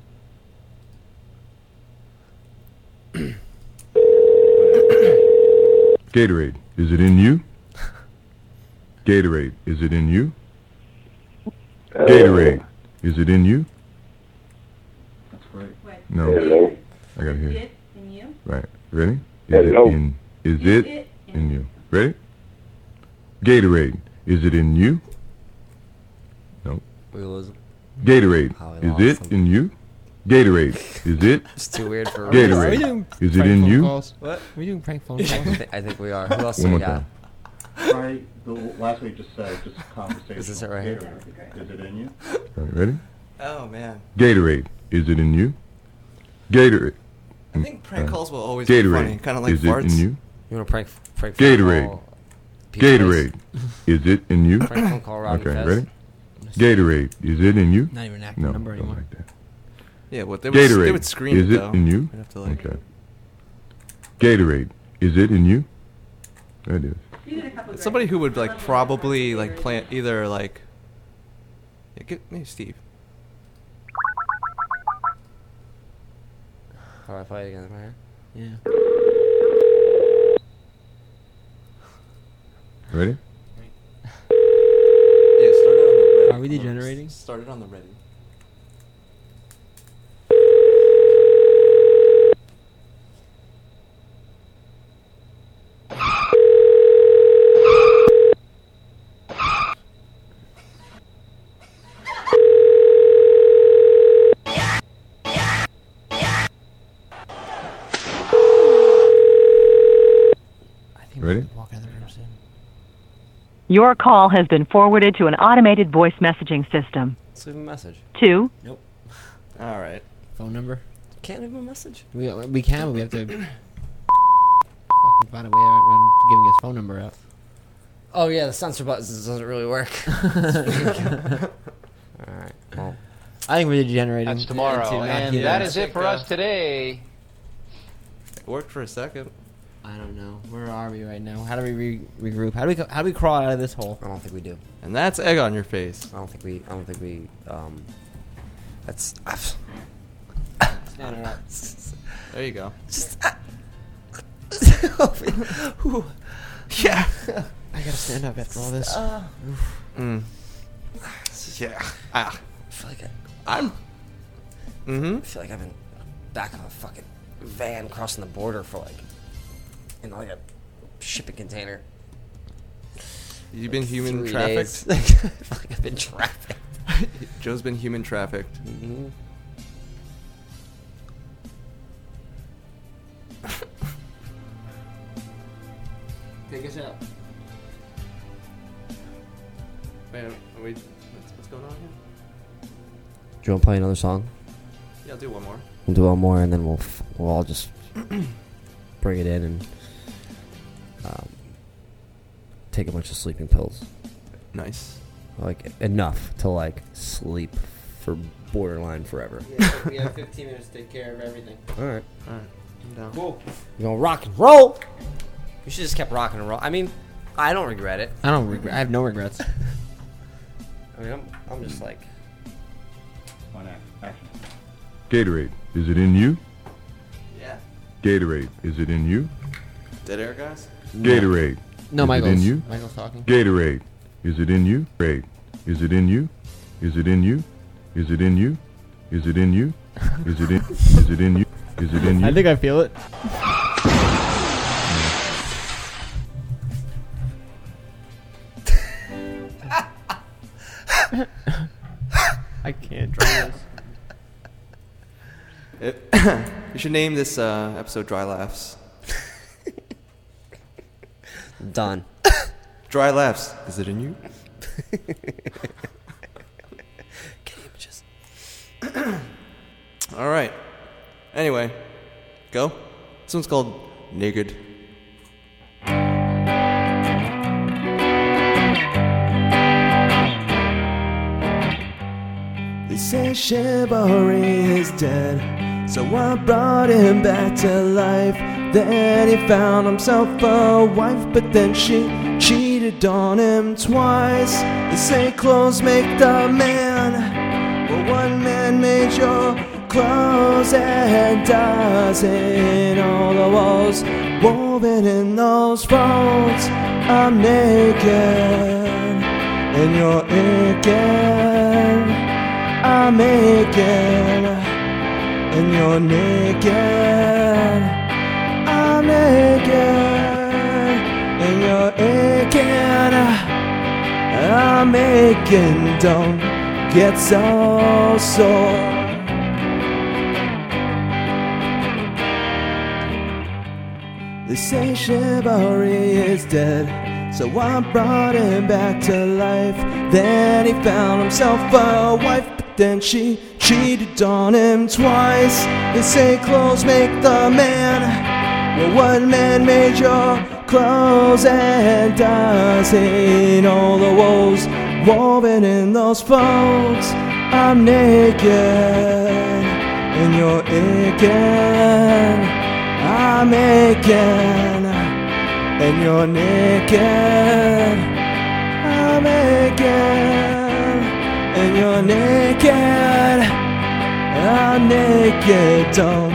[SPEAKER 22] Gatorade, is it in you? Gatorade, is it in you? Gatorade, is it in you?
[SPEAKER 30] That's great.
[SPEAKER 22] No.
[SPEAKER 30] Hello?
[SPEAKER 22] I gotta hear.
[SPEAKER 29] It in you?
[SPEAKER 22] Right. Ready? Is
[SPEAKER 30] Hello?
[SPEAKER 22] it in? Is it, in you? Ready? Gatorade. Is it in you? Nope.
[SPEAKER 7] We lose him.
[SPEAKER 22] Gatorade.
[SPEAKER 7] Oh, we
[SPEAKER 22] Is it in you? Gatorade. Is it?
[SPEAKER 7] It's too weird for
[SPEAKER 31] Are we
[SPEAKER 22] Gatorade.
[SPEAKER 31] doing
[SPEAKER 22] Is it
[SPEAKER 31] prank
[SPEAKER 22] in
[SPEAKER 31] phone
[SPEAKER 22] you?
[SPEAKER 31] calls?
[SPEAKER 8] What?
[SPEAKER 31] Are we doing prank phone
[SPEAKER 7] I,
[SPEAKER 31] calls?
[SPEAKER 7] thi- I think we are. Who else
[SPEAKER 22] One
[SPEAKER 7] we
[SPEAKER 22] more
[SPEAKER 7] got?
[SPEAKER 22] time.
[SPEAKER 30] Try the last one you just said, just conversational.
[SPEAKER 7] Is this it right here?
[SPEAKER 30] Gatorade, is it in you?
[SPEAKER 22] All right, ready?
[SPEAKER 8] Oh man.
[SPEAKER 22] Gatorade. Is it in you? Gatorade. Uh,
[SPEAKER 8] I think prank calls will always be
[SPEAKER 22] Gatorade.
[SPEAKER 8] funny, kinda like
[SPEAKER 22] Is
[SPEAKER 8] farts.
[SPEAKER 22] it in you?
[SPEAKER 7] You want to prank, prank phone
[SPEAKER 22] Gatorade.
[SPEAKER 7] call Pete Price?
[SPEAKER 22] Gatorade. Is it in you?
[SPEAKER 7] Frank phone call Robin
[SPEAKER 22] okay,
[SPEAKER 7] Fest.
[SPEAKER 22] ready? Gatorade. Is it in you?
[SPEAKER 5] Not even an active
[SPEAKER 22] no,
[SPEAKER 5] number
[SPEAKER 22] don't
[SPEAKER 5] anymore.
[SPEAKER 22] Like that.
[SPEAKER 8] Yeah, what they would,
[SPEAKER 22] Gatorade.
[SPEAKER 8] they would scream
[SPEAKER 22] is
[SPEAKER 8] it,
[SPEAKER 22] it
[SPEAKER 8] though.
[SPEAKER 22] in you?
[SPEAKER 8] We'd have to like
[SPEAKER 22] okay. Gatorade. Is it in you? I do.
[SPEAKER 8] It's somebody who would like probably like plant either like yeah, get maybe Steve.
[SPEAKER 7] How do I play it again? Am I here?
[SPEAKER 5] Yeah.
[SPEAKER 22] Ready?
[SPEAKER 8] Yeah, start it on the ready.
[SPEAKER 5] Are we degenerating?
[SPEAKER 8] Start it on the ready.
[SPEAKER 22] Ready?
[SPEAKER 3] Your call has been forwarded to an automated voice messaging system.
[SPEAKER 7] Let's leave him a message.
[SPEAKER 3] Two.
[SPEAKER 7] Nope.
[SPEAKER 8] All right.
[SPEAKER 5] Phone number.
[SPEAKER 7] Can't leave him a message.
[SPEAKER 5] We we can, but we have to fucking find a way around giving his phone number out.
[SPEAKER 7] Oh yeah, the sensor button doesn't really work. All right. Well,
[SPEAKER 5] I think we're degenerating.
[SPEAKER 7] That's tomorrow,
[SPEAKER 5] into not
[SPEAKER 7] and
[SPEAKER 5] giving
[SPEAKER 7] that
[SPEAKER 5] us-
[SPEAKER 7] is it for us
[SPEAKER 32] today.
[SPEAKER 8] It worked for a second.
[SPEAKER 5] I don't know. Where are we right now? How do we re- regroup? How do we co- how do we crawl out of this hole?
[SPEAKER 7] I don't think we do.
[SPEAKER 8] And that's egg on your face.
[SPEAKER 7] I don't think we. I don't think we. Um, that's.
[SPEAKER 8] There you go.
[SPEAKER 7] uh, yeah.
[SPEAKER 5] I gotta stand up after all this.
[SPEAKER 7] Uh,
[SPEAKER 8] Mm. Yeah. Ah.
[SPEAKER 7] I feel like
[SPEAKER 8] I, I'm. Mm-hmm. I
[SPEAKER 7] feel like I've been back of a fucking van crossing the border for like, in like a shipping container.
[SPEAKER 8] You've been human
[SPEAKER 7] three
[SPEAKER 8] trafficked.
[SPEAKER 7] days. like I've been trafficked. Mm-hmm.
[SPEAKER 8] Joe's been human trafficked.
[SPEAKER 33] Take us out.
[SPEAKER 8] Wait, are we, what's, what's going on here?
[SPEAKER 7] Do you want to play another song?
[SPEAKER 8] Yeah, I'll do one more.
[SPEAKER 7] We'll do one more, and then we'll f- we'll all just bring it in and um, take a bunch of sleeping pills.
[SPEAKER 8] Nice.
[SPEAKER 7] Like enough to like sleep for borderline forever.
[SPEAKER 33] we have 15 minutes to take care of everything.
[SPEAKER 7] All right.
[SPEAKER 8] All right.
[SPEAKER 33] Cool.
[SPEAKER 7] You gonna rock and roll? You should just kept rocking and roll. I mean, I don't regret it.
[SPEAKER 5] I don't regret. I have no regrets.
[SPEAKER 7] I mean, I'm, I'm just like.
[SPEAKER 22] Gatorade, is it in you?
[SPEAKER 8] Yeah.
[SPEAKER 22] Gatorade, is it in you?
[SPEAKER 8] Dead air, guys?
[SPEAKER 22] Gatorade. is
[SPEAKER 5] No,
[SPEAKER 22] It in
[SPEAKER 5] Michael's-
[SPEAKER 22] you?
[SPEAKER 5] Michael's talking.
[SPEAKER 22] Gatorade. Is it in you? Gatorade. Is it in you? Is it in you? Is it in you? Is it in you? Is it in? is it in you? Is it in you?
[SPEAKER 5] I think I feel it. I can't draw this.
[SPEAKER 8] It- you should name this uh, episode Dry Laughs.
[SPEAKER 7] Done.
[SPEAKER 8] Dry Laughs. Is it in you? All right. Anyway, go. This one's called Naked.
[SPEAKER 14] They say chivalry is dead, so I brought him back to life. Then he found himself a wife, but then she cheated on him twice. They say clothes make the man, but one man made your clothes and doesn't. All the walls woven in those folds, I'm naked, and you're naked. I'm naked and you're naked. I'm naked and you're naked. I'm naked. Don't get so sore. They say chivalry is dead, so I brought him back to life. Then he found himself a wife, but then she cheated on him twice. They say clothes make the man. Well, one man made your clothes and doesn't. All the woes woven in those folds. I'm naked, and you're naked. I'm aching and you're naked. I'm aching and you're naked. I'm naked. Don't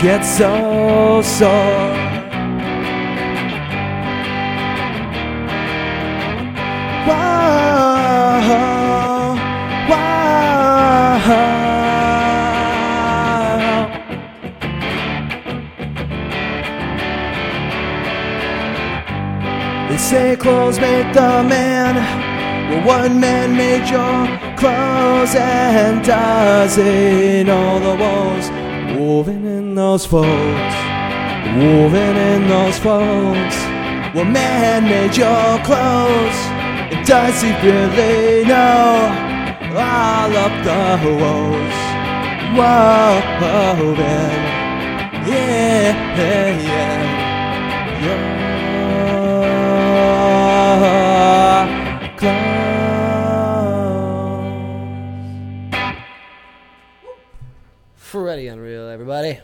[SPEAKER 14] get so sore. Wow, wow. They say clothes make the man. Well, one man made your clothes and doesn't. All the walls woven in those folds, woven in those folds. One man made your clothes. And does he really know all of the woes? Woven, yeah, yeah, yeah. Your
[SPEAKER 7] Freddy Unreal, everybody.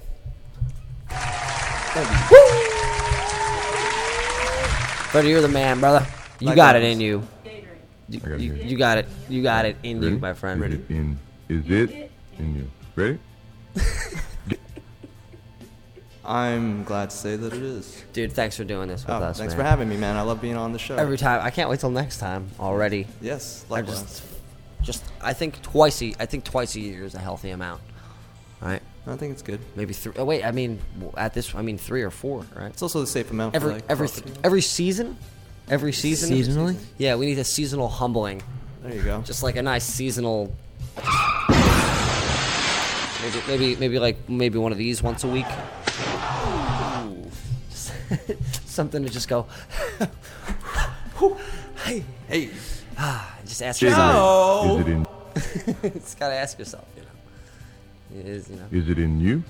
[SPEAKER 7] Freddy, you're the man, brother. You got it in you. You,
[SPEAKER 22] I got it
[SPEAKER 7] you-
[SPEAKER 22] here.
[SPEAKER 7] you got it. You got it in
[SPEAKER 22] Ready?
[SPEAKER 7] you, my friend.
[SPEAKER 22] Is it in? Is it in you? Ready?
[SPEAKER 8] I'm glad to say that it is.
[SPEAKER 7] Dude, thanks for doing this with
[SPEAKER 8] Oh,
[SPEAKER 7] us.
[SPEAKER 8] thanks
[SPEAKER 7] man.
[SPEAKER 8] for having me, man. I love being on the show.
[SPEAKER 7] Every time, I can't wait till next time already.
[SPEAKER 8] Yes,
[SPEAKER 7] I just, just I think twice a, I think twice a year is a healthy amount. Right.
[SPEAKER 8] I think it's good.
[SPEAKER 7] Maybe three. Oh wait, I mean well, at this, I mean three or four. Right. It's
[SPEAKER 8] also the safe amount. for,
[SPEAKER 7] Every
[SPEAKER 8] like,
[SPEAKER 7] every
[SPEAKER 8] property.
[SPEAKER 7] every season, every season.
[SPEAKER 8] Seasonally?
[SPEAKER 7] Yeah, we need a seasonal humbling
[SPEAKER 8] There you go.
[SPEAKER 7] Just like a nice seasonal. Maybe, maybe, maybe like maybe one of these once a week. Just- Something to just go. hey,
[SPEAKER 8] hey.
[SPEAKER 7] just ask
[SPEAKER 22] Gatorade, Is
[SPEAKER 7] yourself.
[SPEAKER 22] it in?
[SPEAKER 7] just gotta ask yourself, you know. It is, you know.
[SPEAKER 22] Is it in you?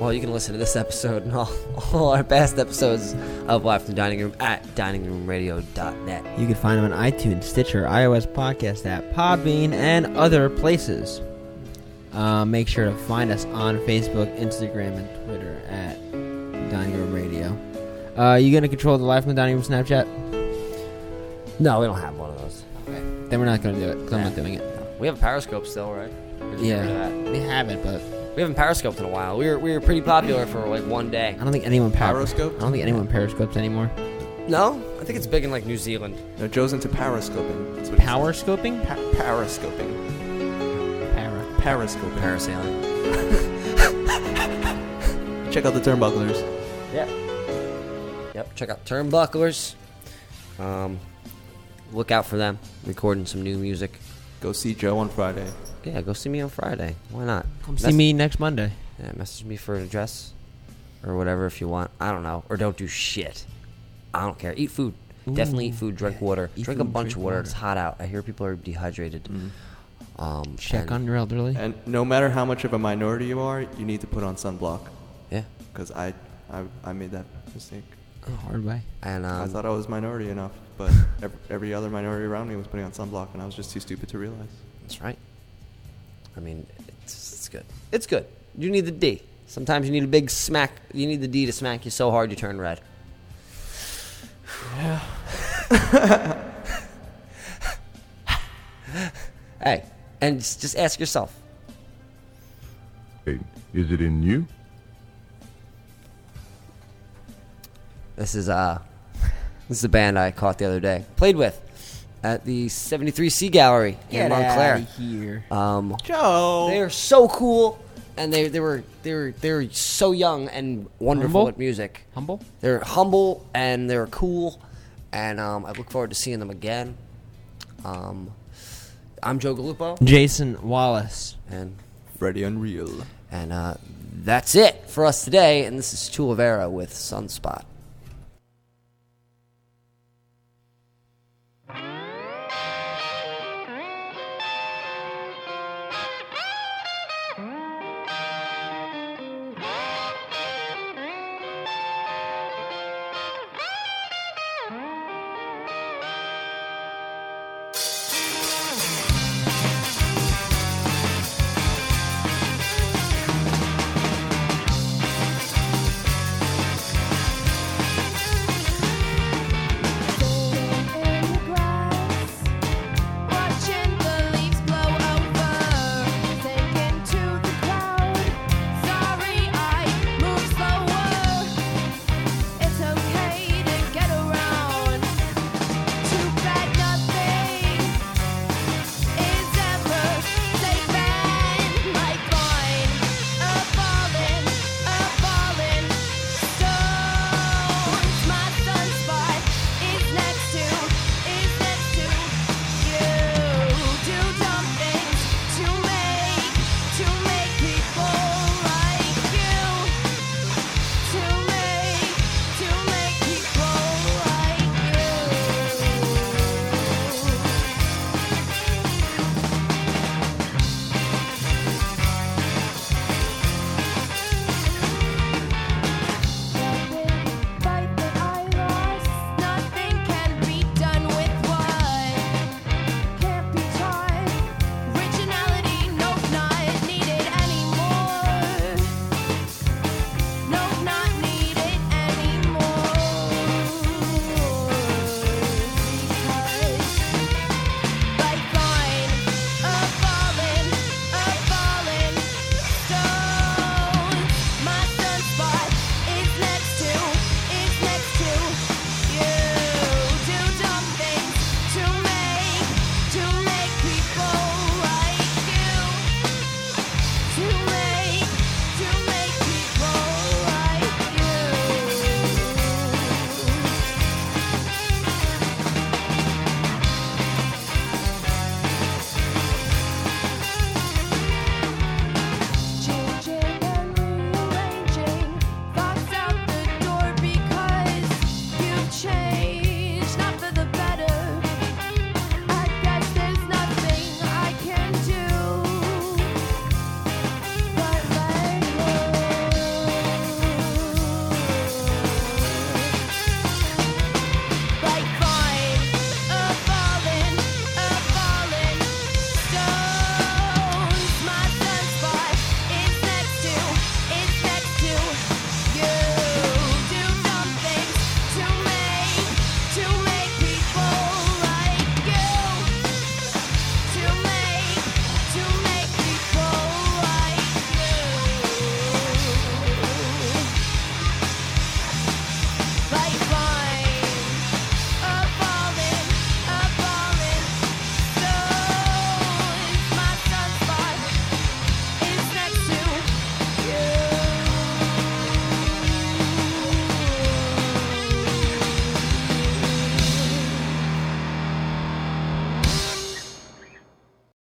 [SPEAKER 7] Well, you can listen to this episode and all, all our past episodes of Life in the Dining Room at diningroomradio.net.
[SPEAKER 5] You can find them on iTunes, Stitcher, iOS Podcast app, Podbean, and other places. Uh, make sure to find us on Facebook, Instagram, and Twitter at Dining Room Radio. Uh, you gonna control the live from the dining room Snapchat?
[SPEAKER 7] No, we don't have one of those.
[SPEAKER 5] Okay. Then we're not gonna do it. 'cause I'm not doing it.
[SPEAKER 7] We have a Periscope still, right? Or did you
[SPEAKER 5] Yeah.
[SPEAKER 7] get rid of that?
[SPEAKER 5] We haven't, but
[SPEAKER 7] we haven't Periscoped in a while. We were we were pretty popular for like one day.
[SPEAKER 5] I don't think anyone power.
[SPEAKER 7] Periscope?
[SPEAKER 5] I don't think anyone periscopes anymore.
[SPEAKER 7] No, I think it's big in like New Zealand.
[SPEAKER 8] No, Joe's into parascoping. That's what
[SPEAKER 5] Power scoping?
[SPEAKER 8] Pa- parascoping.
[SPEAKER 5] Para.
[SPEAKER 8] Parascoping.
[SPEAKER 7] Parasailing.
[SPEAKER 8] Check out the turnbucklers.
[SPEAKER 7] Yep. Yep. Check out Turnbucklers. Um, look out for them. Recording some new music.
[SPEAKER 8] Go see Joe on Friday.
[SPEAKER 7] Yeah, go see me on Friday. Why not?
[SPEAKER 5] Come see me next Monday.
[SPEAKER 7] Yeah, message me for an address or whatever if you want. I don't know. Or don't do shit. I don't care. Eat food. Definitely eat food. Drink water. drink a
[SPEAKER 5] food,
[SPEAKER 7] bunch
[SPEAKER 5] drink
[SPEAKER 7] of water.
[SPEAKER 5] water.
[SPEAKER 7] It's hot out. I hear people are dehydrated. Um,
[SPEAKER 5] Check
[SPEAKER 7] and-
[SPEAKER 5] on your elderly.
[SPEAKER 8] Mm-hmm. And no matter how much of a minority you are, you need to put on sunblock.
[SPEAKER 7] Yeah.
[SPEAKER 8] Because I, I, I made that mistake.
[SPEAKER 5] Oh, Hard way.
[SPEAKER 7] And
[SPEAKER 8] I
[SPEAKER 7] um,
[SPEAKER 8] thought I was minority enough, but ev every other minority around me was putting on sunblock, and I was just too stupid to realize.
[SPEAKER 7] That's right. I mean, it's, it's good. It's good. You need the D. Sometimes you need a big smack. You need the D to smack you so hard you turn red. hey, and just just ask yourself.
[SPEAKER 22] Hey, Is it in you?
[SPEAKER 7] This is uh, this is a band I caught the other day. Played with at the 73C Gallery in
[SPEAKER 5] Get
[SPEAKER 7] Montclair.
[SPEAKER 5] outta here.
[SPEAKER 7] Um,
[SPEAKER 8] Joe.
[SPEAKER 7] They are so cool, and they they were they were they were so young and wonderful
[SPEAKER 5] Humble?
[SPEAKER 7] at music.
[SPEAKER 5] Humble.
[SPEAKER 7] They're humble and they're cool, and um, I look forward to seeing them again. Um, I'm Joe Galupo.
[SPEAKER 5] Jason Wallace.
[SPEAKER 7] And
[SPEAKER 8] Freddie Unreal.
[SPEAKER 7] And uh, that's it for us today. And this is Tulivera with Sunspot.